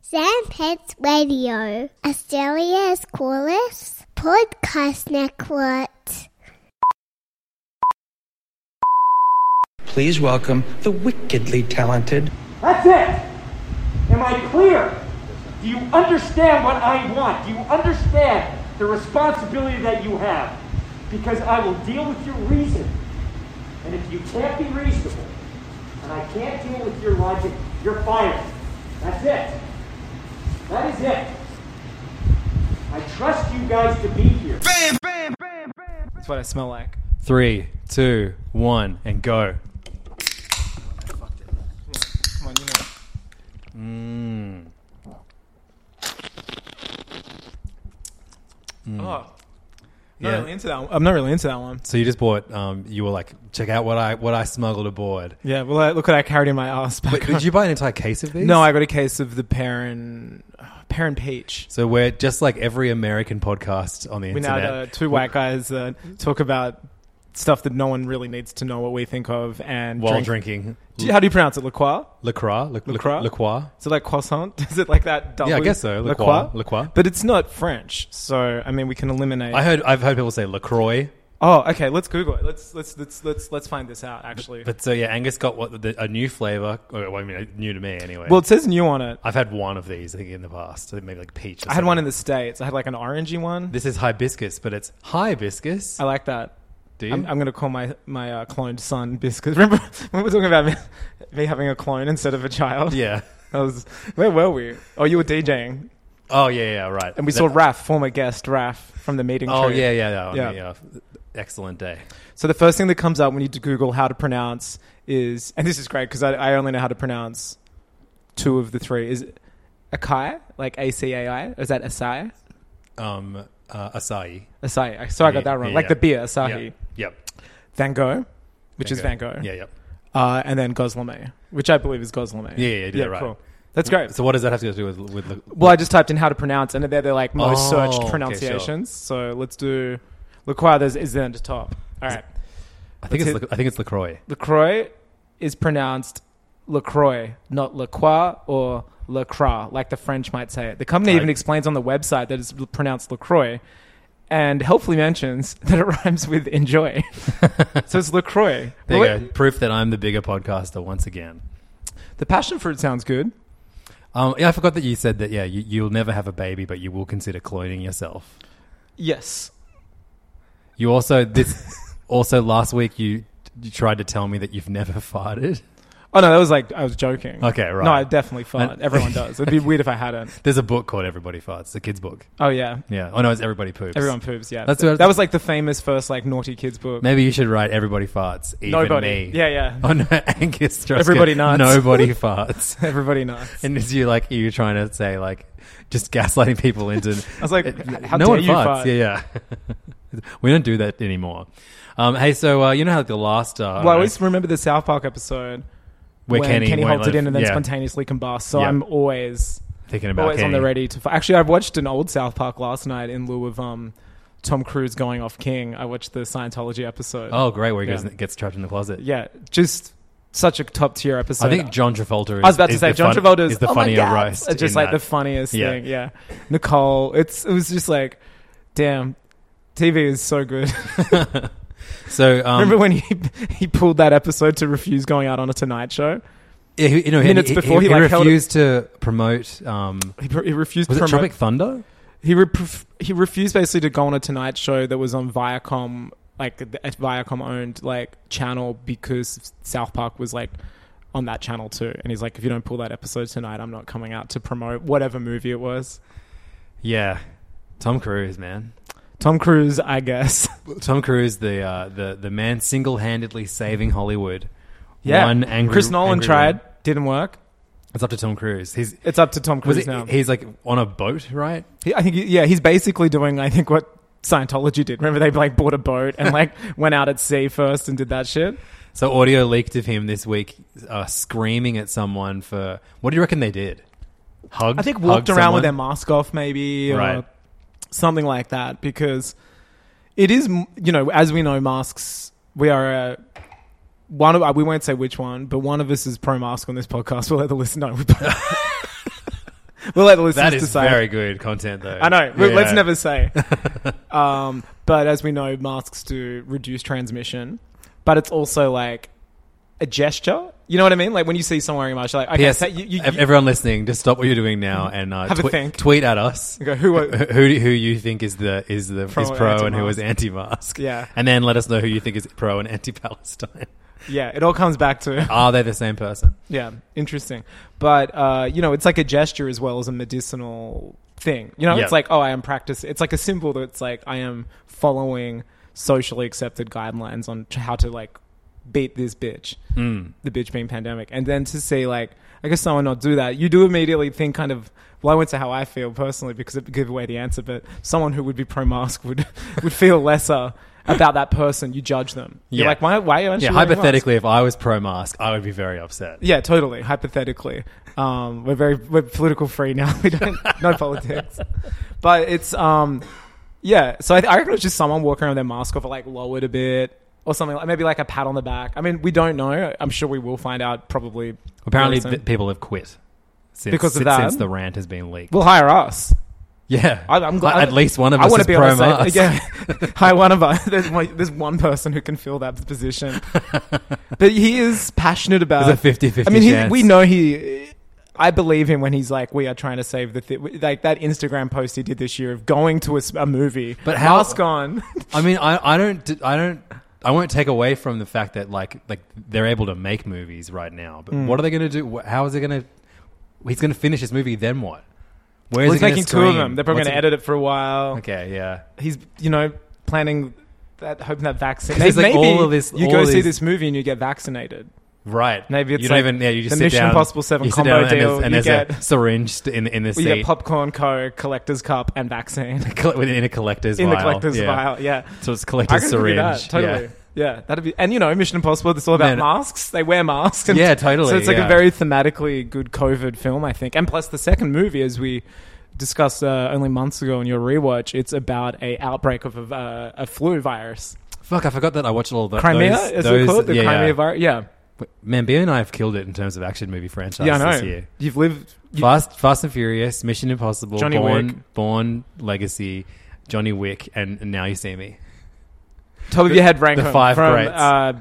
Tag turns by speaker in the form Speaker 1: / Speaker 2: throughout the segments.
Speaker 1: Sam Pets Radio, Australia's coolest podcast network.
Speaker 2: Please welcome the wickedly talented.
Speaker 3: That's it! Am I clear? Do you understand what I want? Do you understand the responsibility that you have? Because I will deal with your reason. And if you can't be reasonable, and I can't deal with your logic, you're fired. That's it. That is it. I trust you guys to be here.
Speaker 4: That's what I smell like.
Speaker 5: Three, two, one, and go.
Speaker 4: Come on, you know. Oh, not
Speaker 5: Yeah.
Speaker 4: really into that. One. I'm not really into that one.
Speaker 5: So you just bought. Um, you were like, check out what I what I smuggled aboard.
Speaker 4: Yeah, well, I, look what I carried in my ass. Back
Speaker 5: Wait,
Speaker 4: on.
Speaker 5: did you buy an entire case of these?
Speaker 4: No, I got a case of the Perrin, uh, Perrin Peach.
Speaker 5: So we're just like every American podcast on the
Speaker 4: We now
Speaker 5: internet.
Speaker 4: uh, two white guys uh, talk about stuff that no one really needs to know what we think of and
Speaker 5: while
Speaker 4: drink-
Speaker 5: drinking
Speaker 4: Do you- how do you pronounce it? La Croix?
Speaker 5: La Croix, La, La,
Speaker 4: Croix?
Speaker 5: La Croix.
Speaker 4: Is it like croissant? Is it like that? Double?
Speaker 5: Yeah, I guess so. La Croix, La Croix.
Speaker 4: But it's not French, so I mean, we can eliminate.
Speaker 5: I heard I've heard people say Lacroix,
Speaker 4: oh, okay. Let's Google it. Let's let's let's let's let's find this out. Actually,
Speaker 5: but so yeah, Angus got what the, a new flavor. Or, well, I mean, new to me anyway.
Speaker 4: well, it says new on it.
Speaker 5: I've had one of these I think in the past, so maybe like peach. Or
Speaker 4: I had one in
Speaker 5: something.
Speaker 4: the states. I had like an orangey one.
Speaker 5: This is hibiscus, but it's hibiscus.
Speaker 4: I like that.
Speaker 5: Do you?
Speaker 4: I'm, I'm going to call my my uh, cloned son Biscuit. Remember when we were talking about me, me having a clone instead of a child?
Speaker 5: yeah.
Speaker 4: That was where were we? Oh, you were DJing,
Speaker 5: Oh yeah, yeah, right.
Speaker 4: and we saw Raf, former guest Raf from the meeting.
Speaker 5: Oh
Speaker 4: tree.
Speaker 5: yeah, yeah, that one,
Speaker 4: Yeah.
Speaker 5: yeah. Excellent day.
Speaker 4: So the first thing that comes up when you do Google how to pronounce is, and this is great because I, I only know how to pronounce two of the three. Is it Akai like A C A I? Or Is that Asai?
Speaker 5: Um, uh, acai.
Speaker 4: Asai. So I got that wrong. Like the beer Asahi.
Speaker 5: Yep. yep.
Speaker 4: Van Gogh, which is Van Gogh.
Speaker 5: Yeah, yep.
Speaker 4: uh, and then Goslame, which I believe is Goslame.
Speaker 5: Yeah, yeah, you did it right.
Speaker 4: That's great.
Speaker 5: So what does that have to do with with the?
Speaker 4: well, I just typed in how to pronounce, and they're, they're like most
Speaker 5: Oh, okay,
Speaker 4: searched
Speaker 5: sure.
Speaker 4: pronunciations. So let's do LaCroix is, is then the top. All right.
Speaker 5: I think it's
Speaker 4: hit-
Speaker 5: La- I think it's Lacroix.
Speaker 4: LaCroix is pronounced LaCroix, not LaCroix or LaCroix, like the French might say it. The company
Speaker 5: Right.
Speaker 4: even explains on the website that it's pronounced LaCroix and helpfully mentions that it rhymes with enjoy. so it's LaCroix.
Speaker 5: There
Speaker 4: Well,
Speaker 5: you go. Proof that I'm the bigger podcaster once again.
Speaker 4: The passion fruit sounds good.
Speaker 5: Um, yeah, I forgot that you said that. Yeah, you, you'll never have a baby, but you will consider cloning yourself.
Speaker 4: Yes.
Speaker 5: You also this also last week you, you tried to tell me that you've never farted.
Speaker 4: Oh no, that was like I was joking.
Speaker 5: Okay, right.
Speaker 4: No, I definitely fart.
Speaker 5: And-
Speaker 4: Everyone does. It'd be weird if I hadn't.
Speaker 5: There's a book called Everybody Farts, the kids book.
Speaker 4: Oh yeah,
Speaker 5: Yeah. Oh no, it's Everybody Poops.
Speaker 4: everyone poops. Yeah,
Speaker 5: That's
Speaker 4: Th-
Speaker 5: what-
Speaker 4: that was like the famous first like naughty kids book.
Speaker 5: Maybe you should write Everybody Farts. Even
Speaker 4: Nobody.
Speaker 5: Me.
Speaker 4: Yeah, yeah.
Speaker 5: Oh no, Angus. Strosker,
Speaker 4: Everybody nuts.
Speaker 5: Nobody farts.
Speaker 4: Everybody knows.
Speaker 5: And is you like you trying to say like just gaslighting people into? I
Speaker 4: was like, how dare you fart?
Speaker 5: Yeah, yeah. we don't do that anymore. Um, hey, so uh, you know how like, the last uh,
Speaker 4: Well, I always remember the South Park episode
Speaker 5: where
Speaker 4: when Kenny,
Speaker 5: won't
Speaker 4: holds it
Speaker 5: let-
Speaker 4: in and then
Speaker 5: yeah,
Speaker 4: spontaneously combusts. So
Speaker 5: Yeah.
Speaker 4: I'm always
Speaker 5: thinking about
Speaker 4: always
Speaker 5: Kenny.
Speaker 4: on the ready to. Fart. Actually, I watched an old South Park last night in lieu of um Tom Cruise going off King. I watched the Scientology episode.
Speaker 5: Oh, great! Where he
Speaker 4: Yeah.
Speaker 5: goes and gets trapped in the closet.
Speaker 4: yeah, just such a top tier episode.
Speaker 5: I think John Travolta. Is,
Speaker 4: I was about to
Speaker 5: is
Speaker 4: say
Speaker 5: the
Speaker 4: John
Speaker 5: fun-
Speaker 4: Travolta
Speaker 5: is the
Speaker 4: oh my
Speaker 5: funnier
Speaker 4: God,
Speaker 5: roast.
Speaker 4: It's just
Speaker 5: in
Speaker 4: like the
Speaker 5: that.
Speaker 4: funniest
Speaker 5: Yeah.
Speaker 4: thing. Yeah, Nicole. It's it was just like, damn, TV is so good.
Speaker 5: So um,
Speaker 4: Remember when he he pulled that episode to refuse going out on a Tonight Show?
Speaker 5: Yeah, he- you know, he-
Speaker 4: Minutes
Speaker 5: he,
Speaker 4: before,
Speaker 5: he,
Speaker 4: he, like, held it-
Speaker 5: refused to promote. Um,
Speaker 4: He, pr- he refused
Speaker 5: was
Speaker 4: to
Speaker 5: it
Speaker 4: promote.
Speaker 5: Tropic Thunder?
Speaker 4: He re- pref- he refused basically to go on a Tonight Show that was on Viacom, like the Viacom owned like channel because South Park was like on that channel too. And he's like, if you don't pull that episode tonight, I'm not coming out to promote whatever movie it was.
Speaker 5: Yeah, Tom Cruise, man.
Speaker 4: Tom Cruise, I guess.
Speaker 5: Tom Cruise, the uh, the the man single handedly saving Hollywood. one angry.
Speaker 4: Chris Nolan
Speaker 5: angry
Speaker 4: tried,
Speaker 5: woman.
Speaker 4: didn't work.
Speaker 5: It's up to Tom Cruise. He's
Speaker 4: It's up to Tom
Speaker 5: was
Speaker 4: Cruise
Speaker 5: it,
Speaker 4: now.
Speaker 5: he's like on a boat, right?
Speaker 4: He- I think, he- yeah, he's basically doing, I think, what Scientology did. Remember, they like bought a boat and like went out at sea first and did that shit.
Speaker 5: So audio leaked of him this week uh, screaming at someone for what do you reckon they did? Hugged.
Speaker 4: I think
Speaker 5: Hugged
Speaker 4: walked around
Speaker 5: someone?
Speaker 4: with their mask off, maybe, or
Speaker 5: Right.
Speaker 4: something like that, because it is, m- you know, as we know, masks. We are uh, one of we won't say which one, but one of us is pro mask on this podcast. We'll let the listener. know. we'll let the listeners
Speaker 5: That is
Speaker 4: decide.
Speaker 5: very good content, though.
Speaker 4: I know. we- Let's
Speaker 5: Yeah.
Speaker 4: never say. um, but as we know, masks do reduce transmission, but it's also like a gesture. You know what I mean? Like when you see someone wearing a mask, you're like, okay,
Speaker 5: P.S.
Speaker 4: so you, you,
Speaker 5: ev- everyone listening, just stop what you're doing now and uh,
Speaker 4: Have a
Speaker 5: twe-
Speaker 4: think.
Speaker 5: tweet at us.
Speaker 4: Okay, who are-
Speaker 5: who who you think is the is the
Speaker 4: Pro
Speaker 5: is
Speaker 4: and
Speaker 5: pro and who is
Speaker 4: anti-mask.
Speaker 5: anti-mask?
Speaker 4: Yeah.
Speaker 5: and then let us know who you think is pro and anti-Palestine.
Speaker 4: yeah, it all comes back to
Speaker 5: Are they the same person?
Speaker 4: Yeah, interesting. But uh, you know, it's like a gesture as well as a medicinal thing. You know,
Speaker 5: Yeah.
Speaker 4: it's like, oh, I am practicing. It's like a symbol that's like I am following socially accepted guidelines on t- how to like beat this bitch,
Speaker 5: Hmm.
Speaker 4: mm. the bitch being pandemic, and then to see like I guess someone not do that, you do immediately think kind of. Well, I won't say how I feel personally because it would give away the answer, but someone who would be pro mask would would feel lesser about that person. You judge them. You're
Speaker 5: Yeah.
Speaker 4: like, why? Why aren't
Speaker 5: Yeah,
Speaker 4: you wearing a mask?
Speaker 5: hypothetically, if I was pro-mask, I would be very upset.
Speaker 4: Yeah, totally. Hypothetically, um, we're very we're political free now. We don't no politics, but it's um, yeah. So I, I reckon it was just someone walking around with their mask off, or like lowered a bit, or something like maybe like a pat on the back. I mean, we don't know. I'm sure we will find out probably.
Speaker 5: Apparently,
Speaker 4: very soon.
Speaker 5: th- people have quit since,
Speaker 4: Because of
Speaker 5: since,
Speaker 4: that?
Speaker 5: since the rant has been leaked.
Speaker 4: we'll hire us.
Speaker 5: yeah,
Speaker 4: I, I'm glad.
Speaker 5: at least one of
Speaker 4: I
Speaker 5: us
Speaker 4: wanna
Speaker 5: is
Speaker 4: be on the
Speaker 5: pro-mask.
Speaker 4: same- Yeah, hire one of us. There's one, there's one person who can fill that position, but he is passionate about.
Speaker 5: There's a 50-50
Speaker 4: I mean, he,
Speaker 5: chance.
Speaker 4: we know he. I believe him when he's like, "We are trying to save the thi-. like that Instagram post he did this year of going to a, s- a movie,
Speaker 5: But how-
Speaker 4: mask on."
Speaker 5: I mean, I, I don't, d- I don't, I won't take away from the fact that like, like they're able to make movies right now. But
Speaker 4: Hmm.
Speaker 5: what are they going to do? Wh- How is it going to? He's going to finish his movie. Then what? Where is
Speaker 4: Well,
Speaker 5: he
Speaker 4: he's
Speaker 5: gonna
Speaker 4: making two of
Speaker 5: screen?
Speaker 4: them. They're probably
Speaker 5: What's
Speaker 4: going to edit it for a while.
Speaker 5: Okay, yeah.
Speaker 4: He's you know planning that, hoping that vaccine.
Speaker 5: 'Cause
Speaker 4: Maybe,
Speaker 5: he's like, all of this-
Speaker 4: you
Speaker 5: all
Speaker 4: go
Speaker 5: of
Speaker 4: see
Speaker 5: these-
Speaker 4: this movie and you get vaccinated.
Speaker 5: Right.
Speaker 4: Maybe it's
Speaker 5: you don't
Speaker 4: like
Speaker 5: even. Yeah, you just
Speaker 4: the
Speaker 5: sit
Speaker 4: Mission
Speaker 5: down,
Speaker 4: Impossible 7
Speaker 5: you sit
Speaker 4: combo
Speaker 5: down and
Speaker 4: deal,
Speaker 5: There's, and
Speaker 4: you
Speaker 5: there's a
Speaker 4: get-
Speaker 5: syringe st- in in the seat
Speaker 4: We get popcorn, coke, collector's cup, and vaccine.
Speaker 5: coll- in a collector's
Speaker 4: in the
Speaker 5: vial.
Speaker 4: collector's
Speaker 5: yeah.
Speaker 4: vial. Yeah,
Speaker 5: So it's
Speaker 4: I
Speaker 5: collector's
Speaker 4: could agree
Speaker 5: syringe.
Speaker 4: with that totally.
Speaker 5: Yeah.
Speaker 4: Yeah. that'd be and you know Mission Impossible. It's all about
Speaker 5: Man.
Speaker 4: masks. They wear masks. and-
Speaker 5: Yeah, totally,
Speaker 4: So it's like
Speaker 5: yeah.
Speaker 4: a very thematically good COVID film, I think. And plus, the second movie, as we discussed uh, only months ago in your rewatch, it's about a outbreak of a, uh, a flu virus.
Speaker 5: Fuck, I forgot that I watched all that.
Speaker 4: Crimea
Speaker 5: those,
Speaker 4: is
Speaker 5: those,
Speaker 4: it called the
Speaker 5: yeah,
Speaker 4: Crimea
Speaker 5: yeah.
Speaker 4: virus? Yeah,
Speaker 5: Man, Bea and I have killed it in terms of action movie franchises
Speaker 4: yeah, I
Speaker 5: this
Speaker 4: know.
Speaker 5: year.
Speaker 4: You've lived. You,
Speaker 5: Fast, Fast and Furious, Mission Impossible,
Speaker 4: Johnny
Speaker 5: Born,
Speaker 4: Wick.
Speaker 5: Born Legacy, Johnny Wick, and, and Now You See Me.
Speaker 4: top of your head rank
Speaker 5: the
Speaker 4: them
Speaker 5: five
Speaker 4: from
Speaker 5: greats.
Speaker 4: uh,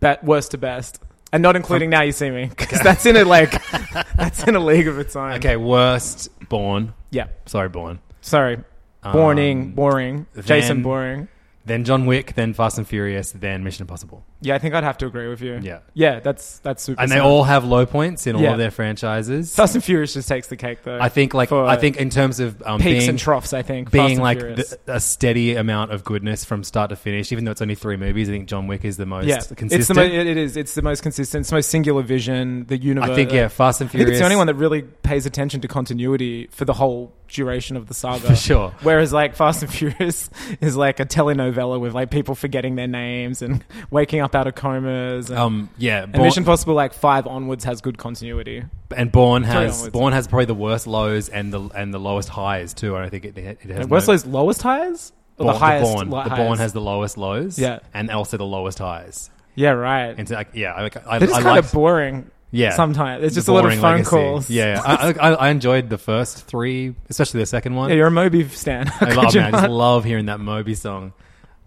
Speaker 4: be- worst to best, and not including now you see me because that's in a like that's in a league of its own.
Speaker 5: Okay, worst Born.
Speaker 4: Yeah.
Speaker 5: Sorry, Born.
Speaker 4: Sorry.
Speaker 5: Um,
Speaker 4: Boring. boring. Jason
Speaker 5: then-
Speaker 4: Boring.
Speaker 5: Then John Wick, then Fast and Furious, then Mission Impossible.
Speaker 4: Yeah, I think I'd have to agree with you.
Speaker 5: Yeah.
Speaker 4: Yeah, that's that's super.
Speaker 5: And they
Speaker 4: sad.
Speaker 5: all have low points in all
Speaker 4: Yeah.
Speaker 5: of their franchises.
Speaker 4: Fast and Furious just takes the cake though.
Speaker 5: I think, like,
Speaker 4: For
Speaker 5: I think in terms of um,
Speaker 4: peaks
Speaker 5: being,
Speaker 4: and troughs, I think. Fast
Speaker 5: being
Speaker 4: and
Speaker 5: like
Speaker 4: Furious.
Speaker 5: the, a steady amount of goodness from start to finish, even though it's only three movies, I think John Wick is the most
Speaker 4: yeah,
Speaker 5: consistent.
Speaker 4: it's the mo- it it is. It's the most consistent. It's the most singular vision. The universe.
Speaker 5: I think, yeah, Fast and
Speaker 4: I think
Speaker 5: Furious.
Speaker 4: it's the only one that really pays attention to continuity for the whole duration of the saga.
Speaker 5: For sure.
Speaker 4: Whereas like Fast and Furious is like a telenovela with like people forgetting their names and waking up out of comas. And,
Speaker 5: Um, yeah,
Speaker 4: and
Speaker 5: Born,
Speaker 4: Mission Possible like five onwards has good continuity.
Speaker 5: and Born
Speaker 4: Sorry,
Speaker 5: has
Speaker 4: onwards.
Speaker 5: Born has probably the worst lows and the and the lowest highs too. And I think it, it has
Speaker 4: And Where's
Speaker 5: no-
Speaker 4: those lowest highs? Or
Speaker 5: Born,
Speaker 4: the highest
Speaker 5: Born,
Speaker 4: li-
Speaker 5: the
Speaker 4: highs?
Speaker 5: Born has the lowest lows,
Speaker 4: Yeah.
Speaker 5: and also the lowest highs.
Speaker 4: Yeah, right.
Speaker 5: And so, like, yeah, I, like, I,
Speaker 4: They're just
Speaker 5: I
Speaker 4: kind
Speaker 5: liked
Speaker 4: of boring.
Speaker 5: Yeah.
Speaker 4: Sometimes it's
Speaker 5: the
Speaker 4: just a lot of
Speaker 5: boring
Speaker 4: phone
Speaker 5: legacy.
Speaker 4: calls.
Speaker 5: Yeah, yeah. I, I, I enjoyed the first three, especially the second one.
Speaker 4: Yeah, you're a Moby stan.
Speaker 5: I
Speaker 4: Could
Speaker 5: love,
Speaker 4: you
Speaker 5: man, I just
Speaker 4: not?
Speaker 5: love hearing that Moby song.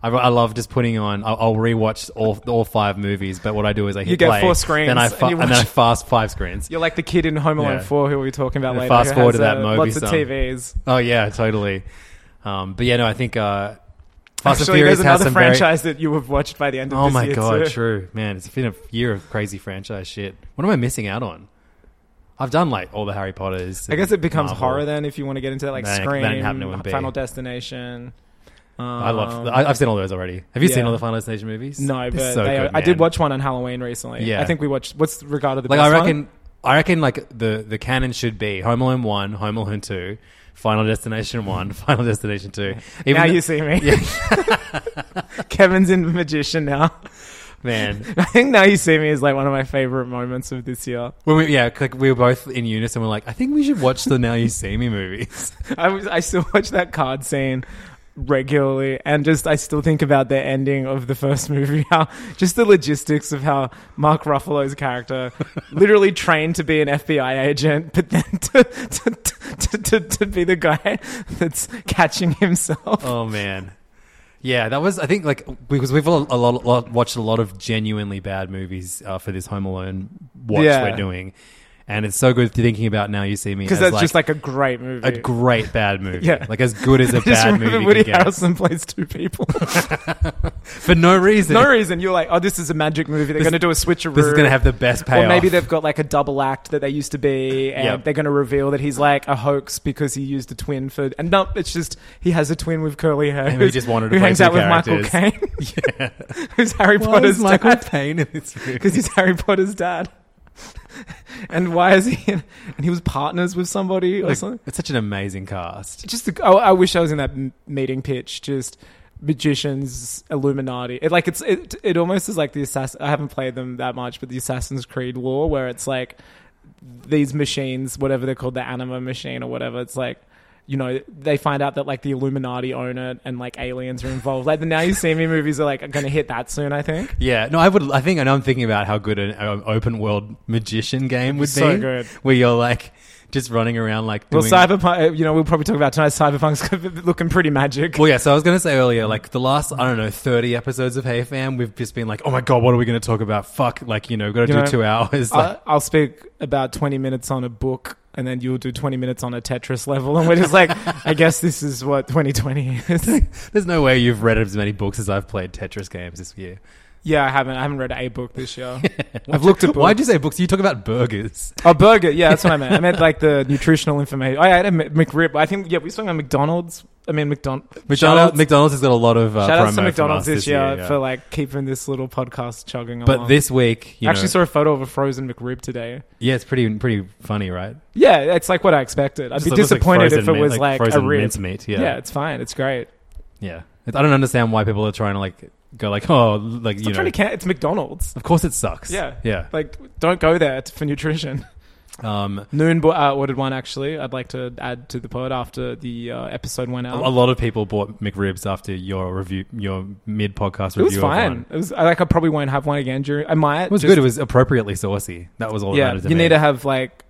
Speaker 5: I, I love just putting on. I'll, I'll rewatch all all five movies, but what I do is I hit
Speaker 4: get
Speaker 5: play,
Speaker 4: four screens
Speaker 5: then I
Speaker 4: and
Speaker 5: fa-
Speaker 4: you
Speaker 5: and, then I
Speaker 4: watch-
Speaker 5: fast five screens.
Speaker 4: You're like the kid in Home Alone
Speaker 5: Yeah.
Speaker 4: 4 who we were talking about
Speaker 5: And
Speaker 4: later.
Speaker 5: fast
Speaker 4: who
Speaker 5: forward
Speaker 4: has, uh,
Speaker 5: to that Moby
Speaker 4: Lots
Speaker 5: song.
Speaker 4: of TVs.
Speaker 5: Oh yeah, totally. Um, but yeah, no, I think uh, Fast
Speaker 4: Actually,
Speaker 5: and Furious has
Speaker 4: there's another
Speaker 5: some very.
Speaker 4: franchise that you have watched by the end of
Speaker 5: Oh
Speaker 4: this
Speaker 5: my
Speaker 4: year.
Speaker 5: god,
Speaker 4: too.
Speaker 5: true man. It's been a year of crazy franchise shit. What am I missing out on? I've done like all the Harry Potters.
Speaker 4: I guess
Speaker 5: and
Speaker 4: it becomes
Speaker 5: Marvel.
Speaker 4: horror then if you want to get into that, like
Speaker 5: That ain't- that
Speaker 4: Scream,
Speaker 5: ain't happening with B.
Speaker 4: Final Destination.
Speaker 5: I love.
Speaker 4: Um,
Speaker 5: I, I've seen all those already. Have you seen
Speaker 4: yeah.
Speaker 5: all the Final Destination movies?
Speaker 4: No,
Speaker 5: They're
Speaker 4: but
Speaker 5: so
Speaker 4: they
Speaker 5: good,
Speaker 4: I did
Speaker 5: man.
Speaker 4: watch one on Halloween recently.
Speaker 5: Yeah.
Speaker 4: I think we watched. What's regarded the
Speaker 5: Like
Speaker 4: best
Speaker 5: I reckon,
Speaker 4: one?
Speaker 5: I reckon like the the canon should be Home Alone one, Home Alone two, Final Destination one, Final Destination two. Even
Speaker 4: Now
Speaker 5: though-
Speaker 4: you see me. Kevin's in magician now.
Speaker 5: man.
Speaker 4: I think now you see me is like one of my favorite moments of this year.
Speaker 5: When we yeah, like we were both in unison. We're like, I think we should watch the Now You See Me movies.
Speaker 4: I was I still watch that card scene regularly and just I still think about the ending of the first movie how just the logistics of how Mark Ruffalo's character literally trained to be an FBI agent but then to to, to, to, to be the guy that's catching himself
Speaker 5: oh man. Yeah, that was. I think like because we've all, a lot, lot watched a lot of genuinely bad movies uh, for this Home Alone watch
Speaker 4: Yeah.
Speaker 5: we're doing, and it's so good thinking about now. You see me
Speaker 4: because
Speaker 5: as,
Speaker 4: that's just like a great movie
Speaker 5: a great bad movie,
Speaker 4: Yeah.
Speaker 5: like as good as a
Speaker 4: I just
Speaker 5: bad
Speaker 4: remember
Speaker 5: movie
Speaker 4: Woody
Speaker 5: can get.
Speaker 4: Harrelson plays two people
Speaker 5: for no reason.
Speaker 4: no reason you're like oh this is a magic movie they're
Speaker 5: This-
Speaker 4: going to do a switcheroo
Speaker 5: This is going to have the best payoff.
Speaker 4: Or maybe they've got like a double act that they used to be, and
Speaker 5: Yep.
Speaker 4: they're going to reveal that he's like a hoax because he used a twin for. And no, it's just he has a twin with curly hair.
Speaker 5: And we just wanted to
Speaker 4: who
Speaker 5: play
Speaker 4: hangs
Speaker 5: two
Speaker 4: out with Michael
Speaker 5: characters.
Speaker 4: Caine, who's Harry
Speaker 5: Why is
Speaker 4: Potter's
Speaker 5: Michael
Speaker 4: dad
Speaker 5: Payne in this movie?
Speaker 4: because he's Harry Potter's dad. and why is he? In, and he was partners with somebody or
Speaker 5: Like,
Speaker 4: something.
Speaker 5: it's such an amazing cast.
Speaker 4: Just the, oh, I wish I was in that m- meeting pitch. Just magicians, Illuminati. It like it's it. It almost is like the assassin. I haven't played them that much, but the Assassin's Creed lore, where it's like these machines, whatever they're called, the anima machine or whatever. It's like. You know, they find out that like the Illuminati own it and like aliens are involved. Like the Now You See Me movies are like going to hit that soon, I think.
Speaker 5: Yeah, no, I would. I think, and I'm thinking about how good an um, open world magician game would
Speaker 4: So
Speaker 5: be,
Speaker 4: good.
Speaker 5: where you're like just running around like.
Speaker 4: Well,
Speaker 5: Doing,
Speaker 4: Cyberpunk, uh, you know, we'll probably talk about tonight. Cyberpunk's looking pretty magic.
Speaker 5: Well, yeah. So I was gonna say earlier, like the last I don't know thirty episodes of Hey Fam, we've just been like, oh my god, what are we gonna talk about? Fuck, like you know, gotta
Speaker 4: You
Speaker 5: do
Speaker 4: know,
Speaker 5: two hours. Like,
Speaker 4: I, I'll speak about 20 minutes on a book and then you'll do 20 minutes on a Tetris level. And we're just like, I guess this is what 2020 is.
Speaker 5: there's no way you've read as many books as I've played Tetris games this year.
Speaker 4: yeah, I haven't. I haven't read a book this year. I've looked at
Speaker 5: Why'd
Speaker 4: books.
Speaker 5: you say books? You talk about burgers.
Speaker 4: Oh, burger. Yeah, that's what I meant. I meant like the nutritional information. Oh, I had a Mc- McRib. I think, yeah, we spoke about McDonald's. I mean, McDonald's.
Speaker 5: McDonald's, McDonald's has got a lot of uh,
Speaker 4: Shout
Speaker 5: promo
Speaker 4: outs to
Speaker 5: from
Speaker 4: McDonald's
Speaker 5: us
Speaker 4: this year,
Speaker 5: yeah.
Speaker 4: for like keeping this little podcast chugging
Speaker 5: But
Speaker 4: along.
Speaker 5: this week, you
Speaker 4: I actually
Speaker 5: know,
Speaker 4: saw a photo of a frozen McRib today.
Speaker 5: yeah, it's pretty pretty funny, right?
Speaker 4: Yeah, it's like what I expected. I'd
Speaker 5: Just
Speaker 4: be
Speaker 5: looks like
Speaker 4: disappointed if
Speaker 5: frozen
Speaker 4: it
Speaker 5: mint-
Speaker 4: was
Speaker 5: like
Speaker 4: like, a
Speaker 5: frozen
Speaker 4: rib.
Speaker 5: mincemeat, yeah.
Speaker 4: it's fine. It's great.
Speaker 5: Yeah, It's- I don't understand why people are trying to like go like oh like you
Speaker 4: I'm
Speaker 5: know
Speaker 4: trying to count. It's McDonald's.
Speaker 5: of course it sucks.
Speaker 4: Yeah,
Speaker 5: yeah.
Speaker 4: Like, don't go there t- for nutrition.
Speaker 5: um,
Speaker 4: Noon bo- uh, ordered one actually. I'd like to add to the pod after the uh, episode went
Speaker 5: a,
Speaker 4: out.
Speaker 5: a lot of people bought McRibs after your review, your mid podcast
Speaker 4: it
Speaker 5: review.
Speaker 4: was
Speaker 5: of
Speaker 4: fine.
Speaker 5: one.
Speaker 4: It was I- like I probably won't have one again during. I might.
Speaker 5: It was good. It was appropriately saucy. That was all. that
Speaker 4: Yeah,
Speaker 5: mattered to
Speaker 4: you
Speaker 5: me.
Speaker 4: need to have like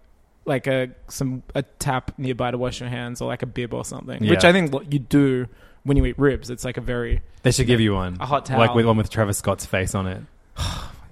Speaker 4: like a some a tap nearby to wash your hands or like a bib or something, which
Speaker 5: Yeah.
Speaker 4: I think lo- you do when you eat ribs. It's like a very
Speaker 5: They should give you one.
Speaker 4: A hot
Speaker 5: like
Speaker 4: towel.
Speaker 5: with one with Travis Scott's face on it.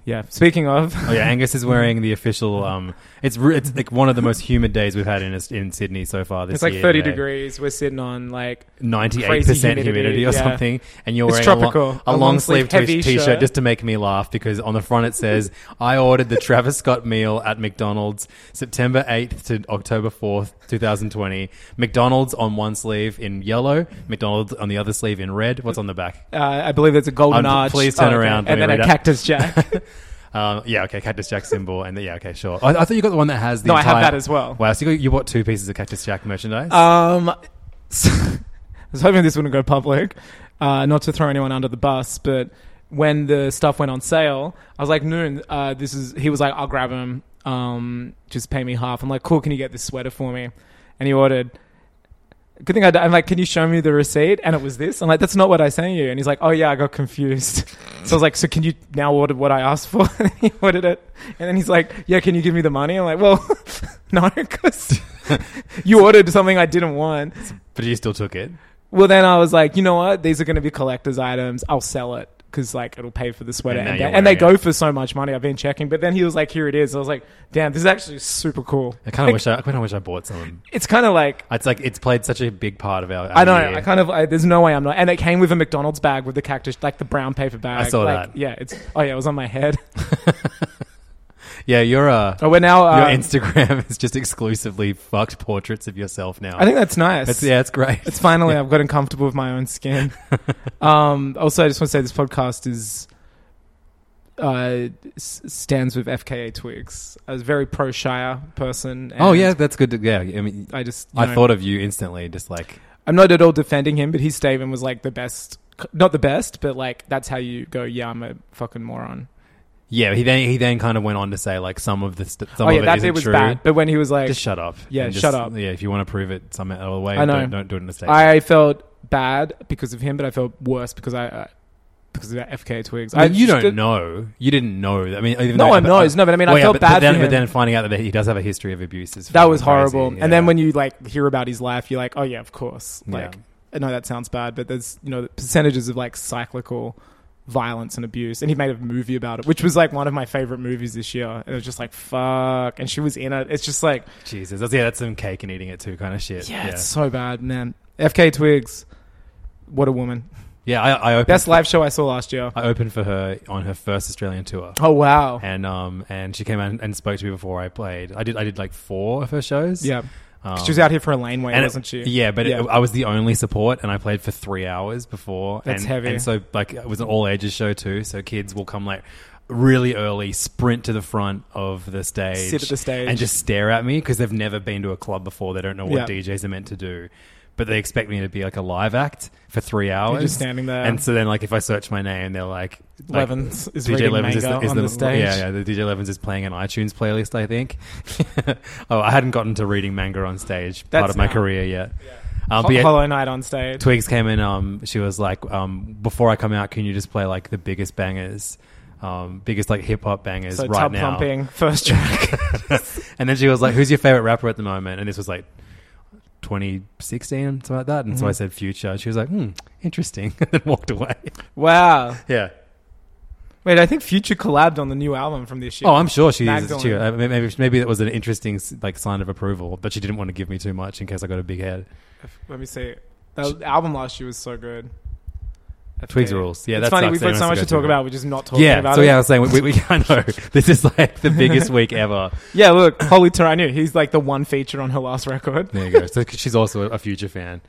Speaker 4: yeah. Speaking of,
Speaker 5: Oh yeah, Angus is wearing the official. Um, it's re- it's like one of the most humid days we've had in in Sydney so far this
Speaker 4: it's like
Speaker 5: year.
Speaker 4: thirty
Speaker 5: today.
Speaker 4: degrees. We're sitting on like
Speaker 5: ninety-eight
Speaker 4: Crazy
Speaker 5: percent
Speaker 4: humidity,
Speaker 5: humidity or
Speaker 4: yeah.
Speaker 5: something, and you're
Speaker 4: It's
Speaker 5: wearing a lo-
Speaker 4: tropical.
Speaker 5: a,
Speaker 4: A
Speaker 5: long sleeve
Speaker 4: long-sleeve heavy
Speaker 5: t-shirt
Speaker 4: shirt.
Speaker 5: just to make me laugh because on the front it says, "I ordered the Travis Scott meal at McDonald's September eighth to October fourth, two thousand twenty. McDonald's on one sleeve in yellow, McDonald's on the other sleeve in red. What's on the back?
Speaker 4: uh, I believe there's a golden
Speaker 5: Um,
Speaker 4: arch. Oh,
Speaker 5: please turn
Speaker 4: okay.
Speaker 5: around. Let
Speaker 4: and
Speaker 5: me
Speaker 4: then a
Speaker 5: read it.
Speaker 4: cactus jack.
Speaker 5: Um, yeah, okay, cactus jack symbol, and the, yeah, okay, sure. I, I thought you got the one that has the.
Speaker 4: No, I have
Speaker 5: entire-
Speaker 4: that as well.
Speaker 5: Wow, so you, got, you bought two pieces of cactus jack merchandise.
Speaker 4: Um, I was hoping this wouldn't go public, uh, not to throw anyone under the bus, but when the stuff went on sale, I was like, Noon, uh, this is. He was like, I'll grab him. Um, just pay me half. I'm like, cool. Can you get this sweater for me? And he ordered. Good thing I. d- I'm like, can you show me the receipt? And it was this. I'm like, that's not what I sent you. And he's like, oh yeah, I got confused. So I was like, so can you now order what I asked for? and he ordered it. And then he's like, yeah, can you give me the money? I'm like, well, no, because you ordered something I didn't want.
Speaker 5: but you still took it.
Speaker 4: Well, then I was like, you know what? These are going to be collector's items. I'll sell it because like it'll pay for the sweater.
Speaker 5: And now
Speaker 4: And,
Speaker 5: you're
Speaker 4: they- and they
Speaker 5: wearing
Speaker 4: go
Speaker 5: it.
Speaker 4: for so much money. I've been checking, but then he was like, here it is. I was like, damn, this is actually super cool.
Speaker 5: I kind of wish I, I kind of wish I bought some.
Speaker 4: It's kind of like.
Speaker 5: It's like it's played such a big part of our. our
Speaker 4: I don't know.
Speaker 5: year.
Speaker 4: I kind of. I, there's no way I'm not. And it came with a McDonald's bag with the cactus, like the brown paper bag.
Speaker 5: saw
Speaker 4: like,
Speaker 5: that.
Speaker 4: Yeah. It's. Oh yeah. It was on my head.
Speaker 5: yeah, you're a.
Speaker 4: Oh, we're now. Uh,
Speaker 5: your Instagram is just exclusively fucked portraits of yourself now.
Speaker 4: I think that's nice.
Speaker 5: that's yeah, it's great.
Speaker 4: It's finally I've gotten comfortable with my own skin. um, also, I just want to say this podcast is uh, s- stands with FKA Twigs. I was a very pro Shire person. And
Speaker 5: oh yeah, that's good. To, yeah, I mean,
Speaker 4: I just
Speaker 5: I
Speaker 4: I
Speaker 5: thought of you instantly, just like
Speaker 4: I'm not at all defending him, but his statement was like the best, not the best, but like that's how you go. Yeah, I'm a fucking moron.
Speaker 5: yeah. He then he then kind of went on to say like some of the st- some
Speaker 4: oh
Speaker 5: of
Speaker 4: yeah,
Speaker 5: it
Speaker 4: that
Speaker 5: isn't
Speaker 4: bit was
Speaker 5: true.
Speaker 4: bad. But when he was like,
Speaker 5: Just shut up.
Speaker 4: Yeah,
Speaker 5: And just-
Speaker 4: shut up.
Speaker 5: Yeah, if you want to prove it some other way,
Speaker 4: I know.
Speaker 5: Don't, don't do it in a statement.
Speaker 4: I felt bad because of him, but I felt worse because I. Uh, because of that FKA Twigs,
Speaker 5: I mean, you
Speaker 4: just-
Speaker 5: don't know. You didn't know. I mean, even
Speaker 4: No
Speaker 5: though-
Speaker 4: one
Speaker 5: but-
Speaker 4: knows. No, but I mean, I
Speaker 5: Well, yeah,
Speaker 4: felt
Speaker 5: but,
Speaker 4: bad
Speaker 5: But
Speaker 4: for
Speaker 5: then,
Speaker 4: him.
Speaker 5: but then finding out that he does have a history of abuse is
Speaker 4: That
Speaker 5: fucking
Speaker 4: was
Speaker 5: crazy.
Speaker 4: horrible.
Speaker 5: Yeah.
Speaker 4: And then when you like hear about his life, you're like, oh yeah, of course.
Speaker 5: Yeah.
Speaker 4: Like, I know that sounds bad, but there's you know the percentages of like cyclical violence and abuse, and he made a movie about it, which was like one of my favorite movies this year. And it was just like fuck, and she was in it. It's just like
Speaker 5: Jesus, that's, yeah, that's some cake and eating it too kind of shit.
Speaker 4: yeah,
Speaker 5: yeah,
Speaker 4: it's so bad, man. FK Twigs, what a woman.
Speaker 5: Yeah, I, I opened.
Speaker 4: Best live show I saw last year.
Speaker 5: I opened for her on her first Australian tour.
Speaker 4: Oh wow.
Speaker 5: and um and she came out and, and spoke to me before I played. I did I did like four of her shows.
Speaker 4: Yeah.
Speaker 5: um,
Speaker 4: She was out here for a laneway,
Speaker 5: and it-
Speaker 4: wasn't she?
Speaker 5: Yeah, but It, I was the only support, and I played for three hours before.
Speaker 4: That's
Speaker 5: and,
Speaker 4: heavy.
Speaker 5: And so like it was an all ages show too. So kids will come like really early, sprint to the front of the stage,
Speaker 4: Sit at the stage.
Speaker 5: and just stare at me because they've never been to a club before. They don't know what
Speaker 4: Yeah.
Speaker 5: DJs are meant to do. But they expect me to be like a live act for three hours,
Speaker 4: standing there.
Speaker 5: And so then, like, if I search my name, they're like, like,
Speaker 4: Levins is reading manga on the stage.
Speaker 5: Yeah, yeah, the DJ Levins is playing an iTunes playlist, I think. oh, I hadn't gotten to reading manga on stage part
Speaker 4: That's
Speaker 5: of my
Speaker 4: now.
Speaker 5: career yet. Um, but
Speaker 4: Ho-
Speaker 5: yeah,
Speaker 4: Hollow Knight on stage.
Speaker 5: Twigs came in. Um, she was like, um, "Before I come out, can you just play like the biggest bangers, um, biggest like hip hop bangers
Speaker 4: so
Speaker 5: right
Speaker 4: tub
Speaker 5: now?"
Speaker 4: thumping first track.
Speaker 5: and then she was like, "Who's your favorite rapper at the moment?" And this was like 2016, something like that. And
Speaker 4: Mm-hmm.
Speaker 5: so I said Future. And she was like, "Hmm, interesting," and then walked away.
Speaker 4: wow.
Speaker 5: yeah.
Speaker 4: Wait, I think Future collabed on the new album from this year.
Speaker 5: Oh, I'm sure she
Speaker 4: Bagged
Speaker 5: is.
Speaker 4: on
Speaker 5: She,
Speaker 4: it.
Speaker 5: uh, may- maybe maybe that was an interesting s- like sign of approval, but she didn't want to give me too much in case I got a big head.
Speaker 4: Let me see. The album last year was so good.
Speaker 5: Twigs rules. Yeah,
Speaker 4: it's
Speaker 5: that
Speaker 4: funny.
Speaker 5: sucks.
Speaker 4: We've got
Speaker 5: Everyone
Speaker 4: so
Speaker 5: has
Speaker 4: much
Speaker 5: to
Speaker 4: to
Speaker 5: go
Speaker 4: talk
Speaker 5: through
Speaker 4: about. We're just not talking
Speaker 5: Yeah,
Speaker 4: about
Speaker 5: so
Speaker 4: it.
Speaker 5: yeah, I was saying we, we I know this is like the biggest week ever.
Speaker 4: yeah. Look, Holy Taranu. He's like the one feature on her last record.
Speaker 5: There you go. So she's also a future fan.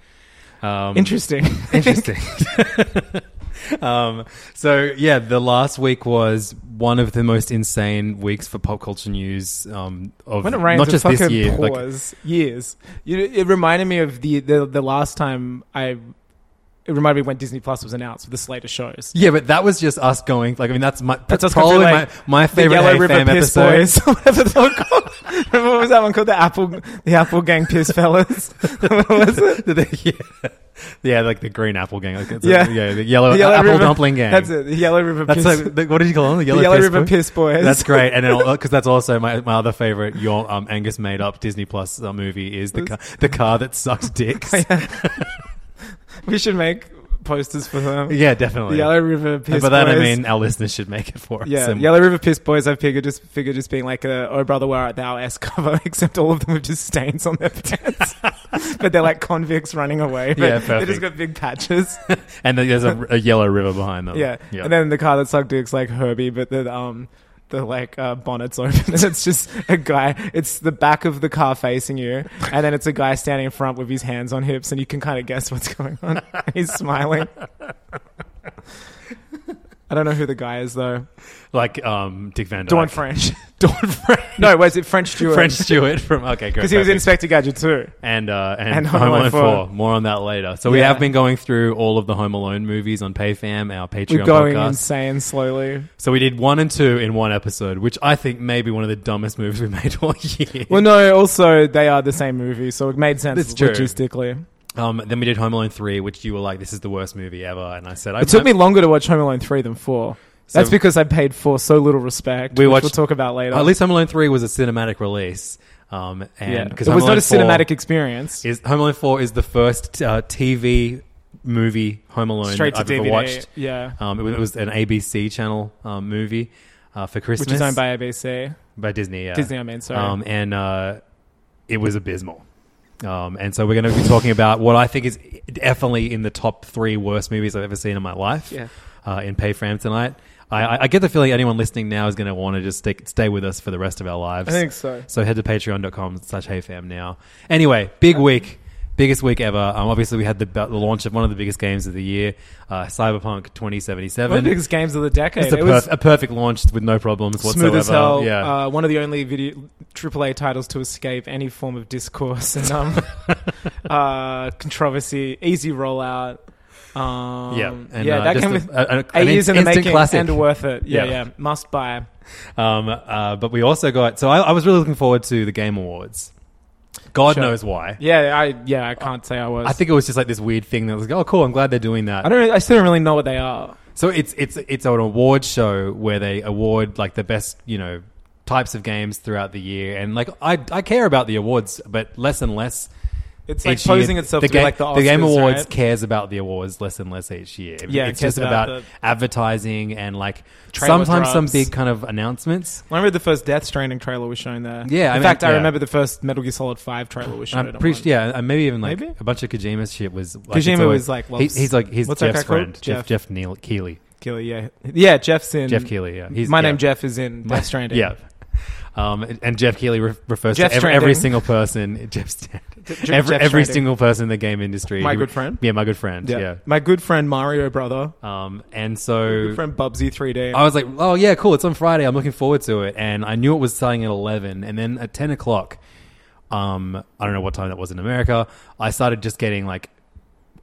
Speaker 5: Um,
Speaker 4: Interesting.
Speaker 5: interesting. um, so yeah, the last week was one of the most insane weeks for pop culture news. Um, of
Speaker 4: when it rains,
Speaker 5: not
Speaker 4: it
Speaker 5: just
Speaker 4: fucking
Speaker 5: this year, like-
Speaker 4: pours. years. You, it reminded me of the, the the last time I. It reminded me when Disney Plus was announced with the slate of shows.
Speaker 5: Yeah, but that was just us going. Like, I mean, that's my
Speaker 4: That's us
Speaker 5: probably
Speaker 4: going through,
Speaker 5: my,
Speaker 4: like,
Speaker 5: my favorite
Speaker 4: the Yellow
Speaker 5: Hey
Speaker 4: River
Speaker 5: Fam
Speaker 4: Piss
Speaker 5: episode.
Speaker 4: Boys. Whatever they were called. Remember what was that one called? The Apple, the Apple Gang Piss Fellas. what was it?
Speaker 5: yeah. yeah, like the Green Apple Gang. Like it's yeah.
Speaker 4: Yeah.
Speaker 5: yeah, the yellow,
Speaker 4: The
Speaker 5: apple
Speaker 4: River-
Speaker 5: dumpling gang.
Speaker 4: That's it. The Yellow River
Speaker 5: That's
Speaker 4: Piss.
Speaker 5: like, the, what did you call them? The yellow,
Speaker 4: Yellow
Speaker 5: piss
Speaker 4: River
Speaker 5: boy?
Speaker 4: Piss Boys.
Speaker 5: That's great, and because that's also my, my other favorite. Your um, Angus made up Disney Plus uh, movie is the car, the car that sucks dicks.
Speaker 4: Oh,
Speaker 5: yeah.
Speaker 4: we should make posters for them.
Speaker 5: definitely.
Speaker 4: The Yellow River
Speaker 5: and
Speaker 4: Piss
Speaker 5: by that I
Speaker 4: Boys.
Speaker 5: mean our listeners should make it for us.
Speaker 4: Yeah,
Speaker 5: and-
Speaker 4: Yellow River Piss Boys. I figure just figure just being like a "Oh brother, where art thou?" s cover, except all of them have just stains on their pants, but they're like convicts running away. but
Speaker 5: Yeah,
Speaker 4: They
Speaker 5: perfect.
Speaker 4: just got big patches.
Speaker 5: and then there's a, a yellow river behind them.
Speaker 4: Um, yeah. and then the car that sucked dick's like Herbie, but the um the like uh, bonnet's open and it's just a guy. It's the back of the car facing you, and then it's a guy standing in front with his hands on hips, and you can kind of guess what's going on. He's smiling. I don't know who the guy is though.
Speaker 5: like um, Dick Van Dyke,
Speaker 4: Dawn French.
Speaker 5: Dawn French,
Speaker 4: No, was it French Stewart?
Speaker 5: French Stewart from okay, great.
Speaker 4: Because he was
Speaker 5: perfect.
Speaker 4: Inspector Gadget too.
Speaker 5: and uh, and,
Speaker 4: And
Speaker 5: Home,
Speaker 4: Home
Speaker 5: Alone
Speaker 4: Alone
Speaker 5: 4.
Speaker 4: 4.
Speaker 5: More on that later. So we
Speaker 4: Yeah.
Speaker 5: have been going through all of the Home Alone movies on PayFam, our Patreon
Speaker 4: We're going
Speaker 5: podcast.
Speaker 4: insane slowly.
Speaker 5: So we did one and two in one episode, which I think may be one of the dumbest moves we made all year.
Speaker 4: Well, no, also, they are the same movie, so it made sense
Speaker 5: That's true.
Speaker 4: logistically.
Speaker 5: Um, then we did Home Alone three, which you were like, "This is the worst movie ever," and I said, "I
Speaker 4: It took me longer to watch Home Alone 3 than 4. That's
Speaker 5: So-
Speaker 4: because I paid for so little respect,
Speaker 5: We
Speaker 4: we which
Speaker 5: watched-
Speaker 4: we'll talk about later.
Speaker 5: At least Home Alone three was a cinematic release, um,
Speaker 4: yeah.
Speaker 5: and
Speaker 4: It
Speaker 5: because
Speaker 4: was not a cinematic experience.
Speaker 5: Is Home Alone four is the first uh, TV movie, Home Alone,
Speaker 4: Straight
Speaker 5: that I've
Speaker 4: to
Speaker 5: ever
Speaker 4: DVD,
Speaker 5: watched.
Speaker 4: yeah.
Speaker 5: Um, it, was, it was an ABC channel um, movie uh, for Christmas.
Speaker 4: which is owned by ABC.
Speaker 5: by Disney, yeah.
Speaker 4: Disney, I mean, sorry.
Speaker 5: Um, and uh, it was abysmal. Um, and so we're going to be talking about what I think is definitely in the top three worst movies I've ever seen in my life.
Speaker 4: Yeah.
Speaker 5: Uh, in Pay Fram tonight. I, I- I get the feeling anyone listening now is going to want to just stick, stay with us for the rest of our lives.
Speaker 4: I think so.
Speaker 5: So head to patreon.com slash heyfam now. Anyway, big week. Biggest week ever. Um, obviously, we had the, the launch of one of the biggest games of the year, uh, Cyberpunk 2077.
Speaker 4: One of the biggest games of the decade.
Speaker 5: It's a,
Speaker 4: it was
Speaker 5: perf- a perfect launch with no problems whatsoever.
Speaker 4: smooth as hell.
Speaker 5: Yeah.
Speaker 4: Uh, one of the only video AAA titles to escape any form of discourse and um, uh, controversy. Easy rollout. Um,
Speaker 5: Yeah, and,
Speaker 4: yeah,
Speaker 5: uh,
Speaker 4: that
Speaker 5: just
Speaker 4: came
Speaker 5: a-
Speaker 4: with
Speaker 5: a- an-
Speaker 4: eight
Speaker 5: an
Speaker 4: years in the
Speaker 5: instant
Speaker 4: making
Speaker 5: classic.
Speaker 4: and worth it. Yeah,
Speaker 5: Yeah.
Speaker 4: yeah, must buy.
Speaker 5: Um, uh, but we also got. So I, I was really looking forward to the Game Awards. God
Speaker 4: Sure.
Speaker 5: knows why.
Speaker 4: Yeah, I yeah I can't say I was.
Speaker 5: I think it was just like this weird thing that was like, oh, cool. I'm glad they're doing that.
Speaker 4: I don't. I still don't really know what they are.
Speaker 5: so it's it's it's an award show where they award like the best you know types of games throughout the year, and like I I care about the awards, but less and less.
Speaker 4: It's like
Speaker 5: each year.
Speaker 4: posing itself to be
Speaker 5: ga-
Speaker 4: like the
Speaker 5: Game
Speaker 4: Oscars,
Speaker 5: Awards
Speaker 4: right?
Speaker 5: cares about the awards less and less each year.
Speaker 4: Yeah, it
Speaker 5: it's
Speaker 4: cares
Speaker 5: just
Speaker 4: about
Speaker 5: about, advertising and like
Speaker 4: Trailer
Speaker 5: sometimes some
Speaker 4: drops.
Speaker 5: big kind of announcements.
Speaker 4: I remember the first Death Stranding trailer was shown there.
Speaker 5: Yeah,
Speaker 4: in
Speaker 5: I mean,
Speaker 4: fact, I
Speaker 5: yeah.
Speaker 4: remember the first Metal Gear Solid Five trailer was shown.
Speaker 5: I'm
Speaker 4: at
Speaker 5: pretty
Speaker 4: one.
Speaker 5: sure, yeah, and maybe even like
Speaker 4: Maybe?
Speaker 5: a bunch of Kojima's shit was. Like,
Speaker 4: Kojima
Speaker 5: it's
Speaker 4: was, like,
Speaker 5: he-
Speaker 4: loves-
Speaker 5: he's like he's
Speaker 4: what's that
Speaker 5: Jeff's
Speaker 4: guy called?
Speaker 5: friend, Jeff
Speaker 4: Jeff.
Speaker 5: Jeff Neal Keeley.
Speaker 4: Keely, yeah, yeah. Jeff's in
Speaker 5: Jeff Keighley, yeah. He's-
Speaker 4: my
Speaker 5: yeah.
Speaker 4: name Jeff is in Death Stranding.
Speaker 5: Yeah, um, and- and Jeff Keeley re- refers
Speaker 4: Jeff
Speaker 5: to every, every single
Speaker 4: Stranding.
Speaker 5: person. Jeff Strand-
Speaker 4: Jeff
Speaker 5: every, every
Speaker 4: Stranding.
Speaker 5: single person in the game industry.
Speaker 4: My
Speaker 5: He
Speaker 4: good
Speaker 5: would-
Speaker 4: friend?
Speaker 5: Yeah, my good friend.
Speaker 4: yeah.
Speaker 5: Yeah.
Speaker 4: My good friend Mario brother,
Speaker 5: Um, and
Speaker 4: good
Speaker 5: so
Speaker 4: friend Bubsy 3D.
Speaker 5: I was like, oh yeah, cool. It's on Friday. I'm looking forward to it. And I knew it was starting at eleven, and then at ten o'clock, um, I don't know what time that was in America. I started just getting like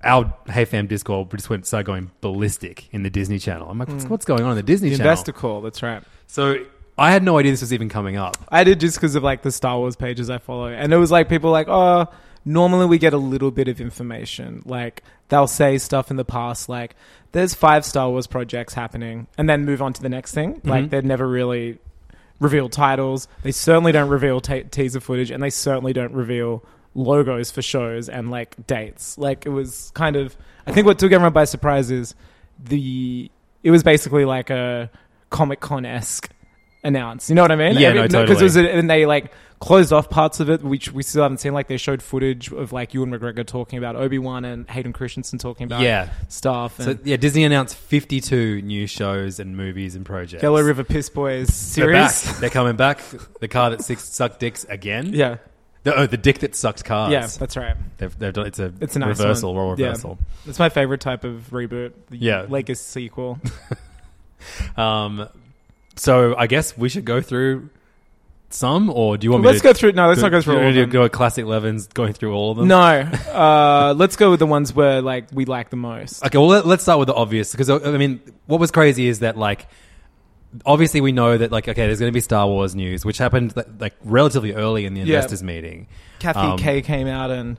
Speaker 5: our Hey Fam Discord just went started going ballistic in the Disney Channel. I'm like, what's, what's going on in the Disney
Speaker 4: Mm. the
Speaker 5: Channel?
Speaker 4: investor call. That's right.
Speaker 5: so I had no idea this was even coming up.
Speaker 4: I did just because of like the Star Wars pages I follow, and it was like people like, oh, normally we get a little bit of information. Like they'll say stuff in the past, like there's five Star Wars projects happening, and then move on to the next thing. Like they'd never really reveal titles. They certainly don't reveal ta teaser footage, and they certainly don't reveal logos for shows and like dates. Like it was kind of, I think what took everyone by surprise is the it was basically like a Comic Con esque announce. You know what I mean?
Speaker 5: Yeah, no,
Speaker 4: Because it was,
Speaker 5: totally.
Speaker 4: a, and they like closed off parts of it, which we still haven't seen. Like they showed footage of like Ewan McGregor talking about Obi Wan and Hayden Christensen talking about
Speaker 5: Yeah.
Speaker 4: stuff. And
Speaker 5: So yeah, Disney announced 52 new shows and movies and projects.
Speaker 4: Yellow River Piss Boys
Speaker 5: They're
Speaker 4: series.
Speaker 5: back. They're coming back. The car that six sucked dicks again.
Speaker 4: yeah,
Speaker 5: The, oh, the dick that sucked cars.
Speaker 4: yeah, that's right.
Speaker 5: They've, they've done. It's a
Speaker 4: It's a nice
Speaker 5: reversal.
Speaker 4: one.
Speaker 5: Role
Speaker 4: Yeah.
Speaker 5: reversal.
Speaker 4: It's my favorite type of reboot. The
Speaker 5: Yeah.
Speaker 4: Legacy sequel.
Speaker 5: Um, so I guess we should go through some, or do you want me
Speaker 4: let's
Speaker 5: to
Speaker 4: go through. No, let's not go
Speaker 5: do
Speaker 4: through
Speaker 5: you
Speaker 4: all
Speaker 5: want
Speaker 4: of
Speaker 5: me to
Speaker 4: them.
Speaker 5: Go at classic Levins, going through all of them.
Speaker 4: No, uh, let's go with the ones where like we like the most.
Speaker 5: Okay, well let, let's start with the obvious because I I mean, what was crazy is that like. Obviously, we know that like okay, there's going to be Star Wars news, which happened like, like relatively early in the
Speaker 4: Yeah.
Speaker 5: investors meeting.
Speaker 4: Kathy
Speaker 5: Um,
Speaker 4: K came out and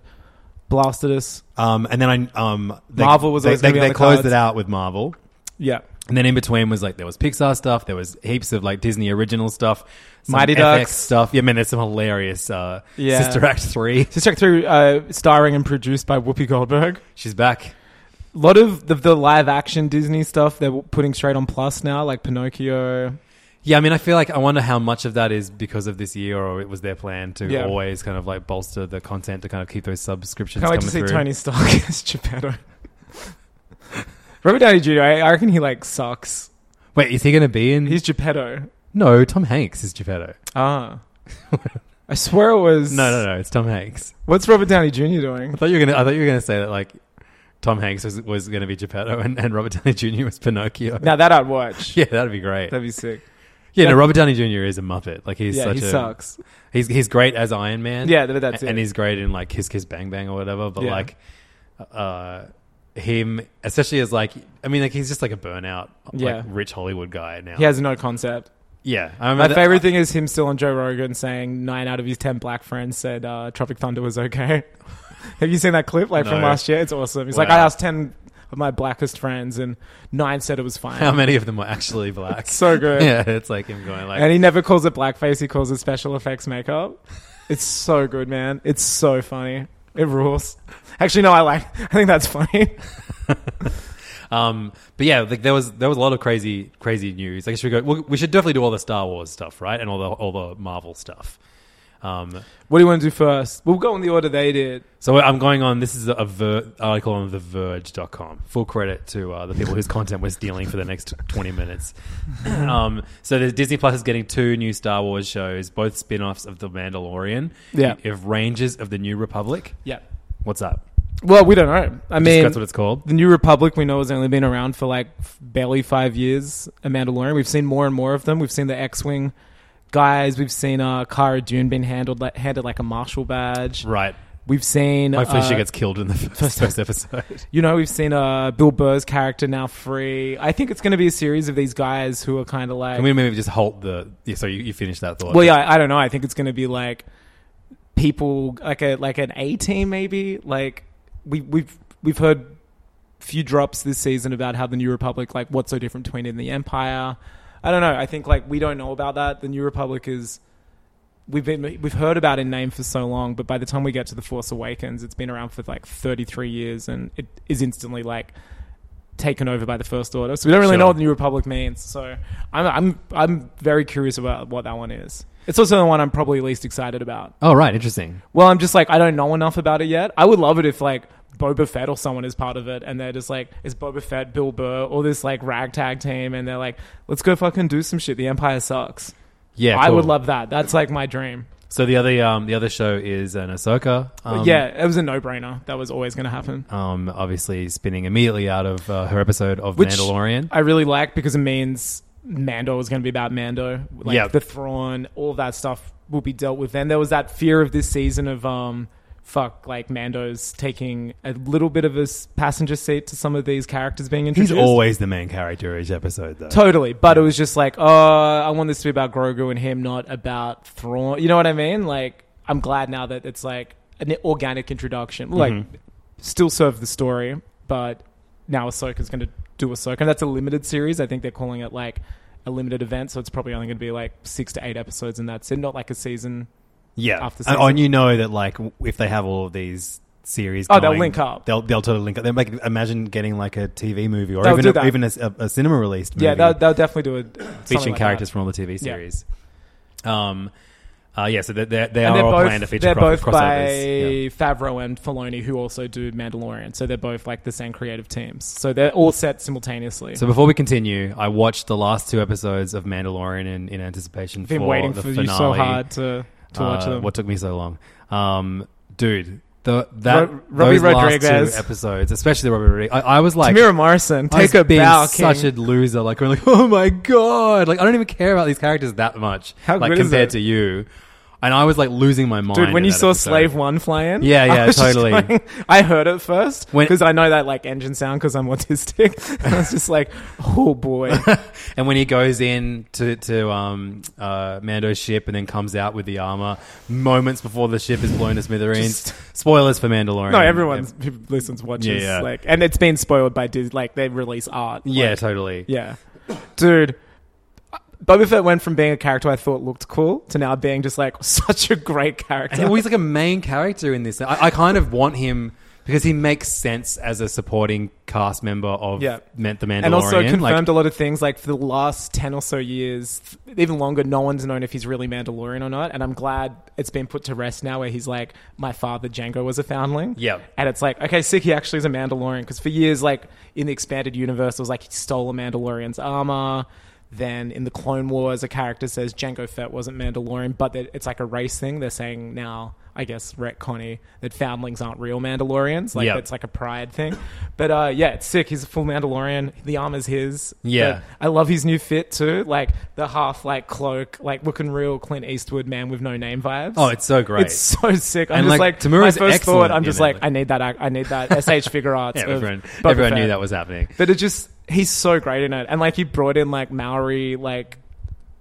Speaker 4: blasted us.
Speaker 5: um, and then I um, they,
Speaker 4: Marvel was
Speaker 5: they,
Speaker 4: always
Speaker 5: they,
Speaker 4: gonna be on
Speaker 5: they
Speaker 4: the
Speaker 5: closed
Speaker 4: cards.
Speaker 5: it out with Marvel.
Speaker 4: Yeah,
Speaker 5: And then in between was like there was Pixar stuff, there was heaps of like Disney original stuff, some
Speaker 4: Mighty
Speaker 5: FX
Speaker 4: Ducks.
Speaker 5: stuff. Yeah, man, there's some hilarious uh,
Speaker 4: Yeah.
Speaker 5: Sister Act three.
Speaker 4: Sister Act three, uh, starring and produced by Whoopi Goldberg.
Speaker 5: She's back.
Speaker 4: A lot of the, the live action Disney stuff they're putting straight on Plus now, like Pinocchio.
Speaker 5: Yeah, I mean, I feel like I wonder how much of that is because of this year, or it was their plan to
Speaker 4: Yeah.
Speaker 5: always kind of like bolster the content to kind of keep those subscriptions
Speaker 4: Can't wait
Speaker 5: coming
Speaker 4: to see
Speaker 5: through.
Speaker 4: Tony Stark as Geppetto. Robert Downey Jr. I, I reckon he like sucks.
Speaker 5: Wait, is he going to be in?
Speaker 4: He's Geppetto.
Speaker 5: no, Tom Hanks is Geppetto.
Speaker 4: Ah. I swear it was.
Speaker 5: No, no, no, it's Tom Hanks.
Speaker 4: What's Robert Downey Jr.
Speaker 5: I
Speaker 4: doing?
Speaker 5: thought you were gonna. I thought you were gonna say that like Tom Hanks was was going to be Geppetto and, and Robert Downey Jr. was Pinocchio.
Speaker 4: Now that I'd watch.
Speaker 5: Yeah, that'd be great.
Speaker 4: That'd be sick.
Speaker 5: Yeah, no, Robert Downey Jr. is a Muppet. Like he's
Speaker 4: yeah,
Speaker 5: such
Speaker 4: he
Speaker 5: a
Speaker 4: sucks.
Speaker 5: He's he's great as Iron Man.
Speaker 4: Yeah, th- that's
Speaker 5: and,
Speaker 4: it.
Speaker 5: And he's great in like Kiss Kiss Bang Bang or whatever. But
Speaker 4: Yeah.
Speaker 5: like, uh, him especially as like, I mean, like he's just like a burnout,
Speaker 4: Yeah.
Speaker 5: like rich Hollywood guy now.
Speaker 4: He has no concept.
Speaker 5: yeah. I remember
Speaker 4: My
Speaker 5: that-
Speaker 4: favorite thing is him still on Joe Rogan saying nine out of his ten black friends said uh, Tropic Thunder was okay. Have you seen that clip like from
Speaker 5: No.
Speaker 4: last year? It's awesome. He's like,
Speaker 5: Wow.
Speaker 4: I asked ten of my blackest friends and nine said it was fine.
Speaker 5: How many of them were actually black?
Speaker 4: so good.
Speaker 5: yeah, it's like him going like,
Speaker 4: And he never calls it blackface. He calls it special effects makeup. It's so good, man. It's so funny. It rules. Actually, no, I like. I think that's funny.
Speaker 5: Um, but yeah, like there was there was a lot of crazy crazy news. I guess we go. We we should definitely do all the Star Wars stuff, right, and all the all the Marvel stuff. Um,
Speaker 4: What do you want to do first? We'll go in the order they did.
Speaker 5: so I'm going on. This is a ver- article on TheVerge.com. Full credit to uh, the people whose content we're stealing for the next 20 minutes. um, so the Disney Plus is getting two new Star Wars shows, both spin-offs of The Mandalorian.
Speaker 4: Yeah.
Speaker 5: If Rangers of the New Republic.
Speaker 4: Yeah.
Speaker 5: What's up?
Speaker 4: Well, we don't know. I mean,
Speaker 5: that's what it's called.
Speaker 4: The New Republic we know has only been around for like f- barely five years. A Mandalorian. We've seen more and more of them. We've seen the X-wing guys. We've seen uh, Cara Dune being handled like, handed like a marshal badge.
Speaker 5: Right.
Speaker 4: We've seen
Speaker 5: Hopefully she
Speaker 4: uh,
Speaker 5: gets killed in the first, first episode.
Speaker 4: You know, we've seen uh, Bill Burr's character now free. I think it's going to be a series of these guys who are kind of like.
Speaker 5: Can we maybe just halt the? Yeah, so you, you finish that thought.
Speaker 4: well, yeah, I, I don't know. I think it's going to be like people like a like an A team, maybe. Like we we've we've heard few drops this season about how the New Republic, like what's so different between it and the Empire. I don't know. I think like we don't know about that. The New Republic is we've been we've heard about in name for so long, but by the time we get to the Force Awakens, it's been around for like 33 years, and it is instantly like taken over by the First Order. So we don't really
Speaker 5: Sure.
Speaker 4: know what the New Republic means. So I'm I'm I'm very curious about what that one is. It's also the one I'm probably least excited about.
Speaker 5: Oh right, interesting.
Speaker 4: Well, I'm just like I don't know enough about it yet. I would love it if like Boba Fett or someone is part of it, and they're just like it's Boba Fett, Bill Burr, all this like ragtag team, and they're like, let's go fucking do some shit. The Empire sucks.
Speaker 5: Yeah,
Speaker 4: I
Speaker 5: cool.
Speaker 4: would love that. That's like my dream.
Speaker 5: So the other um the other show is an Ahsoka. Um,
Speaker 4: yeah, it was a no brainer. That was always going to happen.
Speaker 5: Um, obviously spinning immediately out of uh, her episode of Mandalorian.
Speaker 4: I really like because it means Mando is going to be about Mando. Like
Speaker 5: Yeah.
Speaker 4: the Thrawn, all that stuff will be dealt with. Then there was that fear of this season of um, fuck, like Mando's taking a little bit of a s- passenger seat to some of these characters being
Speaker 5: He's
Speaker 4: introduced.
Speaker 5: always the main character each episode, though.
Speaker 4: Totally, but it was just like, oh, I want this to be about Grogu and him, not about Thrawn. You know what I mean? Like, I'm glad now that it's like an organic introduction. Like,
Speaker 5: Mm-hmm.
Speaker 4: still serve the story, but now Ahsoka's going to do Ahsoka. And that's a limited series. I think they're calling it like a limited event, so it's probably only going to be like six to eight episodes, and that's it. Not like a season.
Speaker 5: yeah,
Speaker 4: After
Speaker 5: and,
Speaker 4: season.
Speaker 5: and you know that like w- if they have all of these series,
Speaker 4: Oh, they'll
Speaker 5: going,
Speaker 4: link up.
Speaker 5: They'll they'll totally link up. They'll make imagine getting like a TV movie or
Speaker 4: They'll do
Speaker 5: even
Speaker 4: that.
Speaker 5: a, even a, s- a- a cinema released. Movie.
Speaker 4: Yeah, they'll, they'll definitely do it.
Speaker 5: featuring characters from all the TV series. Um, uh, yeah, so they they, they
Speaker 4: And
Speaker 5: are
Speaker 4: they're
Speaker 5: all
Speaker 4: both,
Speaker 5: planned to feature
Speaker 4: they're
Speaker 5: cro-
Speaker 4: both by
Speaker 5: crossovers. Yeah.
Speaker 4: Favreau and Filoni, who also do Mandalorian. So they're both like the same creative teams. So they're all set simultaneously.
Speaker 5: So before we continue, I watched the last two episodes of Mandalorian in, in anticipation
Speaker 4: I've been
Speaker 5: for
Speaker 4: waiting
Speaker 5: the
Speaker 4: for
Speaker 5: finale.
Speaker 4: you so hard to, to watch
Speaker 5: Uh,
Speaker 4: them.
Speaker 5: What took me so long, um, dude? The that
Speaker 4: Ro- Robbie
Speaker 5: those last
Speaker 4: Rodriguez.
Speaker 5: two episodes, especially Robbie Rodriguez, I, I was like.
Speaker 4: Tamira Morrison,
Speaker 5: I was
Speaker 4: take a
Speaker 5: being
Speaker 4: bow, king.
Speaker 5: such a loser. Like, I'm like, oh my god! Like, I don't even care about these characters that much.
Speaker 4: How
Speaker 5: like
Speaker 4: good is
Speaker 5: compared
Speaker 4: it?
Speaker 5: to you, and I was like losing my mind.
Speaker 4: Dude, when
Speaker 5: in
Speaker 4: you
Speaker 5: that
Speaker 4: saw
Speaker 5: episode.
Speaker 4: Slave One fly in,
Speaker 5: Yeah, yeah,
Speaker 4: I was just
Speaker 5: totally.
Speaker 4: going- I heard it first
Speaker 5: When-
Speaker 4: because I know that like engine sound because I'm autistic. I was just like, oh boy,
Speaker 5: and when he goes in to to um, uh, Mando's ship and then comes out with the armor moments before the ship is blown to smithereens. Spoilers for Mandalorian.
Speaker 4: no, everyone who listens watches
Speaker 5: Yeah, yeah.
Speaker 4: like, and it's been spoiled by Disney. Like they release art.
Speaker 5: Yeah,
Speaker 4: like,
Speaker 5: totally.
Speaker 4: Yeah. Dude, Boba Fett went from being a character I thought looked cool to now being just like such a great
Speaker 5: And
Speaker 4: character.
Speaker 5: well, he's like a main character in this. I, I kind of want him because he makes sense as a supporting cast member of
Speaker 4: Yeah.
Speaker 5: Man- the Mandalorian.
Speaker 4: and also confirmed
Speaker 5: Like,
Speaker 4: a lot of things. Like for the last 10 or so years, even longer, no one's known if he's really Mandalorian or not. And I'm glad it's been put to rest now where he's like, my father Django was a foundling.
Speaker 5: Yeah.
Speaker 4: And it's like, okay, sick, he actually is a Mandalorian. Because for years, like in the expanded universe, it was like he stole a Mandalorian's armor. Then in the Clone Wars, a character says Jango Fett wasn't Mandalorian, but that it's like a race thing. They're saying now, I guess, retconny that foundlings aren't real Mandalorians. Like
Speaker 5: Yeah.
Speaker 4: it's like a pride thing. But uh, yeah, it's sick. He's a full Mandalorian. The armor's his.
Speaker 5: Yeah.
Speaker 4: But I love his new fit too. Like the half like cloak, like looking real Clint Eastwood man with no name vibes.
Speaker 5: oh, it's so great.
Speaker 4: It's so sick. I'm
Speaker 5: And, like,
Speaker 4: just like, my
Speaker 5: Tamura's
Speaker 4: first
Speaker 5: excellent
Speaker 4: thought. I'm
Speaker 5: in
Speaker 4: just
Speaker 5: it.
Speaker 4: like, I need that. ac- I need that. SH figure arts.
Speaker 5: yeah,
Speaker 4: of
Speaker 5: everyone,
Speaker 4: Boba
Speaker 5: everyone knew
Speaker 4: Fett.
Speaker 5: that was happening.
Speaker 4: But it just he's so great in it, and like he brought in like Maori like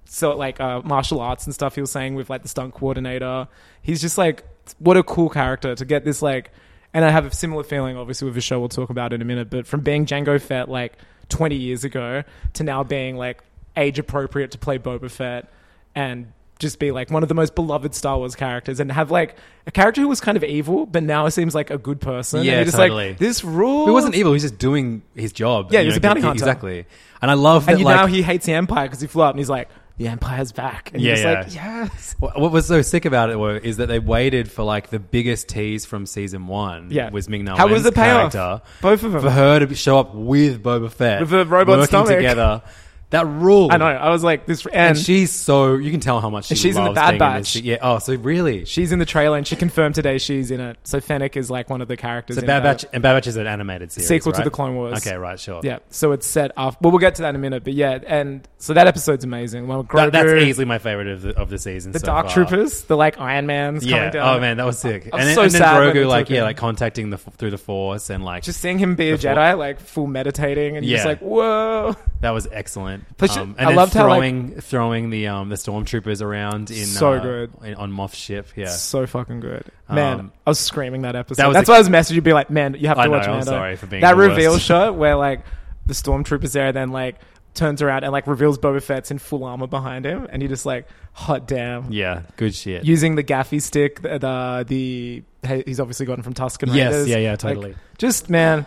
Speaker 4: so like uh, martial arts and stuff. He was saying with like the stunt coordinator, he's just like what a cool character to get this like. And I have a similar feeling, obviously, with a show we'll talk about in a minute. But from being Django Fett like 20 years ago to now being like age appropriate to play Boba Fett and just be like one of the most beloved Star Wars characters and have like a character who was kind of evil but now seems like a good person. and
Speaker 5: Yeah,
Speaker 4: you're just
Speaker 5: totally.
Speaker 4: like this rule.
Speaker 5: He wasn't evil. He was just doing his job.
Speaker 4: Yeah,
Speaker 5: You
Speaker 4: he was
Speaker 5: know,
Speaker 4: a bounty
Speaker 5: he- he-
Speaker 4: hunter.
Speaker 5: Exactly. And I love that.
Speaker 4: And you,
Speaker 5: like,
Speaker 4: now he hates the Empire because he flew up and he's like, the Empire's back. And
Speaker 5: Yeah,
Speaker 4: you're
Speaker 5: yeah.
Speaker 4: just like, yes.
Speaker 5: What what was so sick about it were, is that they waited for like the biggest tease from season one.
Speaker 4: Yeah.
Speaker 5: was Ming Na
Speaker 4: How was
Speaker 5: Wen's
Speaker 4: the payoff?
Speaker 5: character.
Speaker 4: Both of them.
Speaker 5: for her to be- show up with Boba Fett
Speaker 4: With a robot
Speaker 5: working
Speaker 4: stomach.
Speaker 5: together. That rule.
Speaker 4: I know. I was like, this. And,
Speaker 5: And, she's so you can tell how much she
Speaker 4: And she's in the
Speaker 5: loves
Speaker 4: Bad
Speaker 5: being in this
Speaker 4: Batch.
Speaker 5: shit. Yeah. Oh, so really, she's
Speaker 4: she's in the trailer and she confirmed today she's in it. So Fennec is like one of the characters.
Speaker 5: so
Speaker 4: in
Speaker 5: Bad
Speaker 4: that.
Speaker 5: Batch and Bad Batch is an animated series,
Speaker 4: Sequel to
Speaker 5: right?
Speaker 4: the Clone Wars.
Speaker 5: Okay, right, sure.
Speaker 4: Yeah, so it's set off. Well, we'll get to that in a minute, but yeah, and so that episode's amazing. Well, Grogu,
Speaker 5: That, that's easily my favorite of the, of the season.
Speaker 4: the
Speaker 5: so
Speaker 4: Dark
Speaker 5: far.
Speaker 4: Troopers, the like Iron Man's
Speaker 5: Yeah.
Speaker 4: coming down.
Speaker 5: Oh man, that was sick.
Speaker 4: I'm
Speaker 5: and then,
Speaker 4: so
Speaker 5: and then
Speaker 4: sad when they
Speaker 5: Grogu, like
Speaker 4: took
Speaker 5: yeah,
Speaker 4: him.
Speaker 5: like contacting the f- through the Force and like
Speaker 4: just seeing him be a
Speaker 5: Before-
Speaker 4: Jedi, like full meditating, and you're just
Speaker 5: Yeah.
Speaker 4: like, whoa.
Speaker 5: That was excellent.
Speaker 4: But sh-
Speaker 5: um,
Speaker 4: I
Speaker 5: and I
Speaker 4: loved how, like-
Speaker 5: throwing throwing the um the stormtroopers around in
Speaker 4: So
Speaker 5: uh,
Speaker 4: good.
Speaker 5: in, on Moff's ship. Yeah,
Speaker 4: So fucking good, man!
Speaker 5: Um,
Speaker 4: I was screaming that episode.
Speaker 5: that was
Speaker 4: That's
Speaker 5: a-
Speaker 4: why I was messaging you, be like, man, you have to
Speaker 5: I know,
Speaker 4: watch.
Speaker 5: I'm
Speaker 4: Mando.
Speaker 5: sorry for being
Speaker 4: that
Speaker 5: the
Speaker 4: reveal
Speaker 5: worst.
Speaker 4: shot where like the stormtroopers there, then like turns around and like reveals Boba Fett's in full armor behind him, and you're just like, hot damn,
Speaker 5: yeah, good shit.
Speaker 4: using the gaffy stick the, the, the he's obviously gotten from Tuscan
Speaker 5: Yes,
Speaker 4: Raiders.
Speaker 5: yeah, yeah,
Speaker 4: Like,
Speaker 5: totally.
Speaker 4: just man,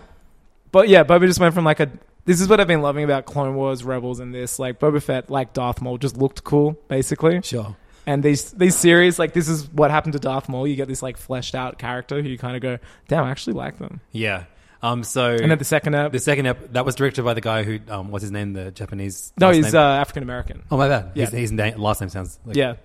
Speaker 4: but yeah, Boba just went from like a. This is what I've been loving about Clone Wars, Rebels, and this. Like Boba Fett, like Darth Maul, just looked cool, basically.
Speaker 5: sure.
Speaker 4: And these these series, like this is what happened to Darth Maul. You get this like fleshed out character who you kind of go, damn, I actually like them.
Speaker 5: Yeah. Um. So
Speaker 4: And then the second ep,
Speaker 5: the second ep- that was directed by the guy who um what's his name the Japanese
Speaker 4: no,
Speaker 5: last
Speaker 4: he's
Speaker 5: name?
Speaker 4: uh, African American.
Speaker 5: oh my bad
Speaker 4: yeah.
Speaker 5: his, his name, last name sounds like,
Speaker 4: yeah,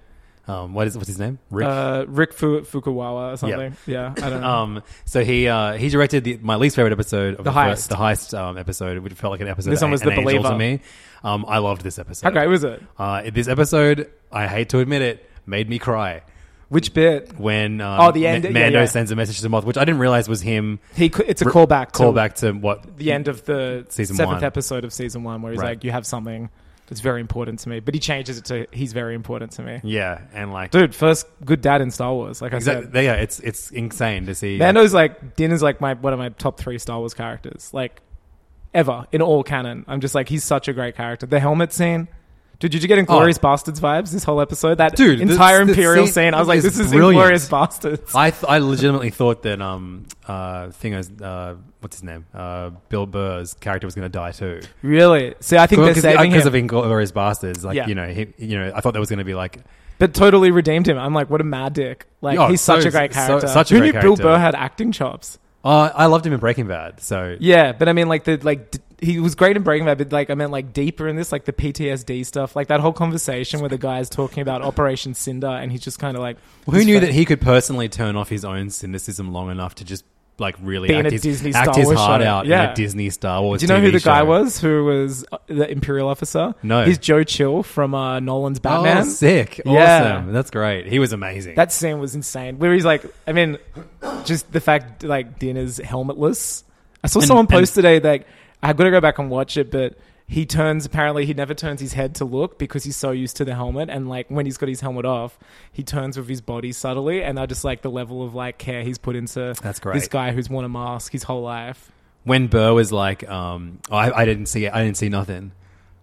Speaker 5: um what is what's his name Rick
Speaker 4: uh, Rick Fu- Fukuwawa or something. Yeah, I don't know.
Speaker 5: um so he uh he directed the, my least favorite episode of
Speaker 4: The
Speaker 5: the,
Speaker 4: Heist.
Speaker 5: first, the heist um episode which felt like an episode
Speaker 4: This
Speaker 5: of
Speaker 4: one was
Speaker 5: An
Speaker 4: The
Speaker 5: Angel
Speaker 4: Believer.
Speaker 5: to me um I loved this episode
Speaker 4: How great was it?
Speaker 5: Uh, this episode, I hate to admit it, made me cry
Speaker 4: Which bit?
Speaker 5: when um,
Speaker 4: Oh, the end-
Speaker 5: Ma-
Speaker 4: yeah,
Speaker 5: Mando
Speaker 4: yeah.
Speaker 5: sends a message to Moth, which I didn't realize was him.
Speaker 4: He c- it's a
Speaker 5: Re-
Speaker 4: callback. to-
Speaker 5: Callback to what
Speaker 4: the end of the
Speaker 5: Season
Speaker 4: seventh
Speaker 5: one.
Speaker 4: episode of season one, where he's
Speaker 5: Right.
Speaker 4: like, "You have something that's very important to me," but he changes it to "He's very important to me."
Speaker 5: Yeah, and like
Speaker 4: Dude, first good dad in Star Wars. Like I
Speaker 5: exactly.
Speaker 4: said,
Speaker 5: Yeah, it's it's insane to see.
Speaker 4: Mando's like Din is like my one of my top three Star Wars characters, like ever in all canon. I'm just like he's such a great character. The helmet scene. Dude, did you get Inglorious Bastards vibes this whole episode? That
Speaker 5: Oh. Dude, this-
Speaker 4: entire
Speaker 5: this
Speaker 4: Imperial
Speaker 5: scene
Speaker 4: scene, I was like,
Speaker 5: is
Speaker 4: this is
Speaker 5: brilliant.
Speaker 4: Inglorious Bastards.
Speaker 5: I th- I legitimately thought that um uh thing is uh what's his name uh Bill Burr's character was going to die too
Speaker 4: Really? See, I think they're saving
Speaker 5: because
Speaker 4: him.
Speaker 5: of Inglourious Bastards like
Speaker 4: Yeah.
Speaker 5: you know he, you know I thought there was going to be like
Speaker 4: but totally redeemed him. I'm like, what a mad dick! Like
Speaker 5: Yeah,
Speaker 4: he's
Speaker 5: so-
Speaker 4: such a great
Speaker 5: so-
Speaker 4: character.
Speaker 5: such a
Speaker 4: Who
Speaker 5: great
Speaker 4: knew
Speaker 5: character.
Speaker 4: Bill Burr had acting chops?
Speaker 5: uh, I loved him in Breaking Bad so
Speaker 4: Yeah, but I mean, like the like d- he was great in Breaking Bad, but like I meant like deeper in this, like the PTSD stuff, like that whole conversation where the guy's talking about Operation Cinder, and he's just kind of like,
Speaker 5: Who
Speaker 4: his
Speaker 5: knew
Speaker 4: friend-
Speaker 5: that he could personally turn off his own cynicism long enough to just like really
Speaker 4: Be in
Speaker 5: act
Speaker 4: a
Speaker 5: his,
Speaker 4: Disney
Speaker 5: act
Speaker 4: Star
Speaker 5: his
Speaker 4: Wars
Speaker 5: heart
Speaker 4: show.
Speaker 5: out in
Speaker 4: Yeah.
Speaker 5: a Disney Star Wars?
Speaker 4: Do you know who
Speaker 5: TV
Speaker 4: the guy
Speaker 5: show?
Speaker 4: was who was uh, the Imperial officer?
Speaker 5: No.
Speaker 4: he's Joe Chill from uh, Nolan's Batman.
Speaker 5: Oh, sick!
Speaker 4: Yeah.
Speaker 5: Awesome, that's great. He was amazing.
Speaker 4: That scene was insane. Where he's like, I mean, just the fact like Din is helmetless. I saw
Speaker 5: And-
Speaker 4: someone post
Speaker 5: and-
Speaker 4: today like I got to go back and watch it, but he turns apparently he never turns his head to look because he's so used to the helmet, and like when he's got his helmet off, he turns with his body subtly, and I just like the level of like care he's put into
Speaker 5: That's
Speaker 4: this
Speaker 5: great.
Speaker 4: guy who's worn a mask his whole life.
Speaker 5: when Burr was like, um, oh, I, I didn't see it. I didn't see nothing.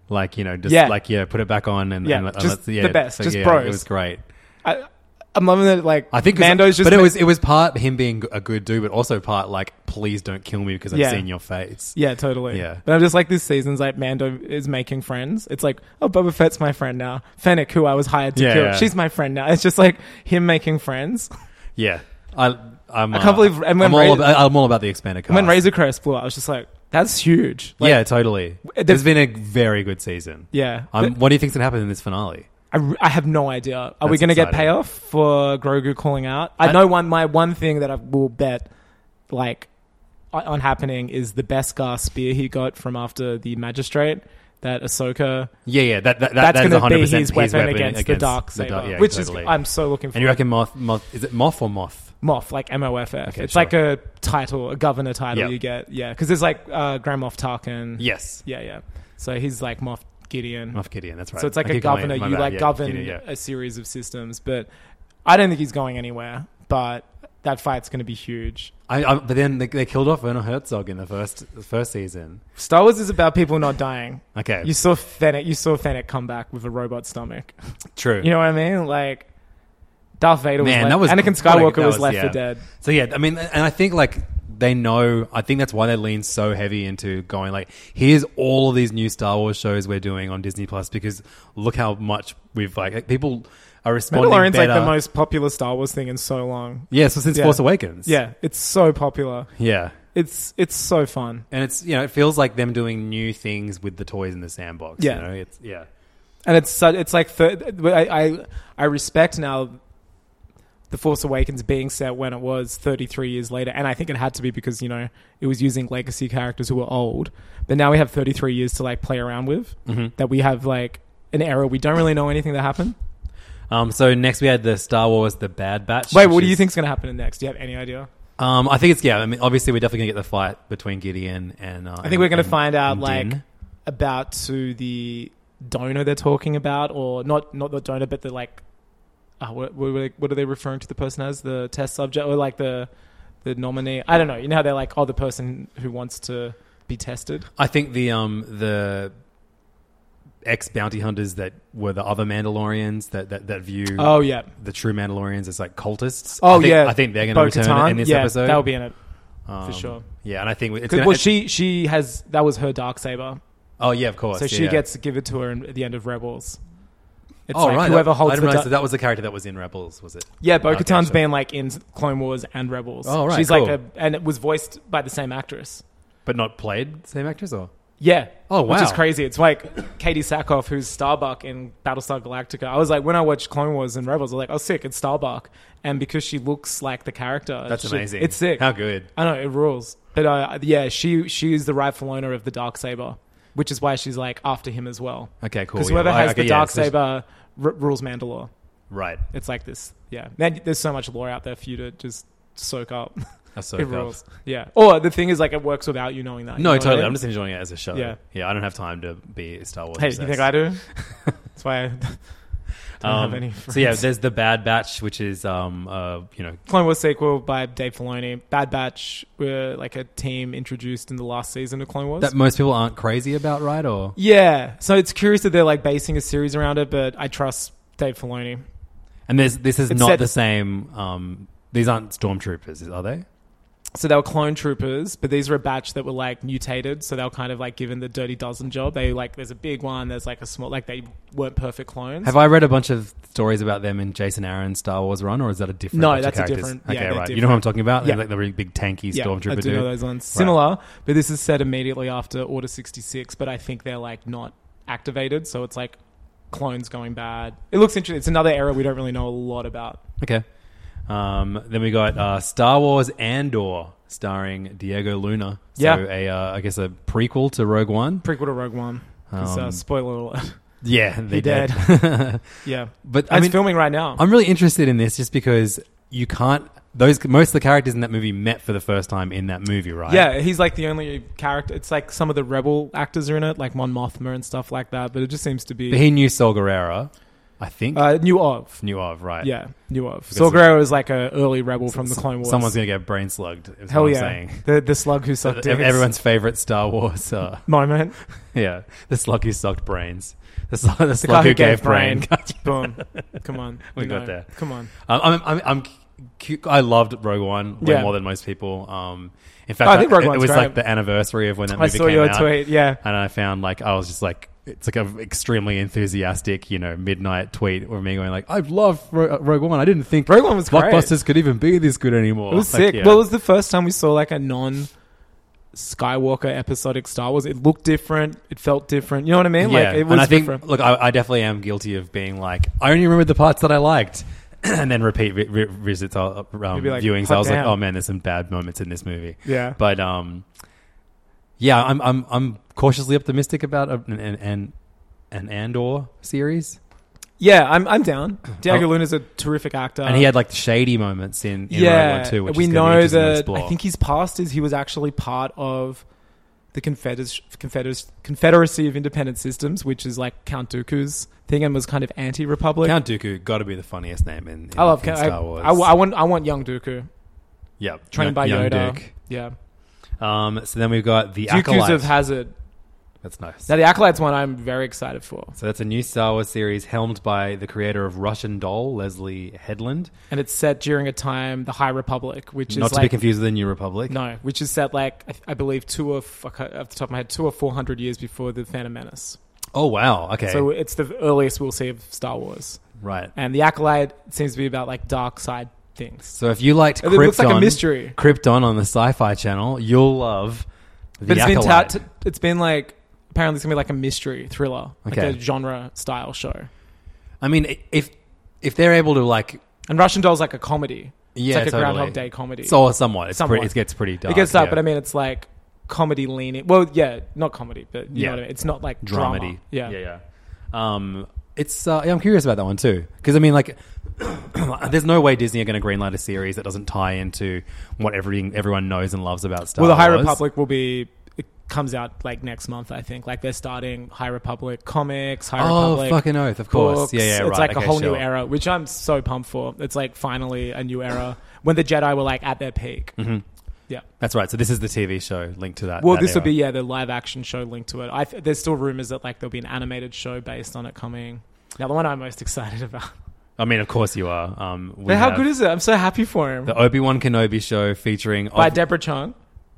Speaker 5: Like you know, just
Speaker 4: Yeah.
Speaker 5: like yeah, put it back on and
Speaker 4: Yeah,
Speaker 5: and, and
Speaker 4: just
Speaker 5: let's- yeah,
Speaker 4: the best, just
Speaker 5: yeah,
Speaker 4: bros.
Speaker 5: It was great.
Speaker 4: I, I'm loving that. Like
Speaker 5: I think 'cause-
Speaker 4: Mando's just
Speaker 5: but it
Speaker 4: ma-
Speaker 5: was it was part him being a good dude, but also part like, please don't kill me because I've
Speaker 4: Yeah.
Speaker 5: seen your face.
Speaker 4: Yeah, totally.
Speaker 5: Yeah.
Speaker 4: But I'm just like this season's like Mando is making friends. It's like, oh, Boba Fett's my friend now. Fennec, who I was hired to
Speaker 5: Yeah,
Speaker 4: kill,
Speaker 5: yeah.
Speaker 4: she's my friend now. It's just like him making friends.
Speaker 5: Yeah, I I'm,
Speaker 4: I can't
Speaker 5: uh,
Speaker 4: believe- and when
Speaker 5: I'm, all
Speaker 4: Ray-
Speaker 5: about, I'm all about the expanded cast.
Speaker 4: When Razor Crest blew up, I was just like, that's huge. Like,
Speaker 5: yeah, totally.
Speaker 4: the-
Speaker 5: It's been a very good season.
Speaker 4: Yeah.
Speaker 5: Um,
Speaker 4: But-
Speaker 5: what do you think's gonna happen in this finale?
Speaker 4: I, re- I have no idea. Are we
Speaker 5: That's
Speaker 4: going to get
Speaker 5: exciting.
Speaker 4: payoff for Grogu calling out? I,
Speaker 5: I-
Speaker 4: know one. My one thing that I will bet, like, on- on happening is the Beskar spear he got from after the magistrate that Ahsoka.
Speaker 5: Yeah, yeah. That, that,
Speaker 4: That's
Speaker 5: that
Speaker 4: going
Speaker 5: is
Speaker 4: to
Speaker 5: 100
Speaker 4: be his, weapon, against, the dark saber,
Speaker 5: yeah,
Speaker 4: which
Speaker 5: totally.
Speaker 4: is I'm so looking for.
Speaker 5: and you reckon moth, moth? Is it moth or moth?
Speaker 4: Moff, like M O F F.
Speaker 5: Okay,
Speaker 4: It's
Speaker 5: sure.
Speaker 4: like a title, a governor title
Speaker 5: Yeah.
Speaker 4: you get. Yeah, because there's like uh, Grand Moff Tarkin.
Speaker 5: Yes,
Speaker 4: Yeah, yeah. So he's like Moff Gideon.
Speaker 5: moth Gideon. That's right.
Speaker 4: So it's like
Speaker 5: I
Speaker 4: a
Speaker 5: keep calling it-
Speaker 4: governor.
Speaker 5: my
Speaker 4: You
Speaker 5: bad,
Speaker 4: like
Speaker 5: yeah,
Speaker 4: govern
Speaker 5: Gideon, yeah.
Speaker 4: a series of systems, but I don't think he's going anywhere. But that fight's going to be huge.
Speaker 5: I, I, but then they, they killed off Werner Herzog in the first the first season.
Speaker 4: Star Wars is about people not dying.
Speaker 5: Okay,
Speaker 4: You saw Fennec. You saw Fennec come back with a robot stomach.
Speaker 5: true.
Speaker 4: You know what I mean? Like Darth Vader.
Speaker 5: man, that
Speaker 4: was
Speaker 5: was
Speaker 4: left, Anakin
Speaker 5: what a-
Speaker 4: Skywalker
Speaker 5: that
Speaker 4: was, left
Speaker 5: yeah.
Speaker 4: for dead.
Speaker 5: So yeah, I mean, and I think like they know. I think that's why they lean so heavy into going like, here's all of these new Star Wars shows we're doing on Disney Plus because look how much we've like people are responding.
Speaker 4: Mandalorian's like
Speaker 5: better.
Speaker 4: the most popular Star Wars thing in so long.
Speaker 5: Yeah, so since
Speaker 4: Yeah.
Speaker 5: Force Awakens.
Speaker 4: Yeah, it's so popular.
Speaker 5: yeah.
Speaker 4: It's it's so fun.
Speaker 5: And it's you know it feels like them doing new things with the toys in the sandbox.
Speaker 4: Yeah.
Speaker 5: you know? it's yeah,
Speaker 4: and it's su- it's like thir- I, I I respect now the Force Awakens being set when it was 33 years later, and I think it had to be because you know it was using legacy characters who were old, but now we have 33 years to like play around with
Speaker 5: Mm-hmm.
Speaker 4: that we have like an era we don't really know anything that happened.
Speaker 5: Um, so next we had the Star Wars: The Bad Batch.
Speaker 4: Wait,
Speaker 5: which
Speaker 4: what do you
Speaker 5: is-
Speaker 4: think's going to happen next? Do you have any idea?
Speaker 5: Um, I think it's yeah. I mean, obviously we're definitely gonna get the fight between Gideon and. Uh,
Speaker 4: I think we're going to
Speaker 5: and-
Speaker 4: find out
Speaker 5: and
Speaker 4: like
Speaker 5: Din.
Speaker 4: about to the donor they're talking about, or not not the donor, but the like. Uh, what, what, what are they referring to the person as the test subject, or like the the nominee? I don't know. You know how they're like, oh, the person who wants to be tested.
Speaker 5: I think the um the ex bounty hunters that were the other Mandalorians that that, that view
Speaker 4: Oh yeah.
Speaker 5: the true Mandalorians as like cultists.
Speaker 4: Oh
Speaker 5: I think,
Speaker 4: yeah.
Speaker 5: I think they're going to return
Speaker 4: Bo-Katan?
Speaker 5: in this
Speaker 4: yeah,
Speaker 5: episode.
Speaker 4: That'll be in it.
Speaker 5: Um,
Speaker 4: sure.
Speaker 5: Yeah, and I think it's
Speaker 4: 'Cause-
Speaker 5: gonna,
Speaker 4: well, she she has that was her dark saber,
Speaker 5: Oh yeah, of course.
Speaker 4: so
Speaker 5: yeah,
Speaker 4: she
Speaker 5: yeah.
Speaker 4: gets to give it to her in, at the end of Rebels. It's
Speaker 5: oh
Speaker 4: like
Speaker 5: right,
Speaker 4: whoever
Speaker 5: that- I
Speaker 4: holds
Speaker 5: didn't
Speaker 4: the
Speaker 5: realize
Speaker 4: da-
Speaker 5: that, that was the character that was in Rebels, was it?
Speaker 4: Yeah, Bo
Speaker 5: Okay,
Speaker 4: Katan's
Speaker 5: sure.
Speaker 4: been like in Clone Wars and Rebels.
Speaker 5: Oh, right,
Speaker 4: she's like a,
Speaker 5: cool.
Speaker 4: and it was voiced by the same actress.
Speaker 5: but not played same actress or
Speaker 4: Yeah.
Speaker 5: Oh,
Speaker 4: Which is
Speaker 5: wow.
Speaker 4: crazy. It's like Katie Sackhoff, who's Starbuck in Battlestar Galactica. I was like, when I watched Clone Wars and Rebels, I was like, oh, sick, it's Starbuck, and because she looks like the character,
Speaker 5: That's
Speaker 4: she-
Speaker 5: amazing.
Speaker 4: It's sick.
Speaker 5: How good.
Speaker 4: I know it rules. But uh, yeah, she she is the rightful owner of the dark saber, which is why she's like after him as well.
Speaker 5: Okay, cool.
Speaker 4: Because
Speaker 5: yeah.
Speaker 4: whoever
Speaker 5: I-
Speaker 4: has
Speaker 5: okay,
Speaker 4: the
Speaker 5: yeah,
Speaker 4: dark
Speaker 5: so she-
Speaker 4: saber r- rules Mandalore.
Speaker 5: Right.
Speaker 4: It's like this. Yeah. Man, there's so much lore out there for you to just soak up.
Speaker 5: That's so
Speaker 4: it
Speaker 5: tough.
Speaker 4: rules. Yeah. Or the thing is, like, it works without you knowing that.
Speaker 5: No,
Speaker 4: You know what I
Speaker 5: totally.
Speaker 4: mean?
Speaker 5: I'm just enjoying it as a show.
Speaker 4: Yeah.
Speaker 5: Yeah, I don't have time to be a Star Wars.
Speaker 4: Hey, you
Speaker 5: obsessed.
Speaker 4: think I do? That's why I don't have
Speaker 5: Um,
Speaker 4: any.
Speaker 5: so yeah, there's the Bad Batch, which is um uh you know
Speaker 4: Clone Wars sequel by Dave Filoni. Bad Batch were like a team introduced in the last season of Clone Wars.
Speaker 5: that most people aren't crazy about, right? Or
Speaker 4: yeah. So it's curious that they're like basing a series around it, but I trust Dave Filoni.
Speaker 5: and there's this is
Speaker 4: It's
Speaker 5: not
Speaker 4: set-
Speaker 5: the same. Um, these aren't stormtroopers, are they?
Speaker 4: So they were clone troopers, but these were a batch that were like mutated. So they were kind of like given the dirty dozen job. They like there's a big one, there's like a small, like they weren't perfect clones.
Speaker 5: Have I read a bunch of stories about them in Jason Aaron's Star Wars run, or is that a different?
Speaker 4: No,
Speaker 5: bunch of
Speaker 4: that's a
Speaker 5: characters?
Speaker 4: different- yeah,
Speaker 5: Okay,
Speaker 4: they're
Speaker 5: right. You know what I'm talking about?
Speaker 4: Yeah.
Speaker 5: Like the really big tanky
Speaker 4: yeah,
Speaker 5: stormtrooper
Speaker 4: I do
Speaker 5: dude.
Speaker 4: know those ones.
Speaker 5: Right.
Speaker 4: Similar, but this is set immediately after Order 66, but I think they're like not activated, so it's like clones going bad. It looks interesting. It's another era we don't really know a lot about.
Speaker 5: Okay. Um, then we got uh, Star Wars Andor, starring Diego Luna. So
Speaker 4: Yeah.
Speaker 5: a, uh, I guess a prequel to Rogue One.
Speaker 4: Prequel to Rogue One. 'cause, uh,
Speaker 5: Um,
Speaker 4: spoiler alert.
Speaker 5: Yeah, they
Speaker 4: He
Speaker 5: did.
Speaker 4: yeah.
Speaker 5: but
Speaker 4: I
Speaker 5: I
Speaker 4: it's
Speaker 5: mean,
Speaker 4: filming right now.
Speaker 5: I'm really interested in this just because you can't. Those most of the characters in that movie met for the first time in that movie, right?
Speaker 4: yeah, he's like the only character. It's like some of the rebel actors are in it, like Mon Mothma and stuff like that. But it just seems to
Speaker 5: but
Speaker 4: be
Speaker 5: he knew Sol Guerrera, I think.
Speaker 4: uh, new of.
Speaker 5: knew of right?
Speaker 4: Yeah, new of. Saw
Speaker 5: Because-
Speaker 4: Gerrera is like a early rebel from the Clone Wars.
Speaker 5: Someone's gonna get brain slugged. Is
Speaker 4: hell
Speaker 5: what I'm
Speaker 4: yeah,
Speaker 5: saying.
Speaker 4: the the slug who sucked dick.
Speaker 5: Everyone's favorite Star Wars. Uh,
Speaker 4: moment.
Speaker 5: yeah, the slug who sucked brains. The slug, the
Speaker 4: The guy
Speaker 5: slug who gave brain.
Speaker 4: Boom. Come on.
Speaker 5: We
Speaker 4: You
Speaker 5: got
Speaker 4: know.
Speaker 5: there.
Speaker 4: Come on.
Speaker 5: Um, I'm, I'm, I'm, cu- cu- I loved Rogue One way
Speaker 4: Yeah.
Speaker 5: more than most people. Um, in fact,
Speaker 4: I think Rogue
Speaker 5: it, it
Speaker 4: One's
Speaker 5: was
Speaker 4: great.
Speaker 5: like the anniversary of when that
Speaker 4: I
Speaker 5: movie
Speaker 4: saw
Speaker 5: came
Speaker 4: your
Speaker 5: out,
Speaker 4: tweet. Yeah.
Speaker 5: and I found like I was just like it's like an extremely enthusiastic, you know, midnight tweet of me going like I've loved Ro- Rogue One. I didn't think
Speaker 4: Rogue One was great.
Speaker 5: blockbusters could even be this good anymore.
Speaker 4: It was
Speaker 5: Like,
Speaker 4: sick.
Speaker 5: Oh, yeah.
Speaker 4: Well, it was the first time we saw like a non Skywalker episodic Star Wars. It looked different. It felt different. You know what I mean? Like it was
Speaker 5: and I think
Speaker 4: different.
Speaker 5: look, I, I definitely am guilty of being like I only remember the parts that I liked. And then repeat vi- vi- visits, uh, um,
Speaker 4: You'd be like,
Speaker 5: viewings. I
Speaker 4: "Hot
Speaker 5: was
Speaker 4: damn."
Speaker 5: like, "Oh man, there's some bad moments in this movie."
Speaker 4: Yeah.
Speaker 5: but um, yeah, I'm I'm I'm cautiously optimistic about a- an an an, an Andor series,
Speaker 4: yeah, I'm I'm down. Diego
Speaker 5: Oh.
Speaker 4: Luna's a terrific actor.
Speaker 5: and he had like shady moments in, in Rogue One too, which
Speaker 4: Uh, we
Speaker 5: is gonna be
Speaker 4: know
Speaker 5: interesting to
Speaker 4: that.
Speaker 5: explore.
Speaker 4: I think his past is he was actually part of the Confederacy, Confederacy of Independent Systems, which is like Count Dooku's thing, and was kind of anti-republic.
Speaker 5: Count Dooku got to be the funniest name in, in,
Speaker 4: I love
Speaker 5: in
Speaker 4: Count. I,
Speaker 5: Star Wars.
Speaker 4: I, I want I want young Dooku.
Speaker 5: Yeah.
Speaker 4: Trained by
Speaker 5: Young
Speaker 4: Yoda.
Speaker 5: Duke.
Speaker 4: Yeah.
Speaker 5: Um, so then we've got the
Speaker 4: Dooku's
Speaker 5: Acolyte.
Speaker 4: of Hazard.
Speaker 5: That's nice.
Speaker 4: Now the Acolyte's one I'm very excited for.
Speaker 5: so that's a new Star Wars series helmed by the creator of Russian Doll, Leslie Headland.
Speaker 4: And it's set during a time the High Republic, which
Speaker 5: Not
Speaker 4: is
Speaker 5: to
Speaker 4: like
Speaker 5: be confused with the New Republic.
Speaker 4: No, which is set like I, th- I believe two or fuck, uh, off the top of my head two or four hundred years before the Phantom Menace.
Speaker 5: Oh wow. Okay.
Speaker 4: So it's the earliest we'll see of Star Wars,
Speaker 5: right.
Speaker 4: and the Acolyte seems to be about like dark side things.
Speaker 5: So if you liked
Speaker 4: It
Speaker 5: Krypton,
Speaker 4: looks like a mystery.
Speaker 5: Krypton on the Sci-Fi Channel, you'll love the
Speaker 4: But it's been
Speaker 5: Acolyte.
Speaker 4: tout it's been like apparently it's gonna be like a mystery thriller, like
Speaker 5: Okay.
Speaker 4: a genre style show.
Speaker 5: I mean, i- if if they're able to like,
Speaker 4: And Russian Doll's like a comedy.
Speaker 5: yeah,
Speaker 4: it's like
Speaker 5: totally.
Speaker 4: a Groundhog Day comedy.
Speaker 5: So somewhat. It's
Speaker 4: Somewhat.
Speaker 5: Pretty, it gets pretty dark.
Speaker 4: it gets dark,
Speaker 5: yeah.
Speaker 4: but I mean it's like comedy leaning. Well, yeah, not comedy, but you
Speaker 5: Yeah.
Speaker 4: know what I mean. It's not like
Speaker 5: dramedy.
Speaker 4: drama. Yeah,
Speaker 5: yeah, yeah. Um, it's uh, yeah, I'm curious about that one too because I mean, like, there's no way Disney are going to greenlight a series that doesn't tie into what everything everyone knows and loves about Star
Speaker 4: Well, the High
Speaker 5: Wars.
Speaker 4: Republic will be. It comes out like next month, I think. Like they're starting High Republic comics, High
Speaker 5: Oh,
Speaker 4: Republic.
Speaker 5: fucking oath, of course.
Speaker 4: books.
Speaker 5: Yeah, yeah,
Speaker 4: It's
Speaker 5: right.
Speaker 4: like
Speaker 5: Okay,
Speaker 4: a whole
Speaker 5: sure.
Speaker 4: new era, which I'm so pumped for. It's like finally a new era when the Jedi were like at their peak.
Speaker 5: Mm-hmm.
Speaker 4: Yeah.
Speaker 5: That's right. So this is the TV show linked to that.
Speaker 4: Well,
Speaker 5: that
Speaker 4: this will
Speaker 5: era.
Speaker 4: be yeah the live action show linked to it. I th- there's still rumors that like there'll be an animated show based on it coming. Now the one I'm most excited about.
Speaker 5: I mean, of course you are. Um, we
Speaker 4: But how
Speaker 5: have
Speaker 4: good is it? I'm so happy for him.
Speaker 5: the Obi Wan Kenobi show featuring
Speaker 4: By
Speaker 5: of-
Speaker 4: Deborah Chung,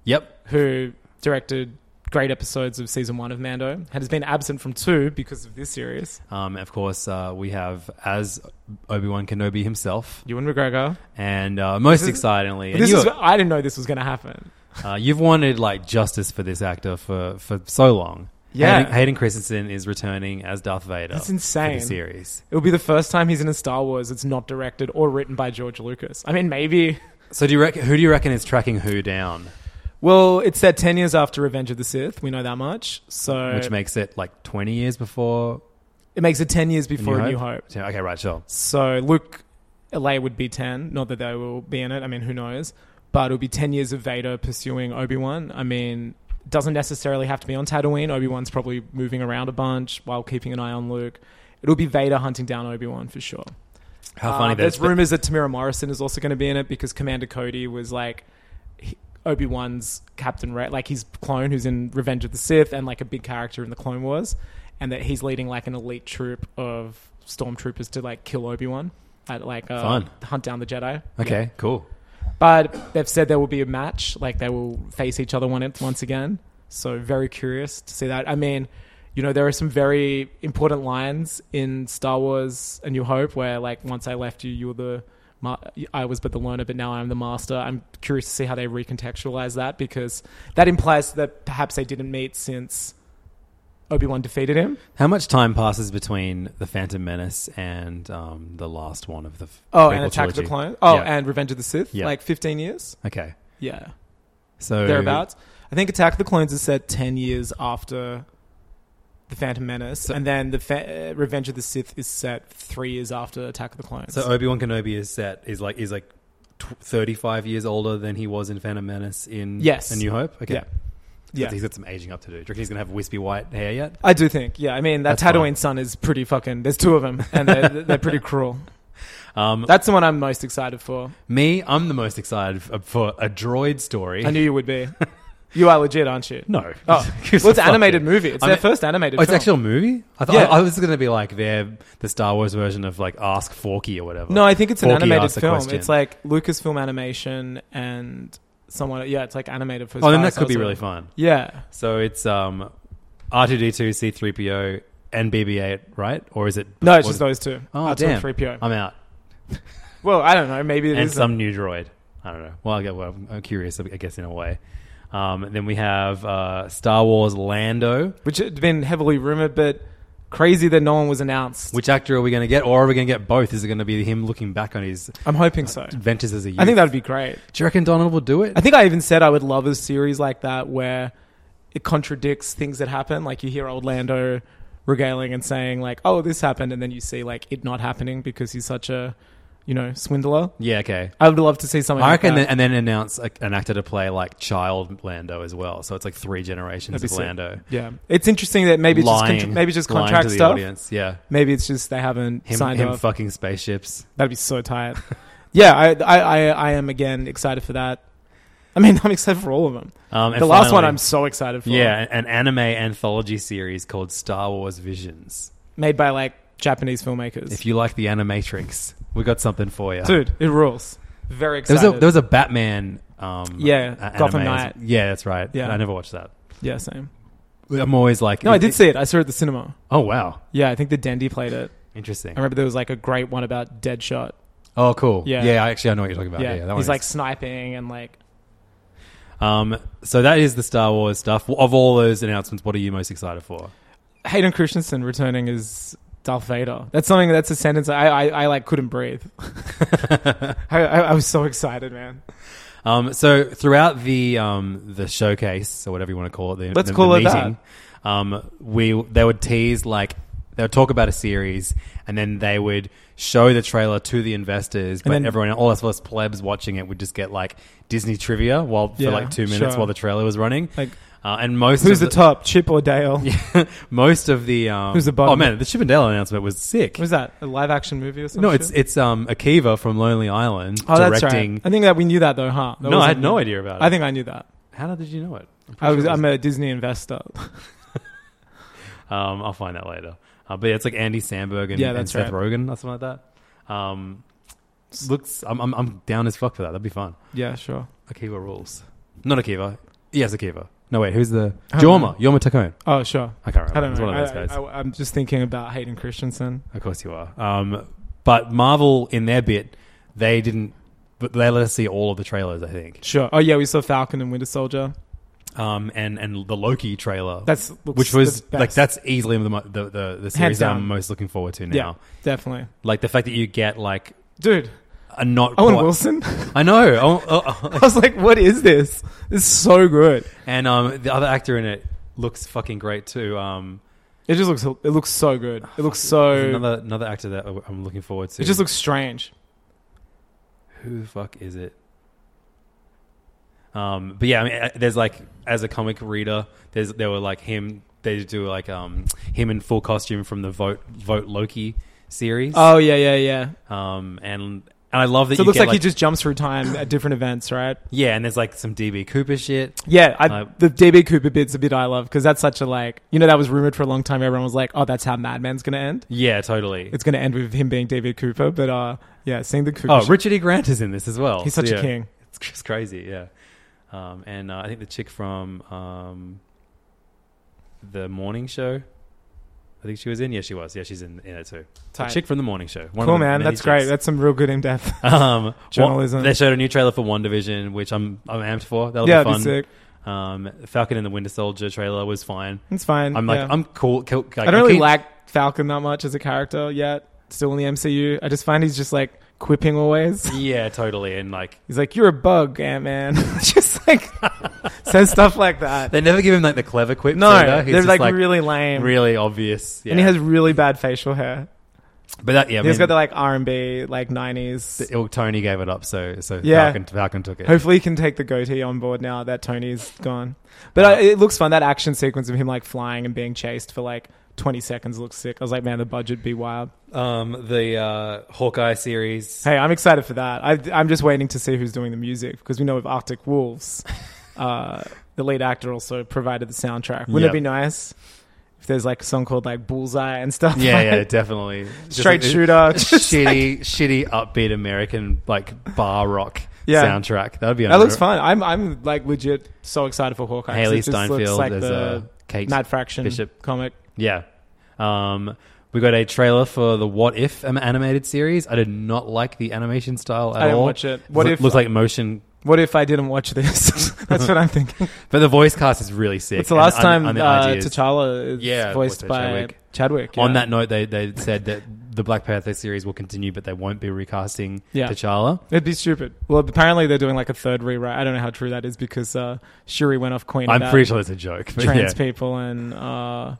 Speaker 5: Yep.
Speaker 4: who directed great episodes of season one of Mando, and has been absent from two because of this series.
Speaker 5: Um, of course, uh, we have as Obi Wan Kenobi himself,
Speaker 4: Ewan McGregor.
Speaker 5: and uh, most excitingly, and
Speaker 4: This
Speaker 5: you-
Speaker 4: is, I didn't know this was going to happen.
Speaker 5: Uh, you've wanted like justice for this actor for, for so long.
Speaker 4: Yeah.
Speaker 5: Hayden, Hayden Christensen is returning as Darth Vader.
Speaker 4: That's insane.
Speaker 5: For the series.
Speaker 4: It will be the first time he's in a Star Wars that's not directed or written by George Lucas. I mean, maybe.
Speaker 5: So do you reckon? Who do you reckon is tracking who down?
Speaker 4: Well, it's set 10 years after Revenge of the Sith. We know that much. So
Speaker 5: Which makes it like twenty years before
Speaker 4: it makes it 10 years
Speaker 5: A
Speaker 4: before A New Hope.
Speaker 5: Yeah, okay, right, sure.
Speaker 4: So Luke, LA would be 10. Not that they will be in it. I mean, who knows? But it'll be 10 years of Vader pursuing Obi Wan. I mean, doesn't necessarily have to be on Tatooine. Obi Wan's probably moving around a bunch while keeping an eye on Luke. It'll be Vader hunting down Obi Wan for sure.
Speaker 5: How funny
Speaker 4: Uh,
Speaker 5: that
Speaker 4: there's
Speaker 5: it's-
Speaker 4: rumors that Tamira Morrison is also going to be in it because Commander Cody was like Obi Wan's Captain Red, like his clone who's in Revenge of the Sith and like a big character in the Clone Wars, and that he's leading like an elite troop of stormtroopers to like kill Obi Wan. At like uh,
Speaker 5: Fun.
Speaker 4: hunt down the Jedi,
Speaker 5: Okay, cool.
Speaker 4: but they've said there will be a match, like they will face each other one once again. So very curious to see that. I mean, you know, there are some very important lines in Star Wars: A New Hope where, like, once I left you, you were the ma- I was but the learner, but now I am the master. I'm curious to see how they recontextualize that because that implies that perhaps they didn't meet since Obi Wan defeated him.
Speaker 5: How much time passes between the Phantom Menace and um, the last one of the f-
Speaker 4: Oh,
Speaker 5: prequel
Speaker 4: and Attack of the
Speaker 5: trilogy?
Speaker 4: Clone. Oh,
Speaker 5: Yeah.
Speaker 4: and Revenge of the Sith.
Speaker 5: Yeah.
Speaker 4: Like 15 years.
Speaker 5: okay,
Speaker 4: Yeah.
Speaker 5: so
Speaker 4: thereabouts. I think Attack of the Clones is set ten years after the Phantom Menace, and then the fa- uh, Revenge of the Sith is set three years after Attack of the Clones.
Speaker 5: So oh, Obi Wan Kenobi is set is like is like tw- thirty five years older than he was in Phantom Menace in
Speaker 4: Yes.
Speaker 5: A New Hope. Okay,
Speaker 4: Yeah. yeah,
Speaker 5: he's got some aging up to do. Do you reckon he's gonna have wispy white hair yet?
Speaker 4: I do think. Yeah, I mean that
Speaker 5: That's fine.
Speaker 4: Tatooine sun is pretty fucking. There's two of them, and they're, they're pretty cruel.
Speaker 5: Um,
Speaker 4: That's the one I'm most excited for.
Speaker 5: Me, I'm the most excited f- for a droid story.
Speaker 4: I knew you would be. You are legit, aren't you?
Speaker 5: no,
Speaker 4: Oh, well, it's an animated movie. It's their first animated.
Speaker 5: Oh, it's
Speaker 4: film.
Speaker 5: actual movie. I thought
Speaker 4: Yeah.
Speaker 5: I, I was gonna be like their the Star Wars version of like Ask Forky or whatever.
Speaker 4: No, I think it's an
Speaker 5: Forky
Speaker 4: animated
Speaker 5: asks a
Speaker 4: film.
Speaker 5: question.
Speaker 4: It's like Lucasfilm Animation and someone. Yeah, it's like animated for.
Speaker 5: oh, then
Speaker 4: Star
Speaker 5: that could be
Speaker 4: Wars.
Speaker 5: really fun.
Speaker 4: Yeah,
Speaker 5: So it's um, R two D two, C three P O, and BB eight, right? Or is it
Speaker 4: No, it's
Speaker 5: or-
Speaker 4: just those two.
Speaker 5: Oh,
Speaker 4: R2
Speaker 5: damn.
Speaker 4: and 3PO.
Speaker 5: I'm out.
Speaker 4: well, I don't know. Maybe it
Speaker 5: and
Speaker 4: is.
Speaker 5: some new droid. I don't know. Well, I get, well I'm- I'm curious, I guess, in a way. Um, and then we have uh, Star Wars Lando.
Speaker 4: which had been heavily rumored, but crazy that no one was announced.
Speaker 5: Which actor are we going to get, or are we going to get both? Is it going to be him looking back on his
Speaker 4: I'm hoping so.
Speaker 5: adventures as a youth?
Speaker 4: I think that would be great.
Speaker 5: Do you reckon Donald will do it?
Speaker 4: I think I even said I would love a series like that where it contradicts things that happen. Like you hear old Lando regaling and saying like, "Oh, this happened," and then you see like it not happening because he's such a, you know, swindler.
Speaker 5: yeah, okay.
Speaker 4: I would love to see something.
Speaker 5: I
Speaker 4: like
Speaker 5: reckon,
Speaker 4: that.
Speaker 5: then, and then announce like, an actor to play like child Lando as well. So it's like three generations
Speaker 4: That'd
Speaker 5: of
Speaker 4: be sick.
Speaker 5: Lando.
Speaker 4: Yeah, it's interesting that maybe it's just
Speaker 5: lying,
Speaker 4: contra- maybe it's just
Speaker 5: lying
Speaker 4: contract
Speaker 5: to the
Speaker 4: stuff.
Speaker 5: Audience. Yeah,
Speaker 4: Maybe it's just they haven't
Speaker 5: him,
Speaker 4: signed
Speaker 5: him
Speaker 4: off.
Speaker 5: fucking spaceships.
Speaker 4: That'd be so tight. yeah, I, I, I, I am again excited for that. I mean, I'm excited for all of them.
Speaker 5: Um, and
Speaker 4: the last one
Speaker 5: finally-
Speaker 4: I'm so excited for.
Speaker 5: Yeah, an anime anthology series called Star Wars Visions.
Speaker 4: Made by like Japanese filmmakers.
Speaker 5: If you like the Animatrix, we got something for you.
Speaker 4: Dude, it rules. Very
Speaker 5: there
Speaker 4: excited.
Speaker 5: was a, there was a Batman. Um,
Speaker 4: Yeah,
Speaker 5: a-
Speaker 4: Gotham
Speaker 5: anime.
Speaker 4: Knight.
Speaker 5: Yeah, that's right.
Speaker 4: Yeah.
Speaker 5: I never watched that.
Speaker 4: yeah, same.
Speaker 5: I'm always like,
Speaker 4: No, I did see it. I saw it at the cinema.
Speaker 5: Oh wow,
Speaker 4: Yeah, I think the Dandy played it.
Speaker 5: interesting.
Speaker 4: I remember there was like a great one about Deadshot.
Speaker 5: Oh cool.
Speaker 4: Yeah.
Speaker 5: Yeah, I actually I know what you're talking about. Yeah,
Speaker 4: yeah,
Speaker 5: that one
Speaker 4: he's
Speaker 5: is-
Speaker 4: like sniping and like
Speaker 5: Um, so that is the Star Wars stuff. Of all those announcements, what are you most excited for?
Speaker 4: Hayden Christensen returning as Darth Vader. That's something. That's a sentence I I, I like couldn't breathe. I, I, I was so excited, man.
Speaker 5: Um, so throughout the um, the showcase or whatever you want to call it, the,
Speaker 4: Let's
Speaker 5: the-
Speaker 4: call
Speaker 5: the
Speaker 4: it that.
Speaker 5: meeting, Um, we they would tease like they would talk about a series, and then they would show the trailer to the investors, but
Speaker 4: then-
Speaker 5: everyone, all us us plebs watching it, would just get like Disney trivia while
Speaker 4: Yeah,
Speaker 5: for like two minutes
Speaker 4: sure.
Speaker 5: while the trailer was running.
Speaker 4: Like,
Speaker 5: uh, and most
Speaker 4: Who's
Speaker 5: of
Speaker 4: the top, Chip or Dale?
Speaker 5: most of the um,
Speaker 4: Who's the bottom?
Speaker 5: oh man, the Chip and Dale announcement was sick.
Speaker 4: What was that a live action movie or something?
Speaker 5: no, it's it's um, Akiva from Lonely Island
Speaker 4: oh, that's
Speaker 5: directing.
Speaker 4: right. I think that we knew that though, huh? That
Speaker 5: No, I had
Speaker 4: wasn't
Speaker 5: no
Speaker 4: new.
Speaker 5: idea about it.
Speaker 4: I think I knew that.
Speaker 5: How did you know it?
Speaker 4: I
Speaker 5: pretty
Speaker 4: was,
Speaker 5: sure it
Speaker 4: I'm a Disney investor.
Speaker 5: Um, I'll find that later. Uh, but yeah, it's like Andy Sandberg and,
Speaker 4: Yeah,
Speaker 5: and
Speaker 4: that's
Speaker 5: Seth
Speaker 4: right.
Speaker 5: Rogen or something like that. Um, looks, I'm, I'm, I'm down as fuck for that. That'd be fun.
Speaker 4: yeah, sure.
Speaker 5: Akiva rules. Not Akiva. Yes, Akiva. No, wait, who's the
Speaker 4: I don't
Speaker 5: Jorma? Jorma Tacone.
Speaker 4: Oh, sure.
Speaker 5: I can't remember.
Speaker 4: I don't
Speaker 5: It's
Speaker 4: know.
Speaker 5: one of those guys.
Speaker 4: I, I, I'm just thinking about Hayden Christensen.
Speaker 5: Of course you are. Um, but Marvel in their bit, they didn't. But they let us see all of the trailers, I think,
Speaker 4: Sure. Oh yeah, we saw Falcon and Winter Soldier.
Speaker 5: um, and and the Loki trailer.
Speaker 4: That's- looks
Speaker 5: which was
Speaker 4: the best.
Speaker 5: like that's easily the mo- the the, the
Speaker 4: Hands
Speaker 5: series that
Speaker 4: down.
Speaker 5: I'm most looking forward to now.
Speaker 4: Yeah, definitely.
Speaker 5: Like the fact that you get like
Speaker 4: Dude,
Speaker 5: a not
Speaker 4: Owen
Speaker 5: quite-
Speaker 4: Wilson.
Speaker 5: I know. Oh, oh, oh.
Speaker 4: I was like, what is this? It's so good.
Speaker 5: And um, the other actor in it looks fucking great too. Um,
Speaker 4: It just looks it looks so good. It looks
Speaker 5: there's
Speaker 4: so
Speaker 5: another another actor that I- I'm looking forward to.
Speaker 4: it just looks strange.
Speaker 5: Who the fuck is it? Um, but yeah, I mean, uh, there's like as a comic reader, there's there were like him. They do like um him in full costume from the vote vote Loki series.
Speaker 4: Oh yeah, yeah, yeah.
Speaker 5: um, and and I love that
Speaker 4: So
Speaker 5: you
Speaker 4: it looks
Speaker 5: get,
Speaker 4: like, he just jumps through time at different events, right?
Speaker 5: yeah, and there's like some DB Cooper shit.
Speaker 4: Yeah, I,
Speaker 5: Uh,
Speaker 4: the DB Cooper bit's a bit I love because that's such a like you know that was rumored for a long time. Everyone was like, oh, that's how Mad Men's gonna end.
Speaker 5: Yeah, totally.
Speaker 4: It's gonna end with him being David Cooper, but uh, yeah, seeing the Cooper.
Speaker 5: Oh,
Speaker 4: sh-
Speaker 5: Richard E. Grant is in this as well.
Speaker 4: He's such a
Speaker 5: yeah.
Speaker 4: king.
Speaker 5: It's, cr- it's crazy, yeah. Um, and uh, I think the chick from um, the morning show, I think she was in. Yeah, she was. Yeah, she's in, in it too. The
Speaker 4: Tight.
Speaker 5: chick from the morning show. One of
Speaker 4: cool
Speaker 5: the
Speaker 4: man,
Speaker 5: many
Speaker 4: that's great.
Speaker 5: chicks.
Speaker 4: That's some real good in depth.
Speaker 5: um, what-
Speaker 4: Journalism.
Speaker 5: they showed a new trailer for One Division, which I'm I'm amped for. That'll
Speaker 4: yeah,
Speaker 5: be fun.
Speaker 4: that'd be sick.
Speaker 5: Um, Falcon and the Winter Soldier trailer was fine.
Speaker 4: It's fine.
Speaker 5: I'm like
Speaker 4: yeah.
Speaker 5: I'm cool. cool like,
Speaker 4: I don't really
Speaker 5: keep-
Speaker 4: like Falcon that much as a character yet. Still in the MCU, I just find he's just like quipping always.
Speaker 5: Yeah, totally. And like
Speaker 4: He's like, "You're a bug, Ant Man." just like says stuff like that.
Speaker 5: they never give him like the clever quips.
Speaker 4: No,
Speaker 5: either. He's
Speaker 4: they're
Speaker 5: just,
Speaker 4: like, really lame,
Speaker 5: really obvious. Yeah.
Speaker 4: and he has really bad facial hair.
Speaker 5: but that yeah. I
Speaker 4: He's
Speaker 5: mean-
Speaker 4: got the like R and B, like nineties.
Speaker 5: Well, oh, Tony gave it up, so so
Speaker 4: Yeah.
Speaker 5: Falcon, Falcon took it.
Speaker 4: Hopefully, he can take the goatee on board now that Tony's gone. But uh, it looks fun. That action sequence of him like flying and being chased for like twenty seconds looks sick. I was like, man, the budget'd be wild.
Speaker 5: Um, the uh, Hawkeye series.
Speaker 4: Hey, I'm excited for that. I, I'm just waiting to see who's doing the music because we know with Arctic Wolves, uh, the lead actor also provided the soundtrack. Wouldn't
Speaker 5: Yep.
Speaker 4: it be nice if there's like a song called like Bullseye and stuff?
Speaker 5: Yeah,
Speaker 4: like-
Speaker 5: yeah, definitely. Just
Speaker 4: Straight
Speaker 5: like-
Speaker 4: shooter, just
Speaker 5: shitty, shitty, upbeat American like bar rock
Speaker 4: Yeah.
Speaker 5: soundtrack. That would be
Speaker 4: That
Speaker 5: unreal.
Speaker 4: looks fun. I'm I'm like legit so excited for Hawkeye. 'cause
Speaker 5: Haley
Speaker 4: it just looks
Speaker 5: Steinfeld
Speaker 4: like
Speaker 5: as,
Speaker 4: the
Speaker 5: uh, Kate
Speaker 4: Mad Fraction
Speaker 5: Bishop.
Speaker 4: comic.
Speaker 5: Yeah. Um, we got a trailer for the What If an- animated series. I did not like the animation style at
Speaker 4: I didn't
Speaker 5: all.
Speaker 4: watch it. What
Speaker 5: Lo-
Speaker 4: if-
Speaker 5: looked like motion?
Speaker 4: What if I didn't watch this? That's what I'm thinking.
Speaker 5: But the voice cast is really sick.
Speaker 4: It's the
Speaker 5: and
Speaker 4: last
Speaker 5: un-
Speaker 4: time
Speaker 5: un-
Speaker 4: uh,
Speaker 5: ideas.
Speaker 4: T'Challa is
Speaker 5: Yeah,
Speaker 4: voiced
Speaker 5: voiced by
Speaker 4: by Chadwick.
Speaker 5: Chadwick. On
Speaker 4: yeah.
Speaker 5: that note, they, they said that the Black Panther series will continue, but they won't be recasting
Speaker 4: Yeah.
Speaker 5: T'Challa.
Speaker 4: It'd be stupid. Well, apparently they're doing like a third rewrite. I don't know how true that is because uh, Shuri went off queen.
Speaker 5: I'm
Speaker 4: about
Speaker 5: pretty sure that's a joke. But yeah.
Speaker 4: trans people and uh,
Speaker 5: Our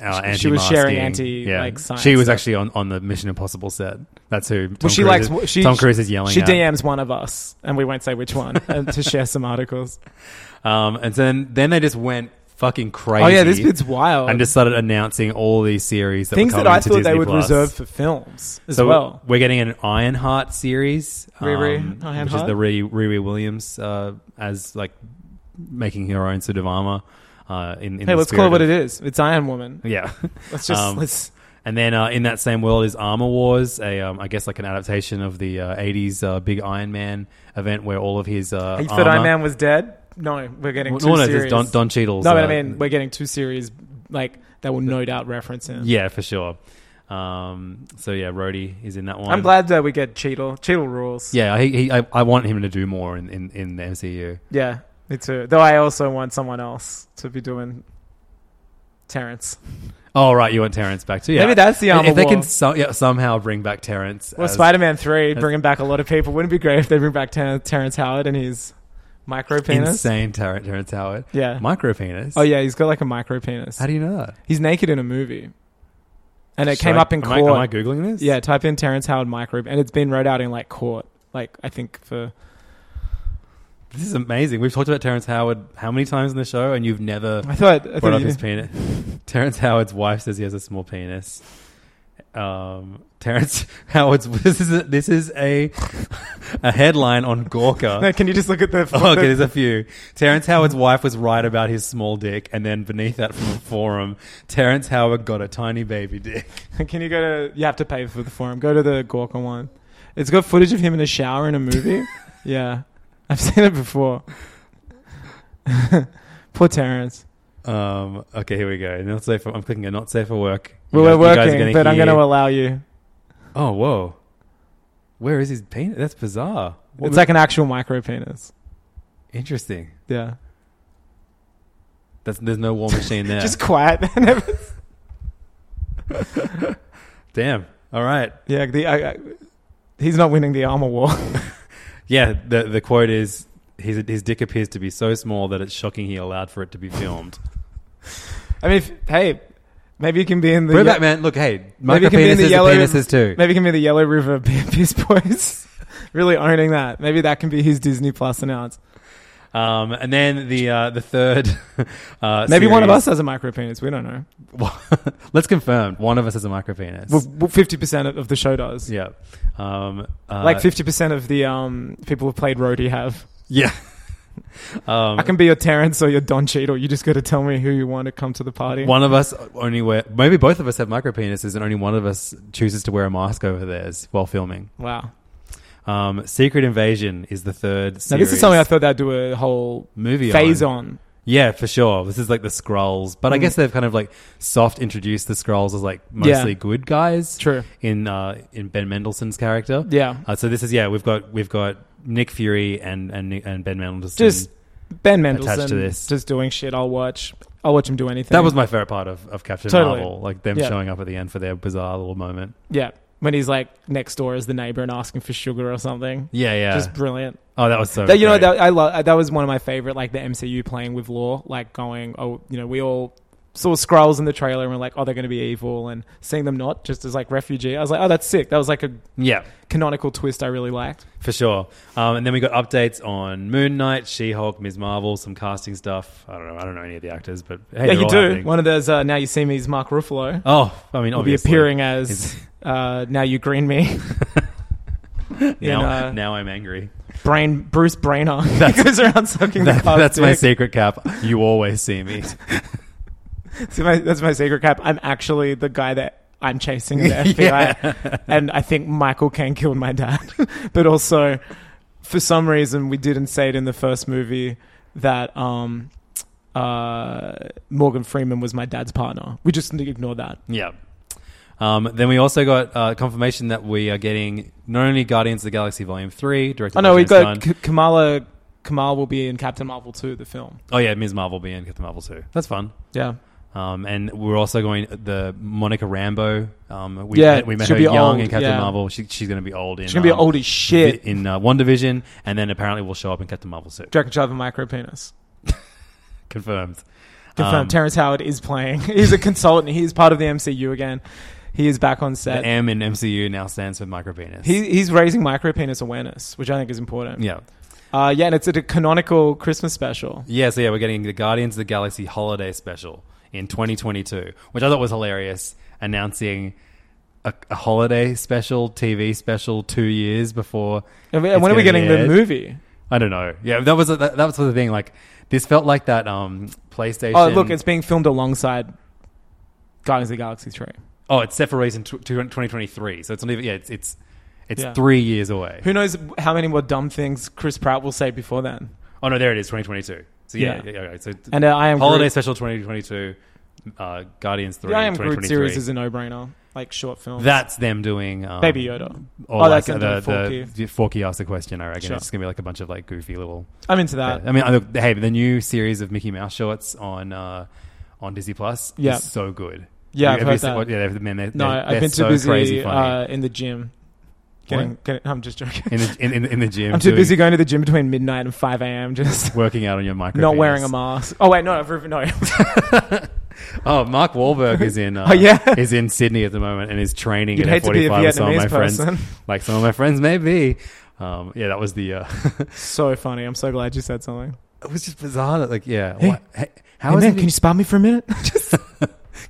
Speaker 4: She- she was
Speaker 5: anti-masking.
Speaker 4: sharing anti, like, science
Speaker 5: She was
Speaker 4: stuff.
Speaker 5: actually on, on the Mission Impossible set. That's who. Tom
Speaker 4: well, she
Speaker 5: Cruise
Speaker 4: likes
Speaker 5: Is,
Speaker 4: she,
Speaker 5: Tom Cruise is yelling.
Speaker 4: She
Speaker 5: at.
Speaker 4: DMs one of uh, us, and we won't say which one, and to share some articles.
Speaker 5: Um, and then then they just went fucking crazy.
Speaker 4: Oh, yeah, this bit's wild.
Speaker 5: And just started announcing all these series that
Speaker 4: Things
Speaker 5: were
Speaker 4: that
Speaker 5: coming
Speaker 4: I
Speaker 5: to
Speaker 4: thought
Speaker 5: Disney
Speaker 4: they would
Speaker 5: Plus.
Speaker 4: reserve for films as
Speaker 5: so
Speaker 4: well.
Speaker 5: we're getting an Ironheart series, um,
Speaker 4: Riri
Speaker 5: which is
Speaker 4: Ironheart?
Speaker 5: the Riri, Riri Williams uh, as like making her own sort of armor. Uh, in, in
Speaker 4: Hey,
Speaker 5: the
Speaker 4: let's
Speaker 5: spirit Um,
Speaker 4: call it what
Speaker 5: of-
Speaker 4: it is. It's Iron Woman.
Speaker 5: Yeah,
Speaker 4: Let's just let's.
Speaker 5: and then uh, in that same world is Armor Wars, a um, I guess like an adaptation of the uh, '80s uh, big Iron Man event where all of his uh,
Speaker 4: You thought
Speaker 5: armor-
Speaker 4: Iron Man was dead? No, we're getting
Speaker 5: Well,
Speaker 4: two
Speaker 5: no, no,
Speaker 4: series.
Speaker 5: there's Don, Don Cheadle's.
Speaker 4: no, but
Speaker 5: uh,
Speaker 4: I mean we're getting two series like that will no doubt reference him.
Speaker 5: yeah, for sure. Um, so yeah, Rhodey is in that one.
Speaker 4: I'm glad that we get Cheadle. Cheadle rules.
Speaker 5: Yeah, he, he, I, I want him to do more in, in, in the MCU.
Speaker 4: Yeah, me too. Though I also want someone else to be doing Terrence.
Speaker 5: Oh right, you want Terrence back too? Yeah,
Speaker 4: Maybe that's the
Speaker 5: If-
Speaker 4: Armor
Speaker 5: If they can
Speaker 4: War.
Speaker 5: so, yeah, somehow bring back Terrence,
Speaker 4: Well,
Speaker 5: as-
Speaker 4: Spider Man 3, bringing back a lot of people. Wouldn't it be great if they bring back Ter- Terrence Howard and his micro penis?
Speaker 5: insane Terrence, Terrence Howard,
Speaker 4: Yeah.
Speaker 5: micro penis.
Speaker 4: Oh, yeah, he's got like a micro penis.
Speaker 5: how do you know that?
Speaker 4: he's naked in a movie. And it
Speaker 5: Should
Speaker 4: came
Speaker 5: I-
Speaker 4: up in
Speaker 5: am I-
Speaker 4: court.
Speaker 5: am I googling this?
Speaker 4: yeah, type in Terrence Howard micro, and it's been read out in like court. Like, I think for.
Speaker 5: This is amazing. We've talked about Terrence Howard how many times in the show, and you've never
Speaker 4: I thought.
Speaker 5: brought
Speaker 4: I thought
Speaker 5: up
Speaker 4: you-
Speaker 5: his penis. Terrence Howard's wife says he has a small penis. Um, Terrence Howard's this is a, this is a a headline on Gawker.
Speaker 4: No, can you just look at the.
Speaker 5: Oh, okay, there's a few. Terrence Howard's wife was right about his small dick, and then beneath that from a forum, Terrence Howard got a tiny baby dick.
Speaker 4: Can you go to? You have to pay for the forum. Go to the Gawker one. It's got footage of him in a shower in a movie. yeah, I've seen it before. Poor Terrence.
Speaker 5: Um, okay, here we go. Not safe. For, I'm clicking a not safe for work.
Speaker 4: Well,
Speaker 5: You
Speaker 4: we're
Speaker 5: guys- you guys are
Speaker 4: working,
Speaker 5: gonna
Speaker 4: but I'm
Speaker 5: hear-
Speaker 4: going to allow you.
Speaker 5: Oh, whoa. Where is his penis? That's bizarre. What
Speaker 4: it's
Speaker 5: mo-
Speaker 4: like an actual micro penis.
Speaker 5: interesting.
Speaker 4: Yeah.
Speaker 5: That's, there's no war machine there.
Speaker 4: Just quiet.
Speaker 5: Damn. All right.
Speaker 4: yeah. The, I, I, he's not winning the armor war.
Speaker 5: Yeah. The the quote is his his dick appears to be so small that it's shocking he allowed for it to be filmed.
Speaker 4: I mean, if, hey, maybe you can be in the.
Speaker 5: Bring
Speaker 4: ye-
Speaker 5: back, man. Look, hey,
Speaker 4: Maybe
Speaker 5: micro
Speaker 4: you can be in
Speaker 5: penises,
Speaker 4: the
Speaker 5: are
Speaker 4: yellow.
Speaker 5: penises too.
Speaker 4: Maybe you can be the Yellow River Peace Boys. really owning that. Maybe that can be his Disney Plus announce.
Speaker 5: Um, and then the uh, the third. Uh,
Speaker 4: Maybe one of us
Speaker 5: series-
Speaker 4: has a micro penis. We don't know.
Speaker 5: Let's confirm. One of us has a micro penis.
Speaker 4: Fifty percent of the show does.
Speaker 5: yeah. Um, uh,
Speaker 4: Like fifty percent of the um, people who played Rhodey have.
Speaker 5: Yeah. um,
Speaker 4: I can be your Terrence or your Don Cheadle. You just got to tell me who you want to come to the party.
Speaker 5: one of us only wear. Maybe both of us have micro penises, and only one of us chooses to wear a mask over theirs while filming.
Speaker 4: Wow.
Speaker 5: Um, Secret Invasion is the third.
Speaker 4: Now
Speaker 5: Series.
Speaker 4: this is something I thought they'd do a whole
Speaker 5: Movie
Speaker 4: phase
Speaker 5: on.
Speaker 4: on.
Speaker 5: Yeah, for sure. This is like the Skrulls, but I guess they've kind of like soft introduced the Skrulls as like mostly
Speaker 4: Mm. Yeah.
Speaker 5: good guys.
Speaker 4: True.
Speaker 5: In uh, in Ben Mendelsohn's character.
Speaker 4: Yeah.
Speaker 5: Uh, so this is yeah we've got we've got Nick Fury and and and Ben Mendelsohn.
Speaker 4: Just Ben Mendelsohn
Speaker 5: to this.
Speaker 4: just doing shit. I'll watch. I'll watch him do anything.
Speaker 5: that was my favorite part of, of Captain
Speaker 4: Totally.
Speaker 5: Marvel, like them
Speaker 4: Yeah.
Speaker 5: showing up at the end for their bizarre little moment.
Speaker 4: yeah. When he's like next door as the neighbor and asking for sugar or something.
Speaker 5: Yeah, yeah.
Speaker 4: Just brilliant.
Speaker 5: oh, that was so.
Speaker 4: That, you know
Speaker 5: great.
Speaker 4: that I love. uh, That was one of my favorite. Like the MCU playing with lore, like going, oh, you know, we all saw scrolls in the trailer and we're like, oh, they're going to be evil, and seeing them not just as like refugee. I was like, oh, that's sick. That was like a
Speaker 5: yeah.
Speaker 4: canonical twist I really liked.
Speaker 5: For sure. Um, and then we got updates on Moon Knight, She Hulk, Ms. Marvel, some casting stuff. I don't know. I don't know any of the actors, but hey,
Speaker 4: yeah,
Speaker 5: they're
Speaker 4: you
Speaker 5: all
Speaker 4: do.
Speaker 5: happening.
Speaker 4: One of those. Uh, now you see me is Mark Ruffalo.
Speaker 5: Oh, I mean,
Speaker 4: will be
Speaker 5: obviously.
Speaker 4: appearing as uh, now you green me,
Speaker 5: now,
Speaker 4: uh,
Speaker 5: now I'm angry.
Speaker 4: Brain Bruce Brainer. he goes around sucking the
Speaker 5: That-
Speaker 4: car's
Speaker 5: that's my
Speaker 4: dick.
Speaker 5: secret cap. You always see me.
Speaker 4: That's my, that's my secret cap. I'm actually the guy that I'm chasing in the FBI, and I think Michael Caine killed my dad. but also, for some reason, we didn't say it in the first movie that um, uh, Morgan Freeman was my dad's partner. We just ignored that.
Speaker 5: Yeah. Um, then we also got uh, confirmation that we are getting not only Guardians of the Galaxy Volume Three, directed.
Speaker 4: Oh
Speaker 5: by
Speaker 4: no, we
Speaker 5: James
Speaker 4: got
Speaker 5: Gunn.
Speaker 4: K- Kamala. Kamal will be in Captain Marvel 2, the film.
Speaker 5: oh yeah, Ms. Marvel being Captain Marvel Two. That's fun.
Speaker 4: Yeah.
Speaker 5: Um, and we're also going the Monica Rambo. Um, we
Speaker 4: Yeah,
Speaker 5: met, we met her
Speaker 4: she'll be
Speaker 5: young
Speaker 4: old,
Speaker 5: in Captain
Speaker 4: yeah.
Speaker 5: Marvel. She, she's going to be old in.
Speaker 4: She's going to be
Speaker 5: um,
Speaker 4: old as shit.
Speaker 5: in uh, One Division, and then apparently will show up in Captain Marvel soon.
Speaker 4: Dragon Child and Micro Penis.
Speaker 5: Confirmed.
Speaker 4: Confirmed.
Speaker 5: Um,
Speaker 4: Terrence Howard is playing. He's a consultant. He is part of the MCU again. He is back on
Speaker 5: The
Speaker 4: set.
Speaker 5: M in MCU now stands for micropenis.
Speaker 4: He, he's raising micropenis awareness, which I think is important.
Speaker 5: yeah.
Speaker 4: Uh, yeah, and it's at a canonical Christmas special.
Speaker 5: Yeah, so yeah, we're getting the Guardians of the Galaxy holiday special in 2022, which I thought was hilarious. Announcing a, a holiday special, TV special, two years before.
Speaker 4: And we-
Speaker 5: it's
Speaker 4: and when are we
Speaker 5: getting
Speaker 4: getting the
Speaker 5: aired.
Speaker 4: movie?
Speaker 5: I don't know. Yeah, that was that, that was the thing. Like this felt like that um PlayStation.
Speaker 4: Oh, look, it's being filmed alongside Guardians of the Galaxy 3.
Speaker 5: oh, it's set for release in tw- tw- 2023, so it's not even. Yeah, it's it's, it's
Speaker 4: Yeah.
Speaker 5: three years away.
Speaker 4: Who knows how many more dumb things Chris Pratt will say before then?
Speaker 5: Oh no, there it is, 2022. So yeah,
Speaker 4: Yeah.
Speaker 5: yeah, okay, so
Speaker 4: And uh, I Am
Speaker 5: holiday
Speaker 4: Groot,
Speaker 5: special 2022, uh, Guardians three.
Speaker 4: the I Am Groot
Speaker 5: 2023.
Speaker 4: series is a no-brainer. Like short films.
Speaker 5: That's them doing um,
Speaker 4: Baby Yoda.
Speaker 5: Or
Speaker 4: Oh,
Speaker 5: like
Speaker 4: that's
Speaker 5: the, the,
Speaker 4: gonna be Forky.
Speaker 5: the Forky asked the question. I reckon
Speaker 4: Sure. Uh,
Speaker 5: it's just gonna be like a bunch of like goofy little.
Speaker 4: I'm into that.
Speaker 5: I mean, I look, hey, the new series of Mickey Mouse shorts on uh, on Disney Plus
Speaker 4: Yeah.
Speaker 5: is so good.
Speaker 4: Yeah, I've
Speaker 5: Have you
Speaker 4: heard
Speaker 5: seen-
Speaker 4: that.
Speaker 5: what- yeah, they've- man, they're, they're,
Speaker 4: no, I- I've been too
Speaker 5: so crazy
Speaker 4: busy
Speaker 5: funny.
Speaker 4: uh, in the gym. Getting, getting, I'm just joking.
Speaker 5: in, the, in, in, in the gym,
Speaker 4: I'm too
Speaker 5: doing-
Speaker 4: busy going to the gym between midnight and 5 a.m. Just
Speaker 5: working out on your micro.
Speaker 4: not
Speaker 5: penis.
Speaker 4: wearing a mask. Oh wait, no, I've re- no.
Speaker 5: Oh, Mark Wahlberg is in. Uh,
Speaker 4: Oh, yeah.
Speaker 5: is in Sydney at the moment and is training.
Speaker 4: You'd
Speaker 5: at
Speaker 4: hate to be a
Speaker 5: F45 with some of my
Speaker 4: Vietnamese
Speaker 5: friends,
Speaker 4: person.
Speaker 5: like some of my friends may be. Um, yeah, that was the. Uh,
Speaker 4: so funny. I'm so glad you said something.
Speaker 5: it was just bizarre. That like, yeah,
Speaker 4: Hey.
Speaker 5: what- hey, how is it?
Speaker 4: can you spot me for a minute? Just,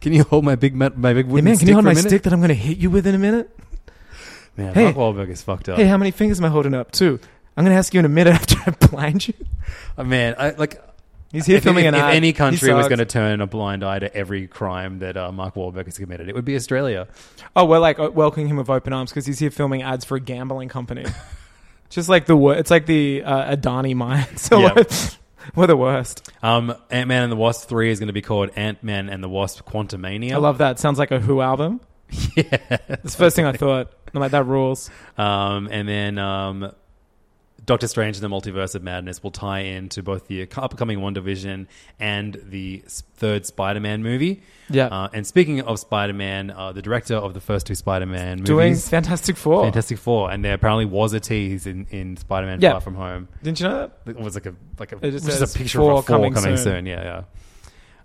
Speaker 5: Can you hold my big ma- my big
Speaker 4: hey
Speaker 5: wooden
Speaker 4: man,
Speaker 5: stick
Speaker 4: can you hold
Speaker 5: for a
Speaker 4: my
Speaker 5: minute?
Speaker 4: stick that I'm going to hit you with in a minute?
Speaker 5: Man,
Speaker 4: Hey.
Speaker 5: Mark Wahlberg is fucked up.
Speaker 4: Hey, how many fingers am I holding up? Two. I'm going to ask you in a minute after I blind you.
Speaker 5: Oh, man, I, like
Speaker 4: He's here
Speaker 5: if,
Speaker 4: filming
Speaker 5: if,
Speaker 4: an
Speaker 5: if
Speaker 4: ad.
Speaker 5: any
Speaker 4: He
Speaker 5: country was
Speaker 4: sucks.
Speaker 5: going to turn a blind eye to every crime that uh, Mark Wahlberg has committed, it would be Australia.
Speaker 4: Oh, we're like uh, welcoming him with open arms because he's here filming ads for a gambling company. Just like the wor- it's like the uh, Adani mine. So
Speaker 5: Yeah.
Speaker 4: we're, we're the worst.
Speaker 5: Um, Ant Man and the Wasp three is going to be called Ant Man and the Wasp: Quantumania.
Speaker 4: I love that. Sounds like a Who album. Yeah, it's the first thing I thought. I'm like that rules.
Speaker 5: Um, and then um, Doctor Strange and the Multiverse of Madness will tie in to both the upcoming One Division and the s- third Spider-Man movie.
Speaker 4: Yeah.
Speaker 5: Uh, and speaking of Spider-Man, uh, the director of the first two Spider-Man
Speaker 4: Doing
Speaker 5: movies,
Speaker 4: Fantastic Four.
Speaker 5: Fantastic Four, and there apparently was a tease in, in Spider-Man
Speaker 4: Yeah.
Speaker 5: Far From Home.
Speaker 4: Didn't you know
Speaker 5: It
Speaker 4: that?
Speaker 5: was like a like a
Speaker 4: It just
Speaker 5: just,
Speaker 4: says
Speaker 5: a picture
Speaker 4: four
Speaker 5: of a four coming,
Speaker 4: coming
Speaker 5: soon.
Speaker 4: soon.
Speaker 5: Yeah,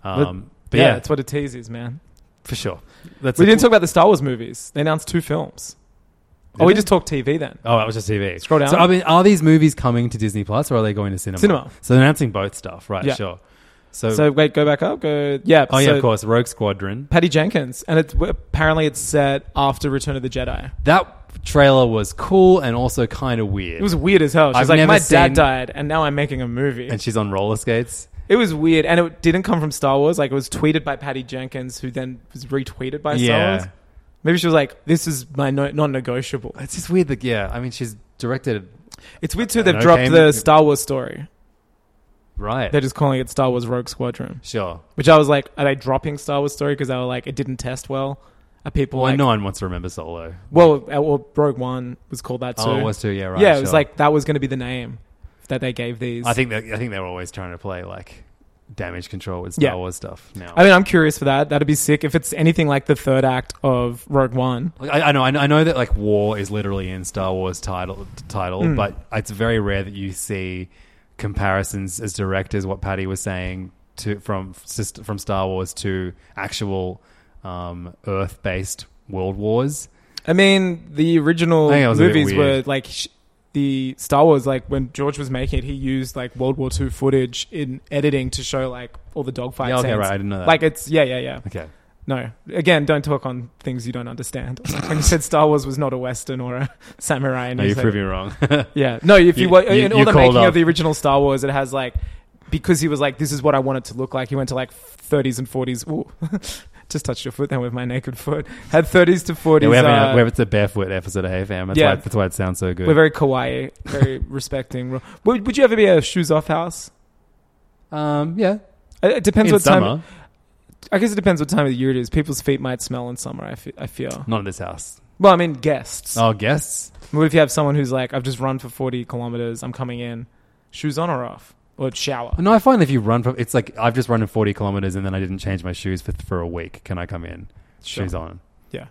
Speaker 5: yeah. Um, but
Speaker 4: yeah,
Speaker 5: yeah,
Speaker 4: that's what a tease is, man.
Speaker 5: for sure. That's
Speaker 4: We
Speaker 5: a-
Speaker 4: didn't talk about the Star Wars movies. They announced two films. oh, we
Speaker 5: they?
Speaker 4: just talked TV then.
Speaker 5: Oh, that was just TV.
Speaker 4: Scroll down.
Speaker 5: So, I mean, are these movies coming to Disney Plus or are they going to cinema?
Speaker 4: Cinema.
Speaker 5: So they're announcing both stuff, right?
Speaker 4: Yeah.
Speaker 5: Sure. So,
Speaker 4: So wait, go back up. Go yeah.
Speaker 5: oh yeah,
Speaker 4: so
Speaker 5: of course, Rogue Squadron.
Speaker 4: Patty Jenkins, and it's apparently it's set after Return of the Jedi.
Speaker 5: That trailer was cool and also kind of weird.
Speaker 4: It was weird as hell. She's
Speaker 5: I've
Speaker 4: like,
Speaker 5: never
Speaker 4: my
Speaker 5: seen-
Speaker 4: dad died, and now I'm making a movie.
Speaker 5: and she's on roller skates.
Speaker 4: it was weird, and it didn't come from Star Wars. Like it was tweeted by Patty Jenkins, who then was retweeted by Star
Speaker 5: yeah.
Speaker 4: Wars. Maybe she was like, "This is my no- non-negotiable."
Speaker 5: It's just weird that yeah. I mean, she's directed
Speaker 4: It's weird too.
Speaker 5: An
Speaker 4: They've dropped
Speaker 5: Uh, okay
Speaker 4: the
Speaker 5: mo-
Speaker 4: Star Wars story.
Speaker 5: right.
Speaker 4: They're just calling it Star Wars Rogue Squadron,
Speaker 5: sure.
Speaker 4: which I was like, "Are they dropping Star Wars story?" Because they were like, "It didn't test well." Are people
Speaker 5: Well,
Speaker 4: like,
Speaker 5: no one wants to remember Solo.
Speaker 4: Well, uh, well, Rogue One was called that too.
Speaker 5: Oh, it was too. Yeah, right.
Speaker 4: yeah, it was
Speaker 5: sure.
Speaker 4: like that was going to be the name that they gave these.
Speaker 5: I think that, I think they were always trying to play like damage control with Star
Speaker 4: Yeah.
Speaker 5: Wars stuff. Now
Speaker 4: I mean, I'm curious for that. That'd be sick if it's anything like the third act of Rogue One.
Speaker 5: Like, I, I know, I know, I know that like war is literally in Star Wars title title,
Speaker 4: Hmm.
Speaker 5: but it's very rare that you see comparisons as direct as what Patty was saying to from sist- from Star Wars to actual um, Earth based world wars.
Speaker 4: I mean, the original
Speaker 5: I think that was a bit
Speaker 4: movies were
Speaker 5: weird.
Speaker 4: like sh- the Star Wars. Like when George was making it, he used like World War II footage in editing to show like all the dogfight
Speaker 5: Yeah, okay,
Speaker 4: scenes.
Speaker 5: right, I didn't know that.
Speaker 4: Like it's yeah, yeah, yeah.
Speaker 5: Okay,
Speaker 4: No, again, don't talk on things you don't understand. When you said Star Wars was not a western or a samurai, and
Speaker 5: no,
Speaker 4: you
Speaker 5: you
Speaker 4: said-
Speaker 5: prove me wrong.
Speaker 4: Yeah. No, if you,
Speaker 5: You-
Speaker 4: wa
Speaker 5: you-
Speaker 4: in
Speaker 5: you
Speaker 4: all the
Speaker 5: called
Speaker 4: making
Speaker 5: off.
Speaker 4: of the original Star Wars, it has like because he was like, this is what I want it to look like. He went to like 30s and 40s. Ooh, just touched your foot then with my naked foot. Had 30s to 40s.
Speaker 5: yeah, we have
Speaker 4: uh,
Speaker 5: we have it's a barefoot episode of Hey Fam. That's
Speaker 4: Yeah.
Speaker 5: why that's why it sounds so good.
Speaker 4: we're very kawaii, very respecting. Ru- Would, would you ever be a shoes off house?
Speaker 5: um, yeah,
Speaker 4: Uh, It depends
Speaker 5: in
Speaker 4: what
Speaker 5: summer,
Speaker 4: time. I guess it depends what time of the year it is. People's feet might smell in summer. I fe- I feel.
Speaker 5: not at this house.
Speaker 4: Well, I mean guests.
Speaker 5: Oh, guests.
Speaker 4: What if you have someone who's like, I've just run for forty kilometers. I'm coming in, shoes on or off, or shower.
Speaker 5: No, I find if you run from, it's like I've just run in 40 kilometers and then I didn't change my shoes for, for a week. Can I come in?
Speaker 4: Sure.
Speaker 5: Shoes on.
Speaker 4: Yeah.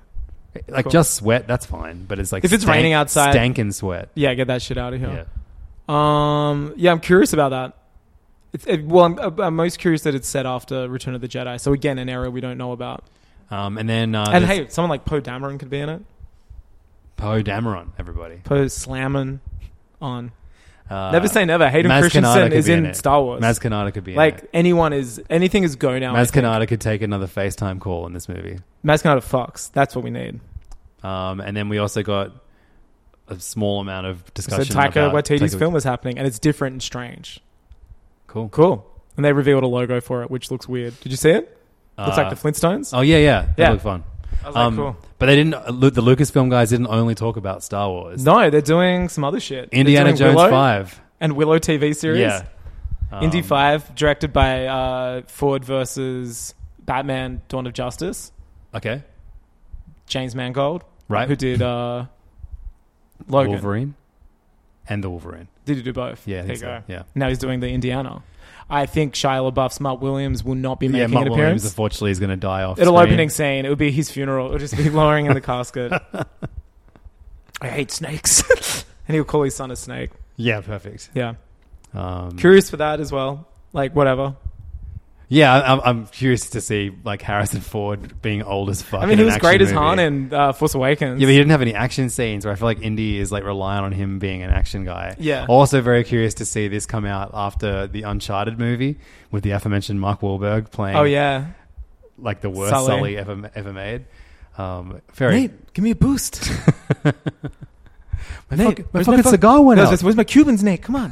Speaker 5: Like
Speaker 4: Cool.
Speaker 5: just sweat, that's fine. But it's like
Speaker 4: If it's
Speaker 5: stank-
Speaker 4: raining outside-
Speaker 5: stank and sweat.
Speaker 4: Yeah, get that shit out of here.
Speaker 5: Yeah.
Speaker 4: Um, yeah, I'm curious about that. It's, it, well, I'm, uh, I'm most curious that it's set after Return of the Jedi. So again, an era we don't know about.
Speaker 5: Um, and then uh,
Speaker 4: and
Speaker 5: there's
Speaker 4: hey, someone like Poe Dameron could be in it.
Speaker 5: Poe Dameron, everybody. Uh,
Speaker 4: Poe slamming on. Never say never. Hayden
Speaker 5: Maz Kanata
Speaker 4: Christensen
Speaker 5: could
Speaker 4: is
Speaker 5: be
Speaker 4: in,
Speaker 5: it.
Speaker 4: Star Wars.
Speaker 5: Maz Kanata could be in
Speaker 4: like
Speaker 5: it.
Speaker 4: anyone is anything is go now. I
Speaker 5: Maz
Speaker 4: think.
Speaker 5: Kanata could take another FaceTime call in this movie.
Speaker 4: Maz Kanata Fox. That's what we need.
Speaker 5: Um, and then we also got a small amount of
Speaker 4: So
Speaker 5: discussion.
Speaker 4: Taika
Speaker 5: about
Speaker 4: Waititi's
Speaker 5: Taika-
Speaker 4: film is happening, and it's different and strange.
Speaker 5: Cool.
Speaker 4: Cool. And they revealed a logo for it, which looks weird. Did you see it? looks
Speaker 5: Uh,
Speaker 4: like the Flintstones.
Speaker 5: Oh yeah, yeah, that
Speaker 4: Yeah.
Speaker 5: looked fun.
Speaker 4: was
Speaker 5: Um,
Speaker 4: like, cool.
Speaker 5: But they didn't. uh, Lu- The Lucasfilm guys didn't only talk about Star Wars.
Speaker 4: no, they're doing some other shit. They're
Speaker 5: Indiana
Speaker 4: doing
Speaker 5: Jones
Speaker 4: Willow
Speaker 5: Five.
Speaker 4: and Willow TV series.
Speaker 5: Yeah.
Speaker 4: Indy
Speaker 5: Um,
Speaker 4: Five, directed by uh, Ford versus Batman: Dawn of Justice.
Speaker 5: Okay.
Speaker 4: James Mangold,
Speaker 5: Right.
Speaker 4: Who did uh, Logan?
Speaker 5: Wolverine. And the Wolverine.
Speaker 4: Did he do both?
Speaker 5: Yeah, I
Speaker 4: there you
Speaker 5: think
Speaker 4: go.
Speaker 5: so, yeah.
Speaker 4: now he's doing the Indiana. I think Shia LaBeouf's Mark Williams will not be
Speaker 5: yeah,
Speaker 4: making
Speaker 5: Mark
Speaker 4: an
Speaker 5: Williams
Speaker 4: appearance.
Speaker 5: unfortunately is going to die off.
Speaker 4: It'll
Speaker 5: screen.
Speaker 4: opening scene. It'll be his funeral. It'll just be lowering in the casket. I hate snakes, and he'll call his son a snake.
Speaker 5: Yeah, perfect.
Speaker 4: Yeah,
Speaker 5: Um,
Speaker 4: curious for that as well. Like whatever.
Speaker 5: yeah, I- I'm, I'm curious to see like Harrison Ford being old as fuck.
Speaker 4: I mean,
Speaker 5: in
Speaker 4: he
Speaker 5: an
Speaker 4: was great
Speaker 5: action
Speaker 4: as Han
Speaker 5: movie.
Speaker 4: in uh, Force Awakens.
Speaker 5: Yeah, but he didn't have any action scenes where I feel like Indy is like relying on him being an action guy.
Speaker 4: Yeah.
Speaker 5: Also, very curious to see this come out after the Uncharted movie with the aforementioned Mark Wahlberg playing.
Speaker 4: oh yeah,
Speaker 5: like the worst Sully,
Speaker 4: Sully.
Speaker 5: ever ever made. Um, very.
Speaker 4: give me a boost.
Speaker 5: my fuck- my fucking cigar went out.
Speaker 4: Where's my Cuban snake? Come on.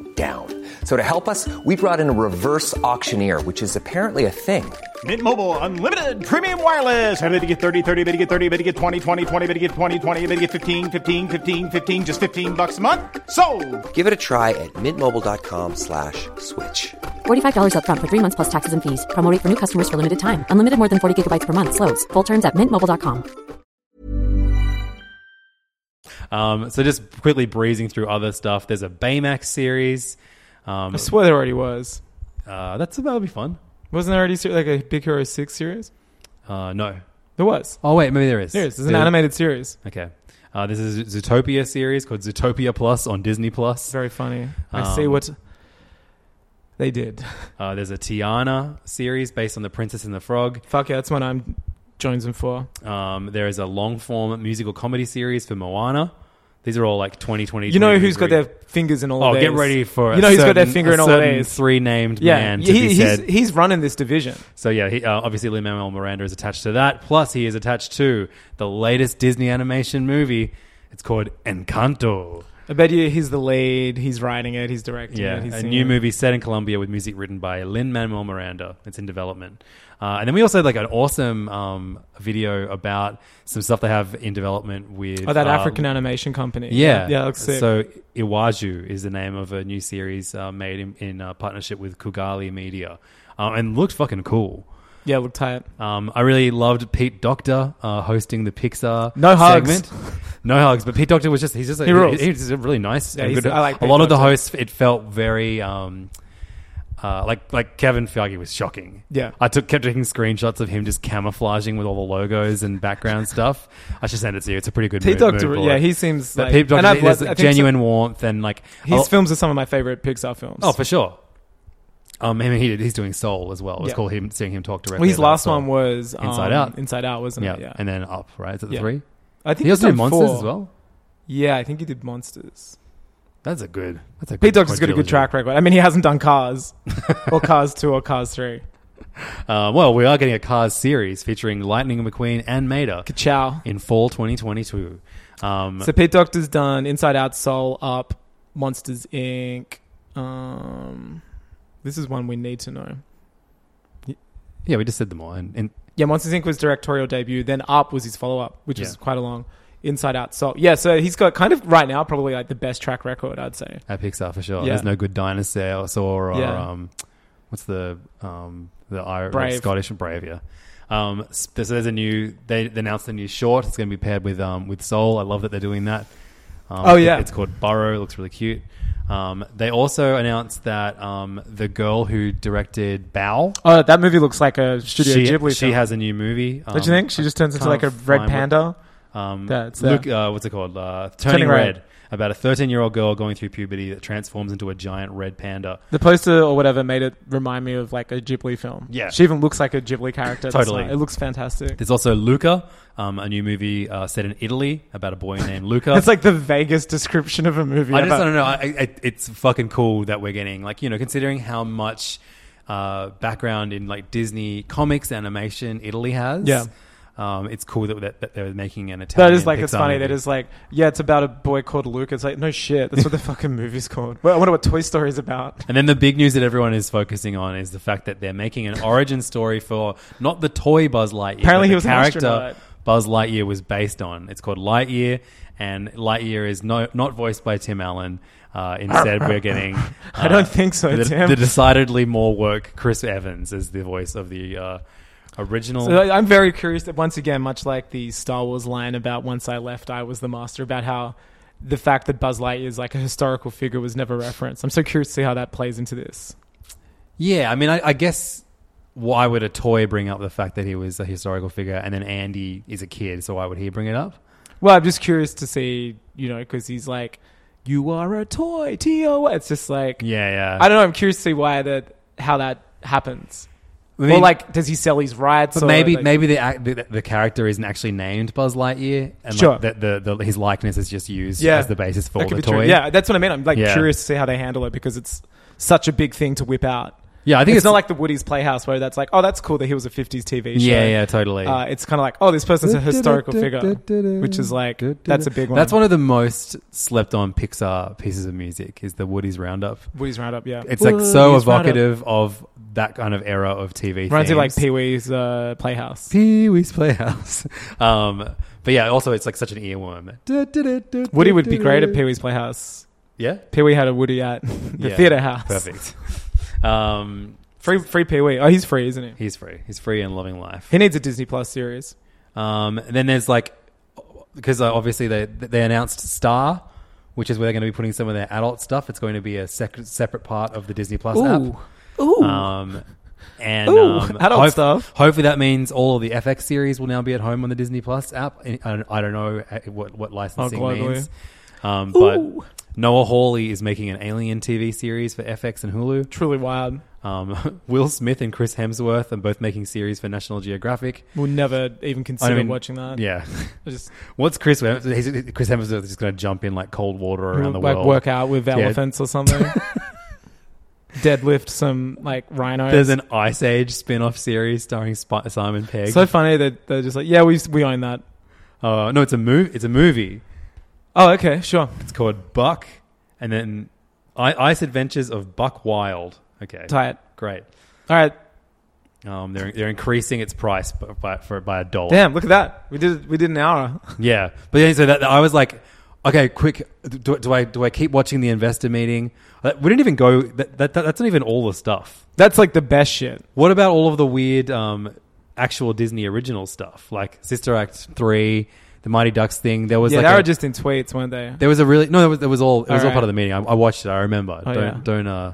Speaker 6: down. So to help us, we brought in a reverse auctioneer, which is apparently a thing.
Speaker 7: Mint Mobile unlimited premium wireless. Ready to get 30, 30, bit to get 30, bit to get 20, 20, 20, bit to get 20, 20, bit to get 15, 15, 15, 15 just 15 bucks a month. So,
Speaker 6: Give it a try at mintmobile.com slash switch.
Speaker 8: $45 upfront for three months plus taxes and fees. Promo rate for new customers for limited time. Unlimited more than 40 gigabytes per month. Slows. Full terms at mintmobile.com.
Speaker 5: Um, so just quickly breezing through other stuff. There's a Baymax series. Um,
Speaker 4: I swear there already was.
Speaker 5: uh, that's that'll be fun.
Speaker 4: Wasn't there already ser- like a Big Hero Six series?
Speaker 5: Uh, no.
Speaker 4: There was.
Speaker 5: Oh wait, maybe there is.
Speaker 4: There is. There's an animated series.
Speaker 5: Okay. Uh, this is a Zootopia series called Zootopia Plus on Disney Plus.
Speaker 4: Very funny.
Speaker 5: Um,
Speaker 4: I see what they did.
Speaker 5: Uh, there's a Tiana series based on The Princess and the Frog.
Speaker 4: Fuck yeah, that's what I'm jonesing for.
Speaker 5: Um, there is a long form musical comedy series for Moana. These are all like 2020.
Speaker 4: You know who's
Speaker 5: 2023.
Speaker 4: got their fingers in all
Speaker 5: Oh,
Speaker 4: of these.
Speaker 5: get ready for.
Speaker 4: You know
Speaker 5: a
Speaker 4: who's got their
Speaker 5: certain-
Speaker 4: finger
Speaker 5: a
Speaker 4: in all of
Speaker 5: certain
Speaker 4: these.
Speaker 5: Three named
Speaker 4: Yeah,
Speaker 5: man to
Speaker 4: he-
Speaker 5: be
Speaker 4: he's
Speaker 5: said.
Speaker 4: he's running this division.
Speaker 5: so yeah, he, uh, obviously Lin Manuel Miranda is attached to that. Plus, he is attached to the latest Disney animation movie. It's called Encanto.
Speaker 4: I bet you he's the lead. He's writing it. He's directing
Speaker 5: Yeah,
Speaker 4: it. He's
Speaker 5: a
Speaker 4: singing
Speaker 5: new
Speaker 4: it.
Speaker 5: movie set in Colombia with music written by Lin Manuel Miranda. It's in development, uh, and then we also had like an awesome um, video about some stuff they have in development with
Speaker 4: Oh, that
Speaker 5: uh,
Speaker 4: African animation company.
Speaker 5: Yeah,
Speaker 4: yeah, it looks sick.
Speaker 5: So Iwaju is the name of a new series uh, made in, in uh, partnership with Kugali Media, um, and looked fucking cool.
Speaker 4: yeah, look tight.
Speaker 5: Um, I really loved Pete Doctor uh, hosting the Pixar
Speaker 4: No hugs.
Speaker 5: segment. No hugs, but Pete Doctor was just—he's just—he's
Speaker 4: He rules.
Speaker 5: just a really nice.
Speaker 4: Yeah,
Speaker 5: and
Speaker 4: he's- I like
Speaker 5: a
Speaker 4: Pete
Speaker 5: lot of the
Speaker 4: Docter.
Speaker 5: hosts. It felt very. Um, Uh, like like Kevin Feige was shocking.
Speaker 4: Yeah.
Speaker 5: I took kept taking screenshots of him just camouflaging with all the logos and background stuff. I should send it to you. It's a pretty good
Speaker 4: Pete
Speaker 5: move-
Speaker 4: Doctor-
Speaker 5: move
Speaker 4: yeah,
Speaker 5: bullet.
Speaker 4: he seems
Speaker 5: But
Speaker 4: like-
Speaker 5: Pete
Speaker 4: and
Speaker 5: Doctor.
Speaker 4: I've
Speaker 5: There's
Speaker 4: lo- I
Speaker 5: like
Speaker 4: think so-
Speaker 5: genuine warmth and like
Speaker 4: His
Speaker 5: I'll-
Speaker 4: films are some of my favorite Pixar films.
Speaker 5: Oh, for sure. Um, I mean, he, he's doing Soul as well. It's
Speaker 4: Yeah.
Speaker 5: called him seeing him talk directly.
Speaker 4: well, his
Speaker 5: about
Speaker 4: last
Speaker 5: Soul.
Speaker 4: one was um,
Speaker 5: Inside Out.
Speaker 4: Inside Out, wasn't
Speaker 5: yeah.
Speaker 4: it? Yeah,
Speaker 5: and then Up. Right? Is it the
Speaker 4: Yeah.
Speaker 5: three?
Speaker 4: I think
Speaker 5: He also
Speaker 4: he's
Speaker 5: did
Speaker 4: done
Speaker 5: Monsters
Speaker 4: four.
Speaker 5: as well.
Speaker 4: Yeah, I think he did Monsters.
Speaker 5: That's a good. That's a good
Speaker 4: Pete Doctor's got a good
Speaker 5: quadrilogy.
Speaker 4: track record. I mean, he hasn't done Cars or Cars Two or Cars Three.
Speaker 5: Uh, well, we are getting a Cars series featuring Lightning McQueen and Mater
Speaker 4: Ciao.
Speaker 5: in fall 2022. Um,
Speaker 4: So Pete Doctor's done Inside Out, Soul, Up, Monsters Inc. Um, this is one we need to know.
Speaker 5: yeah, we just said them all. And, and
Speaker 4: Yeah, Monsters Inc. was directorial debut. Then Up was his follow up, which
Speaker 5: Yeah.
Speaker 4: was quite a long Inside Out Soul. Yeah, so he's got kind of right now probably like the best track record, I'd say.
Speaker 5: at Pixar for sure.
Speaker 4: Yeah.
Speaker 5: There's no good dinosaur or, or
Speaker 4: Yeah.
Speaker 5: um, what's the um, the Irish
Speaker 4: Brave.
Speaker 5: Scottish and Brave, yeah. Um, s- so there's a new. They they announced a new short. It's going to be paired with um, with Soul. I love that they're doing that. Um,
Speaker 4: Oh, yeah.
Speaker 5: it's called Burrow. It looks really cute. Um, they also announced that um, the girl who directed Bow.
Speaker 4: Oh, that movie looks like a Studio
Speaker 5: she,
Speaker 4: Ghibli.
Speaker 5: she
Speaker 4: film.
Speaker 5: has a new movie. Um,
Speaker 4: Don't you think she just turns into
Speaker 5: can't
Speaker 4: like a red
Speaker 5: find what-
Speaker 4: panda?
Speaker 5: Um,
Speaker 4: That's
Speaker 5: Luke,
Speaker 4: that.
Speaker 5: uh, what's it called? Uh, Turning,
Speaker 4: Turning
Speaker 5: red.
Speaker 4: Red.
Speaker 5: About a 13 year old girl going through puberty that transforms into a giant red panda.
Speaker 4: The poster or whatever made it remind me of like a Ghibli film.
Speaker 5: Yeah.
Speaker 4: she even looks like a Ghibli character. at the
Speaker 5: Totally.
Speaker 4: start. it looks fantastic.
Speaker 5: There's also Luca, um, a new movie uh, set in Italy about a boy named Luca.
Speaker 4: It's like the vaguest description of a movie.
Speaker 5: I just
Speaker 4: ever.
Speaker 5: don't know. I, I, it's fucking cool that we're getting like you know considering how much uh, background in like Disney comics animation Italy has.
Speaker 4: Yeah.
Speaker 5: Um, it's cool that, that, that they're making an Italian.
Speaker 4: That is like it's
Speaker 5: Pixar
Speaker 4: funny.
Speaker 5: movie.
Speaker 4: That is like yeah, it's about a boy called Luke. It's like no shit. That's what the fucking movie's called. Well, I wonder what Toy Story is about.
Speaker 5: And then the big news that everyone is focusing on is the fact that they're making an origin story for not the toy Buzz Lightyear.
Speaker 4: Apparently
Speaker 5: but
Speaker 4: he
Speaker 5: the
Speaker 4: was an
Speaker 5: character
Speaker 4: astronaut.
Speaker 5: Buzz Lightyear was based on. It's called Lightyear, and Lightyear is no, not voiced by Tim Allen. Uh, instead, we're getting.
Speaker 4: I
Speaker 5: uh,
Speaker 4: don't think so,
Speaker 5: the,
Speaker 4: Tim.
Speaker 5: the decidedly more work Chris Evans is the voice of the uh, original.
Speaker 4: So I- I'm very curious that once again, much like the Star Wars line about "Once I left, I was the master," about how the fact that Buzz Lightyear is like a historical figure was never referenced. I'm so curious to see how that plays into this.
Speaker 5: yeah, I mean, I, I guess why would a toy bring up the fact that he was a historical figure, and then Andy is a kid, so why would he bring it up?
Speaker 4: Well, I'm just curious to see, you know, because he's like, "You are a toy, T O." It's just like,
Speaker 5: Yeah, yeah.
Speaker 4: I don't know. I'm curious to see why that, how that happens.
Speaker 5: I mean-
Speaker 4: or like, does he sell his rights?
Speaker 5: But
Speaker 4: or,
Speaker 5: maybe
Speaker 4: like-
Speaker 5: maybe the, act, the the character isn't actually named Buzz Lightyear, and
Speaker 4: Sure.
Speaker 5: like the, the, the his likeness is just used as the basis for
Speaker 4: That could
Speaker 5: the
Speaker 4: be true.
Speaker 5: toy.
Speaker 4: Yeah, that's what I mean. I'm like
Speaker 5: Yeah.
Speaker 4: curious to see how they handle it because it's such a big thing to whip out.
Speaker 5: yeah. I
Speaker 4: I think
Speaker 5: think
Speaker 4: it's, not like the Woody's Playhouse where that's like, oh, that's cool that he was a 50s TV show.
Speaker 5: yeah, yeah, totally.
Speaker 4: Uh, it's kind of like, oh, this person's a historical figure, which is like, that's a big one.
Speaker 5: That's one of the most slept on Pixar pieces of music is the Woody's Roundup.
Speaker 4: Woody's Roundup, yeah.
Speaker 5: It's like so
Speaker 4: Woody's Roundup.
Speaker 5: evocative of that kind of era of TV.
Speaker 4: Reminds me of like
Speaker 5: themes.
Speaker 4: Pee Wee's uh, Playhouse.
Speaker 5: Pee Wee's Playhouse. um, but yeah, also it's like such an earworm.
Speaker 4: Woody would be great at Pee Wee's Playhouse.
Speaker 5: Yeah,
Speaker 4: Pee Wee had a Woody at the
Speaker 5: Yeah.
Speaker 4: theater house.
Speaker 5: Perfect. um,
Speaker 4: Free, free Pee Wee. Oh, he's free, isn't he?
Speaker 5: he's free. He's free and loving life.
Speaker 4: He needs a Disney Plus series.
Speaker 5: Um, and then there's like because uh, obviously they they announced Star, which is where they're going to be putting some of their adult stuff. It's going to be a sec- separate part of the Disney Plus app.
Speaker 4: Ooh.
Speaker 5: Um, and
Speaker 4: Ooh,
Speaker 5: um,
Speaker 4: adult stuff.
Speaker 5: Hopefully, that means all of the FX series will now be at home on the Disney Plus app. I I don't, I don't know uh, what what licensing
Speaker 4: globally.
Speaker 5: means, um, but Noah Hawley is making an Alien TV series for FX and Hulu.
Speaker 4: Truly wild.
Speaker 5: Um, Will Smith and Chris Hemsworth are both making series for National Geographic.
Speaker 4: We'll never even consider
Speaker 5: mean,
Speaker 4: watching that.
Speaker 5: Yeah.
Speaker 4: I Just
Speaker 5: What's Chris? He's, Chris Hemsworth is just going to jump in like cold water around the
Speaker 4: like
Speaker 5: world.
Speaker 4: work out with
Speaker 5: Yeah.
Speaker 4: elephants or something. Deadlift some like rhinos.
Speaker 5: There's an Ice Age spin-off series starring Sp- Simon Pegg.
Speaker 4: so funny that they're just like, yeah, we we own that.
Speaker 5: uh, no, it's a movie. It's a movie.
Speaker 4: Oh, okay, sure.
Speaker 5: It's called Buck, and then I- Ice Adventures of Buck Wild. Okay,
Speaker 4: Tight.
Speaker 5: great.
Speaker 4: All right,
Speaker 5: Um, they're they're increasing its price by, by, for by a dollar.
Speaker 4: damn, look at that. We did we did an hour.
Speaker 5: Yeah, but yeah, so that, I was like, okay, quick, do, do I do I keep watching the investor meeting? Uh, We didn't even go. That, that, that's not even all the stuff.
Speaker 4: That's like the best shit.
Speaker 5: What about all of the weird um, actual Disney original stuff, like Sister Act three, the Mighty Ducks thing? There was
Speaker 4: Yeah,
Speaker 5: like
Speaker 4: they
Speaker 5: a,
Speaker 4: were just in tweets, weren't they?
Speaker 5: there was a really no, there was, there was all it was all
Speaker 4: Alright.
Speaker 5: part of the meeting. I, I watched it. I remember.
Speaker 4: Oh,
Speaker 5: don't
Speaker 4: yeah.
Speaker 5: don't uh,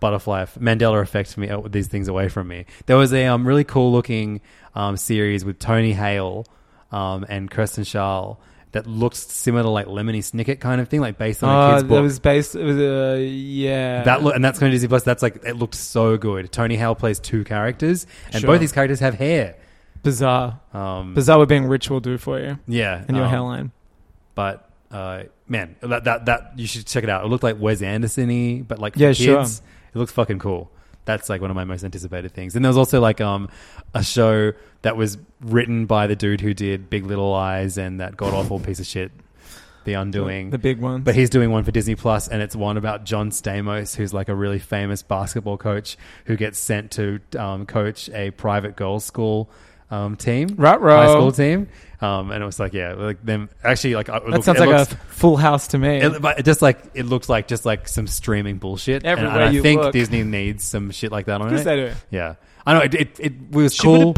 Speaker 5: butterfly eff- Mandela effect for me uh, these things away from me. There was a um, really cool looking um, series with Tony Hale um, and Kirsten Schaal that looked similar to like Lemony Snicket kind of thing, like based on a
Speaker 4: Uh,
Speaker 5: kid's book.
Speaker 4: that was based. It was, uh, yeah.
Speaker 5: That look, and that's going to Disney Plus. That's like it looked so good. Tony Hale plays two characters, and
Speaker 4: Sure.
Speaker 5: both these characters have hair.
Speaker 4: bizarre.
Speaker 5: Um,
Speaker 4: bizarre what being rich will do for you
Speaker 5: yeah,
Speaker 4: and your
Speaker 5: um,
Speaker 4: hairline.
Speaker 5: But uh, man, that, that that you should check it out. It looked like Wes Anderson-y, but like for
Speaker 4: Yeah,
Speaker 5: kids.
Speaker 4: sure.
Speaker 5: It looks fucking cool. That's like one of my most anticipated things. And there was also like um a show that was written by the dude who did Big Little Eyes and that god awful piece of shit, The Undoing.
Speaker 4: The big ones.
Speaker 5: But he's doing one for Disney Plus, and it's one about John Stamos, who's like a really famous basketball coach who gets sent to um, coach a private girls' school um, team,
Speaker 4: Ruh-roh.
Speaker 5: high school team. Um, and it was like, yeah, like them. Actually, like I- it
Speaker 4: That
Speaker 5: looks-
Speaker 4: sounds
Speaker 5: it
Speaker 4: like
Speaker 5: looks-
Speaker 4: a full house to me.
Speaker 5: It, but it just like it looks like just like some streaming bullshit. And- and,
Speaker 4: Everywhere
Speaker 5: I
Speaker 4: you
Speaker 5: think
Speaker 4: look.
Speaker 5: Disney needs some shit like that on
Speaker 4: course
Speaker 5: it.
Speaker 4: they do.
Speaker 5: Yeah, I know. It it, it was cool.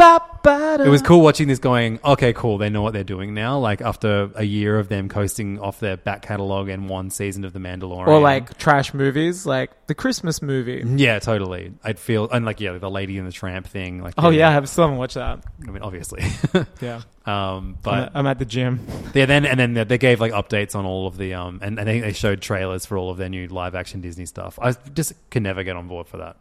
Speaker 5: It was cool watching this going, okay, cool. They know what they're doing now. Like after a year of them coasting off their back catalog and one season of The Mandalorian,
Speaker 4: Or like trash movies, like the Christmas movie.
Speaker 5: yeah, totally. I'd feel and like yeah, the Lady and the Tramp thing. Like
Speaker 4: Oh yeah, I have still haven't watched that.
Speaker 5: I mean obviously.
Speaker 4: Yeah,
Speaker 5: um,
Speaker 4: I'm,
Speaker 5: but
Speaker 4: I'm at the gym.
Speaker 5: yeah, then and then they gave like updates on all of the um, and, and I think they showed trailers for all of their new live action Disney stuff. I just can never get on board for that.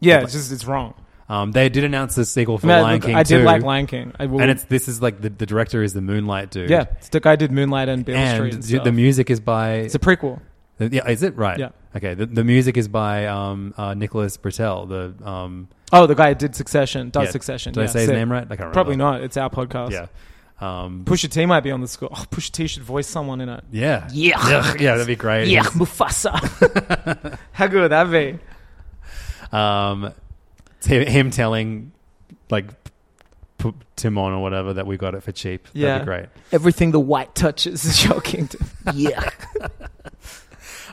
Speaker 4: Yeah, it's just it's wrong.
Speaker 5: Um, they did announce the sequel for
Speaker 4: I, mean, I-
Speaker 5: Lion King
Speaker 4: I did
Speaker 5: too,
Speaker 4: like Lion King. I will,
Speaker 5: and it's this is like the, the director is the Moonlight dude.
Speaker 4: yeah, it's the guy did Moonlight and Beale Street.
Speaker 5: and
Speaker 4: And
Speaker 5: the
Speaker 4: stuff.
Speaker 5: music is by
Speaker 4: it's a prequel.
Speaker 5: The- Yeah, is it right?
Speaker 4: Yeah.
Speaker 5: Okay. The, the music is by um, uh, Nicholas Britell. The um,
Speaker 4: Oh, the guy who did Succession. Does
Speaker 5: yeah.
Speaker 4: Succession?
Speaker 5: Did I
Speaker 4: yeah,
Speaker 5: say his
Speaker 4: sick.
Speaker 5: name right? I can't remember.
Speaker 4: Probably not. It's our podcast.
Speaker 5: Yeah. Um,
Speaker 4: Pusha T might be on the score. Oh, Pusha T should voice someone in it.
Speaker 5: yeah. Yeah. Yeah. That'd be great.
Speaker 4: Yeah, Mufasa. How good would that be?
Speaker 5: Um, t- him telling like P- Timon or whatever that we got it for cheap.
Speaker 4: Yeah.
Speaker 5: That'd be great.
Speaker 4: Everything the white touches is your kingdom.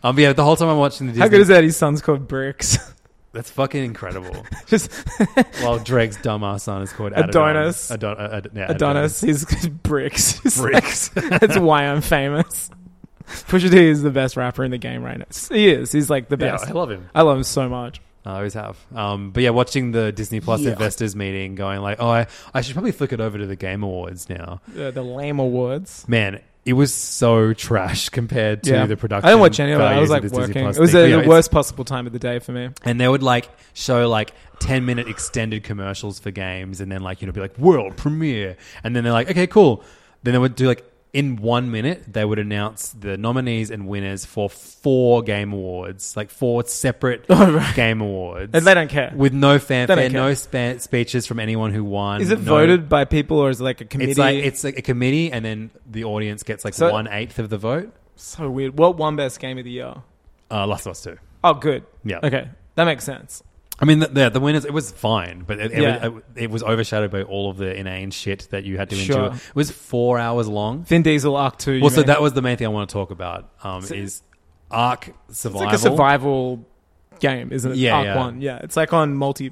Speaker 5: Um, but yeah. The whole time I'm watching the Disney,
Speaker 4: How good is that? His son's called Bricks.
Speaker 5: That's fucking incredible.
Speaker 4: Just
Speaker 5: While Drake's dumbass son is called
Speaker 4: Adonis.
Speaker 5: Adon- uh, Ad- yeah,
Speaker 4: Adonis, he's bricks. He's like-
Speaker 5: Bricks.
Speaker 4: that's why I'm famous. Pusha T is the best rapper in the game right now. He is. He's like the
Speaker 5: Yeah,
Speaker 4: best.
Speaker 5: I love him.
Speaker 4: I love him so much.
Speaker 5: I always have. Um, but yeah, watching the Disney Plus investors meeting, going like, oh, I, I should probably flick it over to the Game Awards now.
Speaker 4: Uh, the Lame Awards.
Speaker 5: Man, it was so trash compared to
Speaker 4: yeah,
Speaker 5: the production.
Speaker 4: I didn't watch any of it. I
Speaker 5: values
Speaker 4: was like
Speaker 5: this Disney
Speaker 4: working.
Speaker 5: Plus
Speaker 4: It was
Speaker 5: thing.
Speaker 4: the,
Speaker 5: Yeah,
Speaker 4: the
Speaker 5: it's-
Speaker 4: worst possible time of the day for me.
Speaker 5: And they would like show like 10 minute extended commercials for games and then like, you know, be like world premiere. And then they're like, okay, cool. Then they would do like in one minute, they would announce the nominees and winners for four game awards, like four separate game awards.
Speaker 4: And they don't care.
Speaker 5: With no fanfare,
Speaker 4: care.
Speaker 5: no spa- speeches from anyone who won.
Speaker 4: Is it
Speaker 5: no-
Speaker 4: voted by people or is it like a committee?
Speaker 5: It's like it's like a committee, and then the audience gets like
Speaker 4: So-
Speaker 5: one eighth of the vote.
Speaker 4: so weird. What won best game of the year?
Speaker 5: Uh, Last of Us Two.
Speaker 4: Oh, good.
Speaker 5: Yeah.
Speaker 4: Okay, that makes sense.
Speaker 5: I mean, the, the, the winners, it was fine, but it, it,
Speaker 4: Yeah.
Speaker 5: was, it, was overshadowed by all of the inane shit that you had to
Speaker 4: Sure.
Speaker 5: endure. It was four hours long.
Speaker 4: Vin Diesel Arc Two. you
Speaker 5: Well, so
Speaker 4: mean?
Speaker 5: that was the main thing I want to talk about um, is Ark
Speaker 4: It's
Speaker 5: Survival.
Speaker 4: like a survival game, isn't it?
Speaker 5: Yeah,
Speaker 4: Arc
Speaker 5: yeah.
Speaker 4: One. Yeah, it's like on multi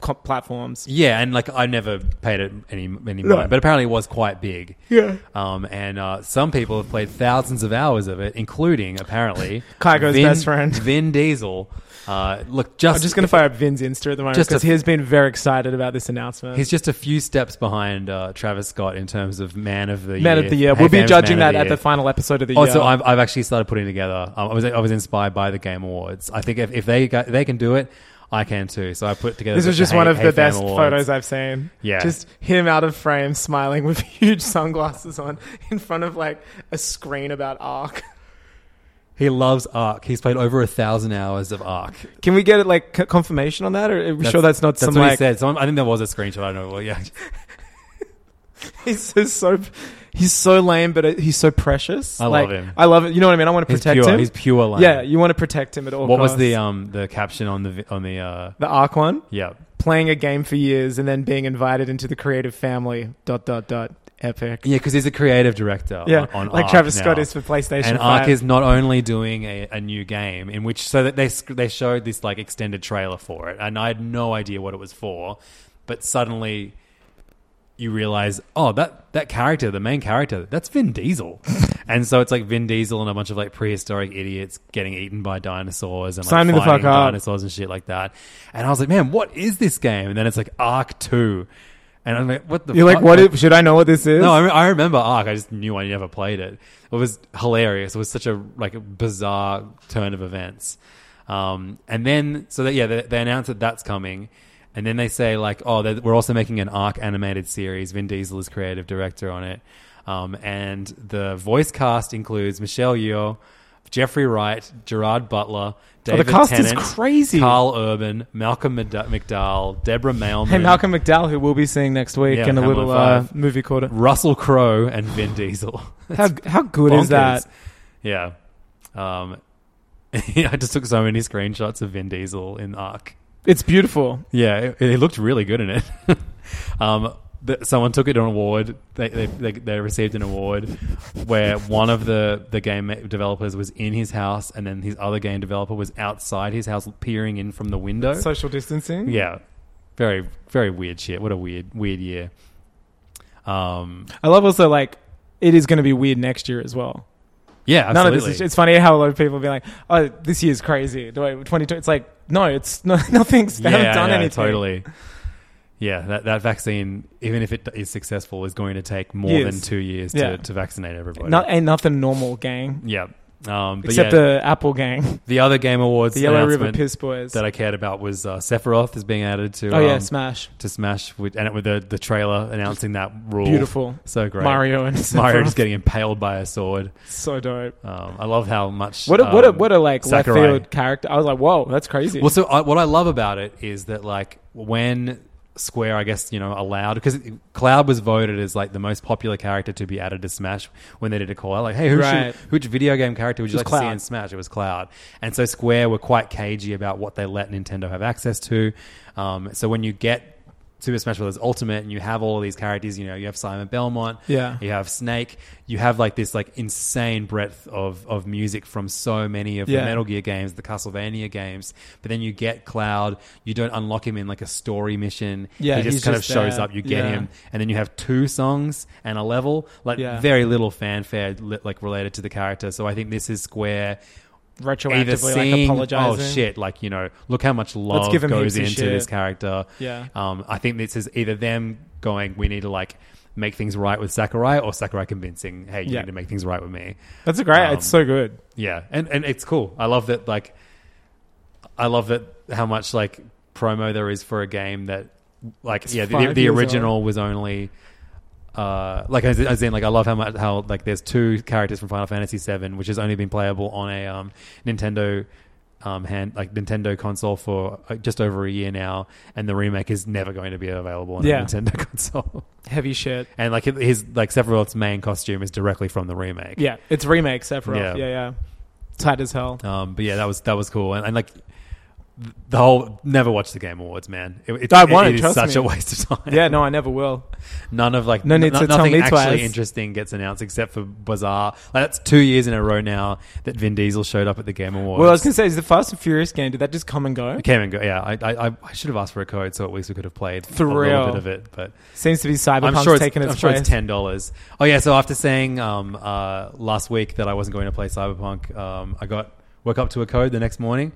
Speaker 4: co- platforms.
Speaker 5: Yeah, and like I never paid it any any mind,
Speaker 4: No.
Speaker 5: but apparently it was quite big.
Speaker 4: Yeah.
Speaker 5: Um, and uh, some people have played thousands of hours of it, including apparently
Speaker 4: Kygo's best friend.
Speaker 5: Vin Diesel. Uh, look, just
Speaker 4: I'm just going to fire up Vin's Insta at the moment
Speaker 5: Just a-
Speaker 4: because he's been very excited about this announcement.
Speaker 5: He's just a few steps behind uh, Travis Scott in terms of man of the
Speaker 4: man
Speaker 5: year.
Speaker 4: of the year.
Speaker 5: Hey,
Speaker 4: we'll be
Speaker 5: fans,
Speaker 4: judging
Speaker 5: man of
Speaker 4: that at
Speaker 5: year.
Speaker 4: the final episode of the year.
Speaker 5: Also, I've, I've actually started putting together. Um, I was I was inspired by the Game Awards. I think if, if they got, they can do it, I can too. So I put together.
Speaker 4: this
Speaker 5: the-
Speaker 4: was just
Speaker 5: Hey-
Speaker 4: one of
Speaker 5: Hey
Speaker 4: the
Speaker 5: Fam
Speaker 4: best
Speaker 5: Awards.
Speaker 4: photos I've seen.
Speaker 5: Yeah.
Speaker 4: Just him out of frame, smiling with huge sunglasses on in front of like a screen about Ark.
Speaker 5: He loves Ark. He's played over a thousand hours of Ark.
Speaker 4: Can we get like c- confirmation on that? Or are we sure that's not
Speaker 5: that's
Speaker 4: some
Speaker 5: what he
Speaker 4: like
Speaker 5: said. Someone, I think there was a screenshot. I don't know. Well, yeah,
Speaker 4: he's just so he's so lame, but uh, he's so precious.
Speaker 5: I love
Speaker 4: Like,
Speaker 5: him.
Speaker 4: I love it. You know what I mean? I want to
Speaker 5: he's
Speaker 4: protect
Speaker 5: pure.
Speaker 4: him.
Speaker 5: He's pure. Lame.
Speaker 4: Yeah, you want to protect him at all.
Speaker 5: What was
Speaker 4: costs.
Speaker 5: the um the caption on the vi- on the uh
Speaker 4: the Ark one?
Speaker 5: yeah
Speaker 4: Playing a game for years and then being invited into the creative family. Dot dot dot. Epic.
Speaker 5: yeah because he's a creative director.
Speaker 4: Yeah,
Speaker 5: on, on
Speaker 4: like
Speaker 5: Ark
Speaker 4: Travis Scott
Speaker 5: now.
Speaker 4: is for PlayStation.
Speaker 5: and
Speaker 4: 5.
Speaker 5: Ark is not only doing a, a new game in which so that they sc- they showed this like extended trailer for it, and I had no idea what it was for, but suddenly you realize, oh, that that character, the main character, that's Vin Diesel, and so it's like Vin Diesel and a bunch of like prehistoric idiots getting eaten by dinosaurs and like
Speaker 4: Sign me the
Speaker 5: fighting
Speaker 4: fuck up.
Speaker 5: dinosaurs and shit like that. And I was like, man, what is this game? And then it's like Arc Two, and I'm like, what the?
Speaker 4: You're like,
Speaker 5: fuck?
Speaker 4: what? If, should I know what this is?
Speaker 5: No, I, re- I remember Ark. I just knew I never played it. It was hilarious. It was such a like a bizarre turn of events. Um, and then so that yeah, they, they announced that that's coming, and then they say like, oh, they- we're also making an Ark animated series. Vin Diesel is creative director on it, um, and the voice cast includes Michelle Yeoh. Jeffrey Wright, Gerard Butler,
Speaker 4: Oh, the
Speaker 5: David
Speaker 4: cast is
Speaker 5: Tennant,
Speaker 4: crazy.
Speaker 5: Carl Urban, Malcolm Mc- McDowell, Deborah Mailman,
Speaker 4: Hey, Malcolm McDowell, who we'll be seeing next week
Speaker 5: Yeah,
Speaker 4: in a
Speaker 5: Hamlet
Speaker 4: little uh,
Speaker 5: Five.
Speaker 4: movie called
Speaker 5: Russell Crowe, and Vin Diesel.
Speaker 4: How, how good
Speaker 5: Bonkers.
Speaker 4: is that?
Speaker 5: Yeah. Um, I just took so many screenshots of Vin Diesel in Arc.
Speaker 4: It's beautiful.
Speaker 5: Yeah, it, it looked really good in it. um, th- someone took it an award. They, they, they, they received an award where one of the, the game ma- developers was in his house and then his other game developer was outside his house peering in from the window.
Speaker 4: Social distancing.
Speaker 5: yeah. Very, very weird shit. What a weird, weird year. Um,
Speaker 4: I love also like it is going to be weird next year as well.
Speaker 5: yeah, absolutely.
Speaker 4: None of this is. It's funny how a lot of people be like, "Oh, this year's crazy." Do I twenty two? It's like no, it's no, nothing's. They haven't done anything.
Speaker 5: Totally. Yeah, that, that vaccine, even if it is successful, is going to take more than
Speaker 4: Years.
Speaker 5: two years
Speaker 4: Yeah.
Speaker 5: to, to vaccinate everybody.
Speaker 4: Not ain't nothing normal, gang.
Speaker 5: yeah. Um, but
Speaker 4: Except
Speaker 5: yeah,
Speaker 4: the Apple gang,
Speaker 5: the other Game Awards
Speaker 4: the Yellow River
Speaker 5: announcement
Speaker 4: Piss Boys.
Speaker 5: that I cared about was uh, Sephiroth is being added to
Speaker 4: oh yeah,
Speaker 5: um,
Speaker 4: Smash.
Speaker 5: to Smash, with, and it, with the, the trailer announcing that rule.
Speaker 4: Beautiful.
Speaker 5: So great.
Speaker 4: Mario and
Speaker 5: Mario
Speaker 4: Sephiroth.
Speaker 5: just getting impaled by a sword.
Speaker 4: So dope.
Speaker 5: Um, I love how much.
Speaker 4: What a, what a
Speaker 5: um,
Speaker 4: what a like
Speaker 5: Sakurai-
Speaker 4: left field character. I was like, whoa, that's crazy.
Speaker 5: Well, so I, what I love about it is that like when Square, I guess you know, allowed because Cloud was voted as like the most popular character to be added to Smash when they did a call out, like, hey, who
Speaker 4: Right.
Speaker 5: should, which video game character would you
Speaker 4: It was
Speaker 5: like to see
Speaker 4: Cloud.
Speaker 5: in Smash? It was Cloud, and so Square were quite cagey about what they let Nintendo have access to. Um, so when you get Super Smash Bros. Ultimate, and you have all of these characters. You know, you have Simon Belmont,
Speaker 4: Yeah.
Speaker 5: You have Snake. You have like this like insane breadth of of music from so many of
Speaker 4: Yeah.
Speaker 5: the Metal Gear games, the Castlevania games, but then you get Cloud. You don't unlock him in like a story mission.
Speaker 4: Yeah,
Speaker 5: he just
Speaker 4: he's
Speaker 5: kind
Speaker 4: just
Speaker 5: of shows
Speaker 4: there.
Speaker 5: up. You get
Speaker 4: Yeah.
Speaker 5: him, and then you have two songs and a level. Like
Speaker 4: Yeah.
Speaker 5: very little fanfare li- like related to the character. So I think this is Square either
Speaker 4: Retroactively,
Speaker 5: seeing,
Speaker 4: like apologizing.
Speaker 5: oh shit, like you know, look how much love
Speaker 4: give him
Speaker 5: goes
Speaker 4: heaps of
Speaker 5: into
Speaker 4: shit.
Speaker 5: this character.
Speaker 4: Yeah.
Speaker 5: um, I think this is either them going, we need to like make things right with Sakurai, or Sakurai convincing, hey, you
Speaker 4: Yeah.
Speaker 5: need to make things right with me.
Speaker 4: That's a great.
Speaker 5: Um,
Speaker 4: it's so good.
Speaker 5: Yeah, and and it's cool. I love that. Like, I love that how much like promo there is for a game that, like, yeah, the,
Speaker 4: five
Speaker 5: the
Speaker 4: years
Speaker 5: original was only. Uh, like as, as in, like I love how much how like there's two characters from Final Fantasy VII, which has only been playable on a um, Nintendo um, hand like Nintendo console for uh, just over a year now, and the remake is never going to be available on
Speaker 4: Yeah.
Speaker 5: a Nintendo console.
Speaker 4: Heavy shit.
Speaker 5: and like his like Sephiroth's main costume is directly from the remake.
Speaker 4: Yeah, it's remake Sephiroth. Yeah,
Speaker 5: Yeah.
Speaker 4: yeah. Tight as hell.
Speaker 5: Um, but yeah, that was that was cool, and, and like the whole never watch the Game Awards, man. It, it's-
Speaker 4: I won't,
Speaker 5: it is
Speaker 4: trust
Speaker 5: such
Speaker 4: me.
Speaker 5: a waste of time.
Speaker 4: Yeah, no, I never will.
Speaker 5: none of like
Speaker 4: No
Speaker 5: no
Speaker 4: need to tell
Speaker 5: nothing
Speaker 4: me
Speaker 5: actually
Speaker 4: twice.
Speaker 5: interesting gets announced except for Bizarre. Like that's two years in a row now that Vin Diesel showed up at the Game Awards.
Speaker 4: Well, I was gonna say, is the Fast and Furious game? Did that just come and go?
Speaker 5: It came and go. Yeah, I, I I- I should have asked for a code so at least we could have played
Speaker 4: For
Speaker 5: a
Speaker 4: real.
Speaker 5: little bit of it, but.
Speaker 4: Seems to be
Speaker 5: I'm
Speaker 4: Cyberpunk's
Speaker 5: sure, it's,
Speaker 4: taking its
Speaker 5: I'm sure
Speaker 4: place.
Speaker 5: it's ten dollars. Oh yeah, so after saying um, uh, last week that I wasn't going to play Cyberpunk, um, I got woke up to a code the next morning.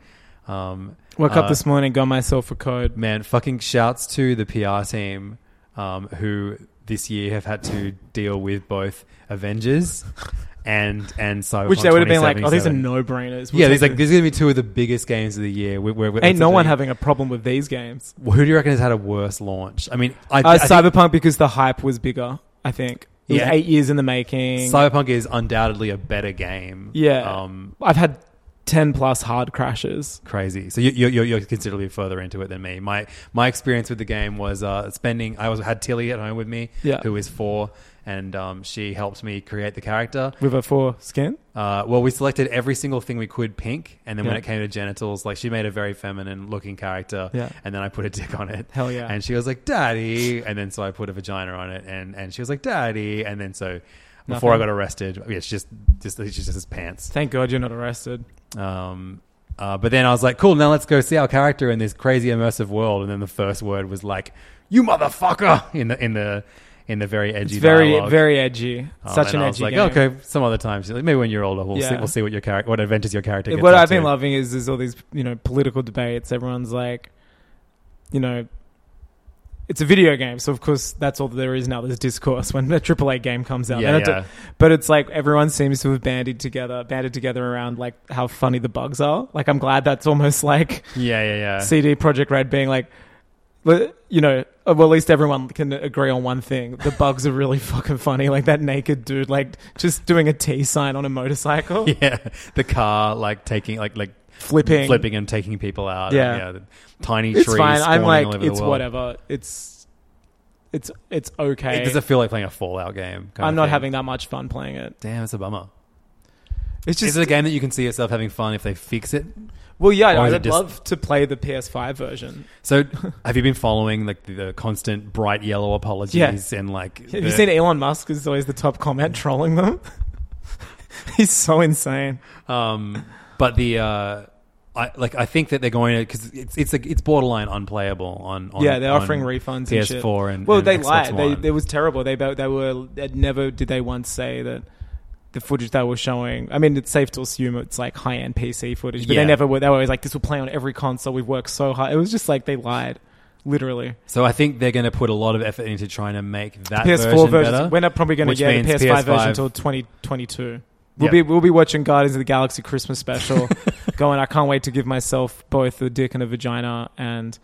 Speaker 5: Um,
Speaker 4: Woke up
Speaker 5: uh,
Speaker 4: this morning, got myself a code.
Speaker 5: man, fucking shouts to the PR team um, who this year have had to deal with both Avengers and and Cyberpunk,
Speaker 4: Which they would have been like, oh, these are
Speaker 5: 2077.
Speaker 4: no brainers.
Speaker 5: Yeah, these like these are gonna be two of the biggest games of the year. We're, we're,
Speaker 4: Ain't no one having a problem with these games.
Speaker 5: Who do you reckon has had a worse launch? I mean, I,
Speaker 4: Uh,
Speaker 5: I think
Speaker 4: Cyberpunk because the hype was bigger. I think it was
Speaker 5: Yeah.
Speaker 4: eight years in the making.
Speaker 5: Cyberpunk is undoubtedly a better game.
Speaker 4: yeah,
Speaker 5: um,
Speaker 4: I've had ten plus hard crashes.
Speaker 5: crazy. So you, you, you're, you're considerably further into it than me. My my experience with the game was uh, spending. I was had Tilly at home with me,
Speaker 4: Yeah.
Speaker 5: who is four, and um, she helped me create the character.
Speaker 4: With a four skin,
Speaker 5: Uh, well, we selected every single thing we could pink, and then when
Speaker 4: Yeah.
Speaker 5: it came to genitals, like she made a very feminine looking character,
Speaker 4: Yeah.
Speaker 5: and then I put a dick on it.
Speaker 4: Hell yeah.
Speaker 5: And she was like, "Daddy," and then so I put a vagina on it, and and she was like, "Daddy," and then so. Before
Speaker 4: Nothing.
Speaker 5: I got arrested, yeah, she just just it's just his pants.
Speaker 4: thank God you're not arrested.
Speaker 5: Um, uh, but then I was like, cool, now let's go see our character in this crazy immersive world. And then the first word was like, you motherfucker in the in the in the very edgy.
Speaker 4: It's very
Speaker 5: dialogue.
Speaker 4: very edgy.
Speaker 5: Oh,
Speaker 4: Such an
Speaker 5: and I was
Speaker 4: edgy
Speaker 5: like,
Speaker 4: game.
Speaker 5: okay, some other time. She's like, maybe when you're older, we'll see.
Speaker 4: Yeah.
Speaker 5: We'll see what your character, what adventures your character. Gets
Speaker 4: what
Speaker 5: up
Speaker 4: I've been
Speaker 5: to.
Speaker 4: loving is there's all these you know political debates. Everyone's like, you know, it's a video game, so of course that's all there is now. There's discourse when the AAA game comes out.
Speaker 5: Yeah,
Speaker 4: And it-
Speaker 5: yeah.
Speaker 4: but it's like everyone seems to have banded together, banded together around like how funny the bugs are. Like I'm glad that's almost like
Speaker 5: Yeah, yeah, yeah.
Speaker 4: CD Project Red being like. "Well, You know, uh, well, at least everyone can agree on one thing: the bugs are really fucking funny. Like that naked dude, like just doing a T sign on a motorcycle.
Speaker 5: yeah, the car like taking like like
Speaker 4: Flipping.
Speaker 5: flipping and taking people out.
Speaker 4: Yeah.
Speaker 5: and, yeah the tiny
Speaker 4: it's
Speaker 5: trees.
Speaker 4: fine. I'm
Speaker 5: spawning
Speaker 4: like,
Speaker 5: all over the
Speaker 4: it's
Speaker 5: world.
Speaker 4: whatever. It's it's it's okay.
Speaker 5: It doesn't feel like playing a Fallout game. kind
Speaker 4: I'm
Speaker 5: of
Speaker 4: not
Speaker 5: thing.
Speaker 4: having that much fun playing it.
Speaker 5: Damn, it's a bummer.
Speaker 4: It's
Speaker 5: Is
Speaker 4: just
Speaker 5: it a game that you can see yourself having fun if they fix it?
Speaker 4: well, yeah.
Speaker 5: or is
Speaker 4: I'd
Speaker 5: it just-
Speaker 4: love to play the PS5 version.
Speaker 5: So, have you been following like the, the constant bright yellow apologies and like?
Speaker 4: Have
Speaker 5: the-
Speaker 4: you seen Elon Musk is always the top comment trolling them? He's so insane.
Speaker 5: Um, but the uh, I like I think that they're going to because it's it's like, it's borderline unplayable on, on
Speaker 4: yeah, they're
Speaker 5: on
Speaker 4: offering refunds. and shit.
Speaker 5: PS4 and
Speaker 4: well,
Speaker 5: and
Speaker 4: they
Speaker 5: Xbox
Speaker 4: lied. They,
Speaker 5: One.
Speaker 4: it was terrible. They bo- they were they'd never did they once say that the footage they were showing. I mean, it's safe to assume it's like high end PC footage, but
Speaker 5: Yeah.
Speaker 4: they never were. They were always like, "This will play on every console. We've worked so hard." It was just like they lied, literally.
Speaker 5: so I think they're going to put a lot of effort into trying to make that
Speaker 4: PS4 version.
Speaker 5: better.
Speaker 4: We're not probably going to
Speaker 5: which
Speaker 4: get the
Speaker 5: means
Speaker 4: PS5, version
Speaker 5: PS5
Speaker 4: until 2022. We'll
Speaker 5: Yeah.
Speaker 4: be we'll be watching Guardians of the Galaxy Christmas special, going. I can't wait to give myself both a dick and a vagina and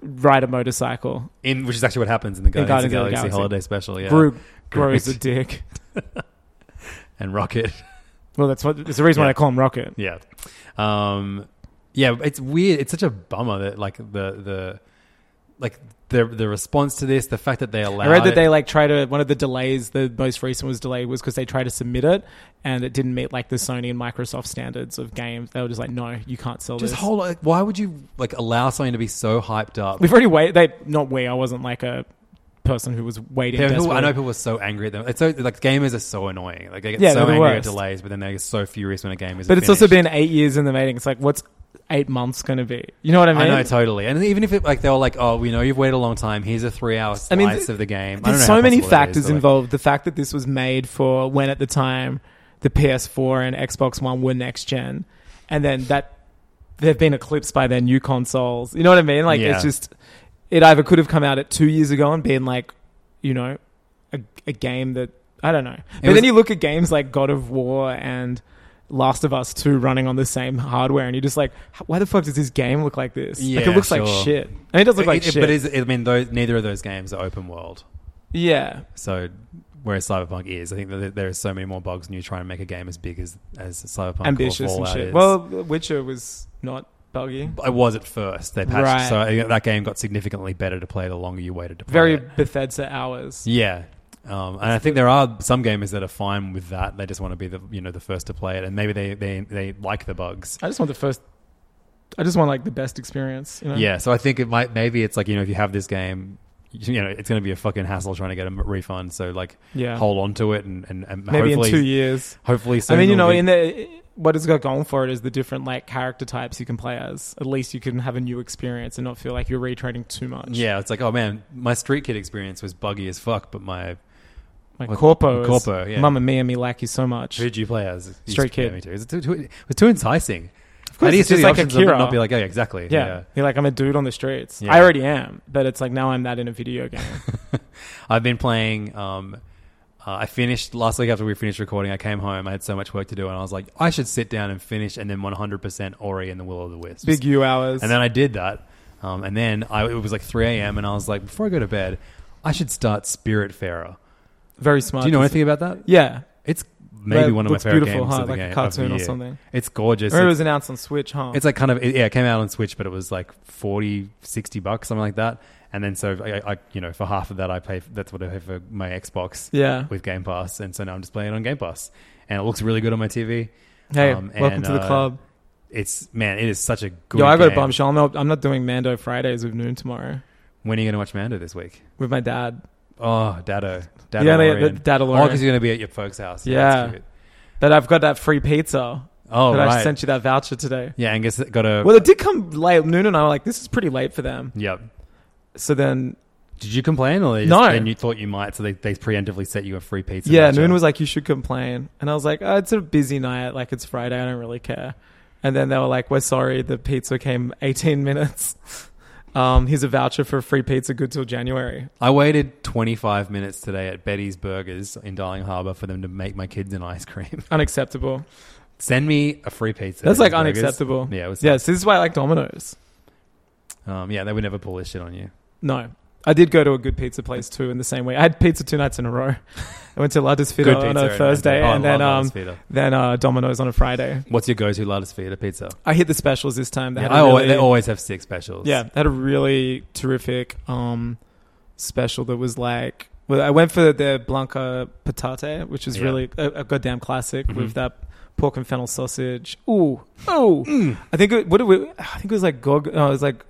Speaker 4: ride a motorcycle.
Speaker 5: in which is actually what happens in the Guardians, of the Galaxy, holiday special. Yeah,
Speaker 4: Groot grows a
Speaker 5: Groot.
Speaker 4: dick.
Speaker 5: and Rocket.
Speaker 4: Well, that's what. It's the reason why
Speaker 5: Yeah.
Speaker 4: they call him Rocket.
Speaker 5: Yeah. Um, yeah, it's weird. It's such a bummer that like the the like the the response to this, the fact that they allowed
Speaker 4: I read that
Speaker 5: it-
Speaker 4: they like try to one of the delays. The most recent was delayed was because they tried to submit it and it didn't meet like the Sony and Microsoft standards of games. They were just like, no, you can't sell
Speaker 5: just
Speaker 4: this.
Speaker 5: whole like, why would you like allow something to be so hyped up?
Speaker 4: We've already waited. They not we. I wasn't like a person who was waiting.
Speaker 5: People- I know
Speaker 4: desperately.
Speaker 5: people were so angry at them. It's so like gamers are so annoying. Like they get
Speaker 4: Yeah,
Speaker 5: so
Speaker 4: they're the
Speaker 5: angry at
Speaker 4: worst.
Speaker 5: delays, but then they get so furious when a game is.
Speaker 4: but it's also been eight years in the making. It's like, what's eight months going to be? You know what I mean?
Speaker 5: I know totally, and even if it, like they were like, "Oh, you know, you've waited a long time. Here's a three-hour slice
Speaker 4: I mean,
Speaker 5: of the game." I don't
Speaker 4: There's
Speaker 5: know
Speaker 4: so
Speaker 5: how
Speaker 4: many
Speaker 5: possible that is,
Speaker 4: factors
Speaker 5: but, like,
Speaker 4: involved. The fact that this was made for when at the time the PS4 and Xbox One were next gen, and then that they've been eclipsed by their new consoles. You know what I mean? Like
Speaker 5: Yeah.
Speaker 4: it's just it either could have come out at two years ago and been like, you know, a, a game that I don't know. But
Speaker 5: was-
Speaker 4: then you look at games like God of War and. Last of Us 2 running on the same hardware, and you're just like, "H- why the fuck does this game look like this? like,
Speaker 5: Yeah,
Speaker 4: it looks
Speaker 5: sure.
Speaker 4: like shit. I mean, it does look like
Speaker 5: It- it-
Speaker 4: shit.
Speaker 5: But is, I mean, those, neither of those games are open world.
Speaker 4: yeah.
Speaker 5: So whereas Cyberpunk is, I think that there are so many more bugs when you try and make a game as big as as Cyberpunk or
Speaker 4: ambitious and
Speaker 5: Fallout
Speaker 4: shit.
Speaker 5: is.
Speaker 4: Well, Witcher was not buggy.
Speaker 5: I was at first. They patched,
Speaker 4: Right.
Speaker 5: so I think that game got significantly better to play the longer you waited to play.
Speaker 4: Very
Speaker 5: it.
Speaker 4: Bethesda hours.
Speaker 5: yeah. Um, and I think there are some gamers that are fine with that. They just want to be the you know the first to play it, and maybe they they, they like the bugs.
Speaker 4: I just want the first. I just want like the best experience. You know?
Speaker 5: Yeah, so I think it might maybe it's like you know if you have this game, you know it's going to be a fucking hassle trying to get a m- refund. So like
Speaker 4: Yeah.
Speaker 5: hold on to it and and, and
Speaker 4: Maybe
Speaker 5: hopefully
Speaker 4: in two years.
Speaker 5: hopefully
Speaker 4: I
Speaker 5: soon
Speaker 4: mean, you
Speaker 5: it'll
Speaker 4: know,
Speaker 5: be-
Speaker 4: in the what it's got going for it is the different like character types you can play as. At least you can have a new experience and not feel like you're retreading too much.
Speaker 5: Yeah, it's like, oh man, my Street Kid experience was buggy as fuck, but my
Speaker 4: like
Speaker 5: Like,
Speaker 4: Corpo.
Speaker 5: Corpo, yeah.
Speaker 4: Mamma mia, me like you so much.
Speaker 5: who did you play as?
Speaker 4: Street
Speaker 5: Yeah,
Speaker 4: Kid.
Speaker 5: me too. It was too, too, it was too enticing. Of
Speaker 4: course,
Speaker 5: do you
Speaker 4: it's
Speaker 5: see the
Speaker 4: just like
Speaker 5: options and
Speaker 4: Akira.
Speaker 5: not be like, oh, yeah, exactly.
Speaker 4: yeah. you're like I'm a dude on the streets.
Speaker 5: Yeah.
Speaker 4: I already am, but it's like now I'm that in a video game.
Speaker 5: I've been playing. Um, uh, I finished last week after we finished recording. I came home. I had so much work to do, and I was like, I should sit down and finish, and then 100% Ori and the Will of the Wisps.
Speaker 4: Big U hours.
Speaker 5: And then I did that. Um, and then I, it was like 3 a.m. and I was like, before I go to bed, I should start Spiritfarer.
Speaker 4: Very smart.
Speaker 5: Do you know anything about that?
Speaker 4: Yeah,
Speaker 5: It's maybe
Speaker 4: Well,
Speaker 5: one of my
Speaker 4: Uh, looks
Speaker 5: favorite
Speaker 4: beautiful,
Speaker 5: games
Speaker 4: huh?
Speaker 5: of the
Speaker 4: Like a
Speaker 5: game of
Speaker 4: cartoon
Speaker 5: the
Speaker 4: or
Speaker 5: year.
Speaker 4: something.
Speaker 5: It's gorgeous.
Speaker 4: I remember it
Speaker 5: It's,
Speaker 4: was announced on Switch, huh?
Speaker 5: it's like kind of it- yeah, it came out on Switch, but it was like 40, 60 bucks, something like that. And then so I, I you know for half of that I pay that's what I pay for my Xbox
Speaker 4: Yeah.
Speaker 5: with Game Pass, and so now I'm just playing it on Game Pass, and it looks really good on my TV.
Speaker 4: Hey,
Speaker 5: Um,
Speaker 4: welcome
Speaker 5: and,
Speaker 4: to the
Speaker 5: uh,
Speaker 4: club.
Speaker 5: It's man, it is such a good.
Speaker 4: Yo, I got a
Speaker 5: game.
Speaker 4: bombshell. I'm not, I'm not doing Mando Fridays with noon tomorrow
Speaker 5: When are you going to watch Mando this week?
Speaker 4: with my dad.
Speaker 5: Oh, Dado, Dado,
Speaker 4: Yeah, the- the Dadalorian.
Speaker 5: Oh, because you're going to be at your folks' house.
Speaker 4: Yeah.
Speaker 5: that's cute.
Speaker 4: But I've got that free pizza
Speaker 5: Oh,
Speaker 4: that
Speaker 5: right.
Speaker 4: I sent you that voucher today.
Speaker 5: yeah, Angus got a.
Speaker 4: Well, it did come late. Noon and I were like, this is pretty late for them.
Speaker 5: yep.
Speaker 4: So then
Speaker 5: Did you complain or they just,
Speaker 4: No.
Speaker 5: then you thought you might, so they, they preemptively set you a free pizza?
Speaker 4: yeah,
Speaker 5: voucher?
Speaker 4: Moon was like, "You should complain," and I was like, oh, "It's a busy night. Like it's Friday. I don't really care." And then they were like, "We're sorry. The pizza came 18 minutes. Um, here's a voucher for free pizza good till January."
Speaker 5: I waited 25 minutes today at Betty's Burgers in Darling Harbour for them to make my kids an ice cream.
Speaker 4: Unacceptable.
Speaker 5: Send me a free pizza.
Speaker 4: That's like
Speaker 5: Betty's Burgers.
Speaker 4: unacceptable.
Speaker 5: Yeah, it was.
Speaker 4: Yes, this is why I like Domino's.
Speaker 5: Um, yeah, they would never pull this shit on you.
Speaker 4: No. I did go to a good pizza place too in the same way. I had pizza two nights in a row. I went to La
Speaker 5: Good
Speaker 4: Desfida on
Speaker 5: pizza,
Speaker 4: a
Speaker 5: right?
Speaker 4: Thursday
Speaker 5: Oh, I
Speaker 4: and then
Speaker 5: love
Speaker 4: um,
Speaker 5: La Desfida.
Speaker 4: then uh, Domino's on a Friday.
Speaker 5: What's your go-to Lattice Feta pizza?
Speaker 4: I hit the specials this time. They
Speaker 5: Yeah,
Speaker 4: had a
Speaker 5: I always, they
Speaker 4: really-
Speaker 5: always have six specials.
Speaker 4: Yeah, had a really terrific um, special that was like. Well, I went for their Blanca Patate, which is
Speaker 5: Yeah. Mm-hmm.
Speaker 4: really a, a goddamn classic with that pork and fennel sausage. Ooh, ooh!
Speaker 5: Mm.
Speaker 4: I think it, what did we? I think it was like gog. No, it was like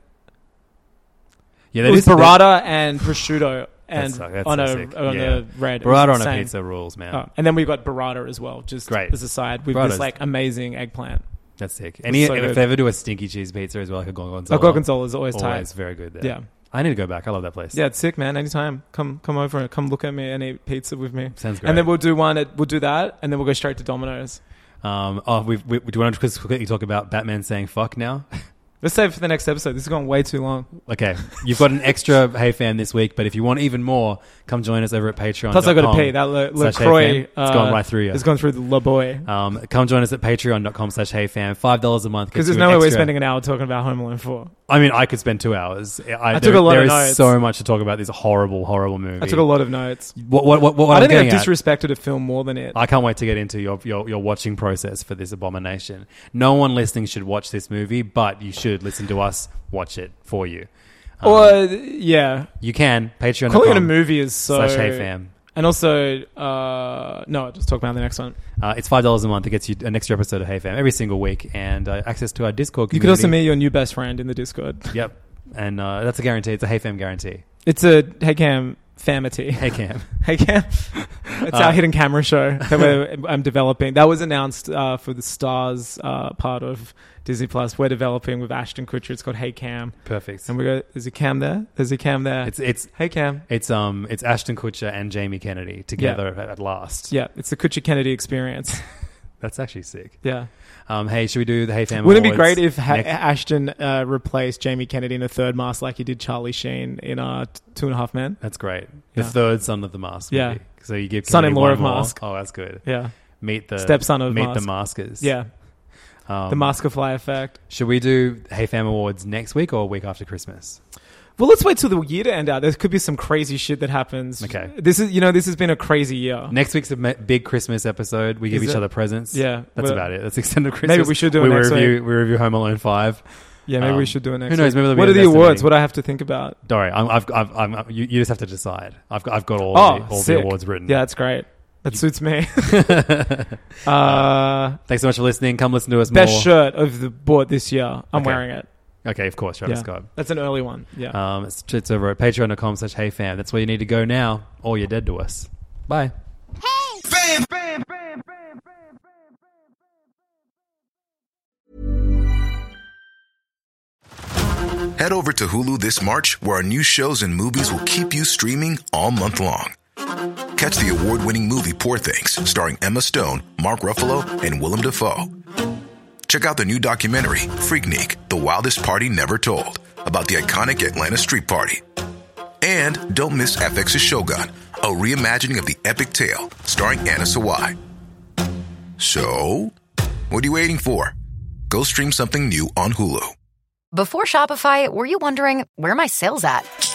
Speaker 5: yeah.
Speaker 4: it
Speaker 5: that
Speaker 4: was
Speaker 5: is the-
Speaker 4: burrata and prosciutto
Speaker 5: That
Speaker 4: and
Speaker 5: suck- that's
Speaker 4: on
Speaker 5: so
Speaker 4: a
Speaker 5: sick.
Speaker 4: on
Speaker 5: Yeah.
Speaker 4: a red It was
Speaker 5: burrata on a
Speaker 4: insane.
Speaker 5: pizza rules, man.
Speaker 4: Oh, and then we got burrata as well, just
Speaker 5: Great.
Speaker 4: as a side with
Speaker 5: Burrata's-
Speaker 4: this like amazing eggplant.
Speaker 5: That's sick. Any
Speaker 4: so
Speaker 5: if
Speaker 4: good.
Speaker 5: they ever do a stinky cheese pizza as well, like a gorgonzola.
Speaker 4: Like gorgonzola is always, tight.
Speaker 5: always very good. There.
Speaker 4: Yeah.
Speaker 5: I need to go back. I love that place.
Speaker 4: Yeah, it's sick, man. Anytime, come come over and come look at me and eat pizza with me.
Speaker 5: Sounds great.
Speaker 4: And then we'll do one. At, we'll do that, and then we'll go straight to Domino's.
Speaker 5: Um. Oh, we've, we do you want to just quickly talk about Batman saying "fuck" now?
Speaker 4: Let's save it for the next episode. This has gone way too long.
Speaker 5: Okay, you've got an extra Hey Fam this week, but if you want even more, come join us over at Patreon.
Speaker 4: Plus, I got to pay that Le, Le Croix. uh,
Speaker 5: it's gone right through you.
Speaker 4: It's gone through Ah, the Le Boy.
Speaker 5: Um, come join us at patreon.com slash heyfam. $5 a month.
Speaker 4: Because there's no way we're spending an hour talking about Home Alone 4.
Speaker 5: I mean, I could spend two hours. I,
Speaker 4: I
Speaker 5: there,
Speaker 4: took a lot
Speaker 5: there
Speaker 4: of
Speaker 5: is
Speaker 4: notes.
Speaker 5: so much to talk about this horrible, horrible movie.
Speaker 4: I took a lot of notes.
Speaker 5: What, what, what, what
Speaker 4: I
Speaker 5: I'm
Speaker 4: don't
Speaker 5: getting
Speaker 4: think
Speaker 5: at-
Speaker 4: I've disrespected a film more than it.
Speaker 5: I can't wait to get into your, your, your watching process for this abomination. No one listening should watch this movie, but you should listen to us watch it for you.
Speaker 4: or, yeah.
Speaker 5: You can. Patreon.com.
Speaker 4: Calling it a movie is so.
Speaker 5: slash heyfam.
Speaker 4: And also, uh, no, I'll just talk about the next one.
Speaker 5: Uh, it's five dollars a month. It gets you an extra episode of Hey Fam every single week, and uh, access to our Discord. Community.
Speaker 4: You could also meet your new best friend in the Discord.
Speaker 5: Yep, and uh, that's a guarantee. It's a Hey Fam guarantee.
Speaker 4: It's a Hey Cam famity.
Speaker 5: Hey Cam,
Speaker 4: Hey Cam. It's
Speaker 5: Uh,
Speaker 4: our hidden camera show that we're, I'm developing. That was announced uh, for the Stars uh, part of Disney Plus. We're developing with Ashton Kutcher. It's called Hey Cam,
Speaker 5: perfect.
Speaker 4: and we go. There's a cam there. There's a cam there.
Speaker 5: It's it's
Speaker 4: hey Cam.
Speaker 5: it's um it's Ashton Kutcher and Jamie Kennedy together at, at last.
Speaker 4: Yeah, it's the Kutcher Kennedy experience.
Speaker 5: that's actually sick.
Speaker 4: Yeah,
Speaker 5: Um, hey, should we do the Hey Fam?
Speaker 4: wouldn't it be
Speaker 5: Awards
Speaker 4: great if ha-
Speaker 5: next-
Speaker 4: Ashton uh, replaced Jamie Kennedy in a third mask like he did Charlie Sheen in uh, t- Two and a Half Men?
Speaker 5: that's great. The
Speaker 4: Yeah.
Speaker 5: third son of the mask.
Speaker 4: Yeah.
Speaker 5: Movie. So you give
Speaker 4: Son-in-law
Speaker 5: Kennedy one
Speaker 4: of
Speaker 5: more.
Speaker 4: Mask.
Speaker 5: Oh, that's good.
Speaker 4: Yeah,
Speaker 5: Meet the
Speaker 4: Stepson of
Speaker 5: meet the
Speaker 4: Mask.
Speaker 5: maskers.
Speaker 4: yeah.
Speaker 5: Um,
Speaker 4: The Masker Fly effect.
Speaker 5: Should we do Hey Fam Awards next week or a week after Christmas?
Speaker 4: Well, let's wait till the year to end out. There could be some crazy shit that happens.
Speaker 5: Okay.
Speaker 4: This is, you know, this has been a crazy year.
Speaker 5: Next week's a ma- big Christmas episode. We give
Speaker 4: Is
Speaker 5: each
Speaker 4: it-
Speaker 5: other presents.
Speaker 4: Yeah.
Speaker 5: that's
Speaker 4: Well,
Speaker 5: about it. That's the extent of Christmas.
Speaker 4: we should do it
Speaker 5: we
Speaker 4: next
Speaker 5: review, We review Home Alone Five.
Speaker 4: Yeah, maybe
Speaker 5: Um,
Speaker 4: we should do it next.
Speaker 5: who knows?
Speaker 4: week.
Speaker 5: Maybe there'll be
Speaker 4: what
Speaker 5: an
Speaker 4: are the
Speaker 5: investor
Speaker 4: awards?
Speaker 5: meeting.
Speaker 4: What do I have to think about?
Speaker 5: Don't worry, I'm, I've, I've, I'm, I'm- you, you just have to decide. I've got, I've got all, the, all the
Speaker 4: Oh, sick.
Speaker 5: awards written.
Speaker 4: Yeah, that's great. That suits me. uh,
Speaker 5: Thanks so much for listening. Come listen to us
Speaker 4: best
Speaker 5: more.
Speaker 4: shirt of the board this year. I'm
Speaker 5: Okay.
Speaker 4: wearing it.
Speaker 5: Okay, of course,
Speaker 4: Yeah.
Speaker 5: Travis Scott.
Speaker 4: That's an early one. Yeah.
Speaker 5: Um, it's, it's over at patreon.com slash heyfam. That's where you need to go now, or you're dead to us. Bye.
Speaker 9: Head over to Hulu this March, where our new shows and movies will keep you streaming all month long. Catch the award winning movie Poor Things, starring Emma Stone, Mark Ruffalo, and Willem Dafoe. Check out the new documentary, Freaknik The Wildest Party Never Told, about the iconic Atlanta Street Party. And don't miss FX's Shogun, a reimagining of the epic tale, starring Anna Sawai. So, what are you waiting for? Go stream something new on Hulu.
Speaker 10: Before Shopify, were you wondering where are my sales at?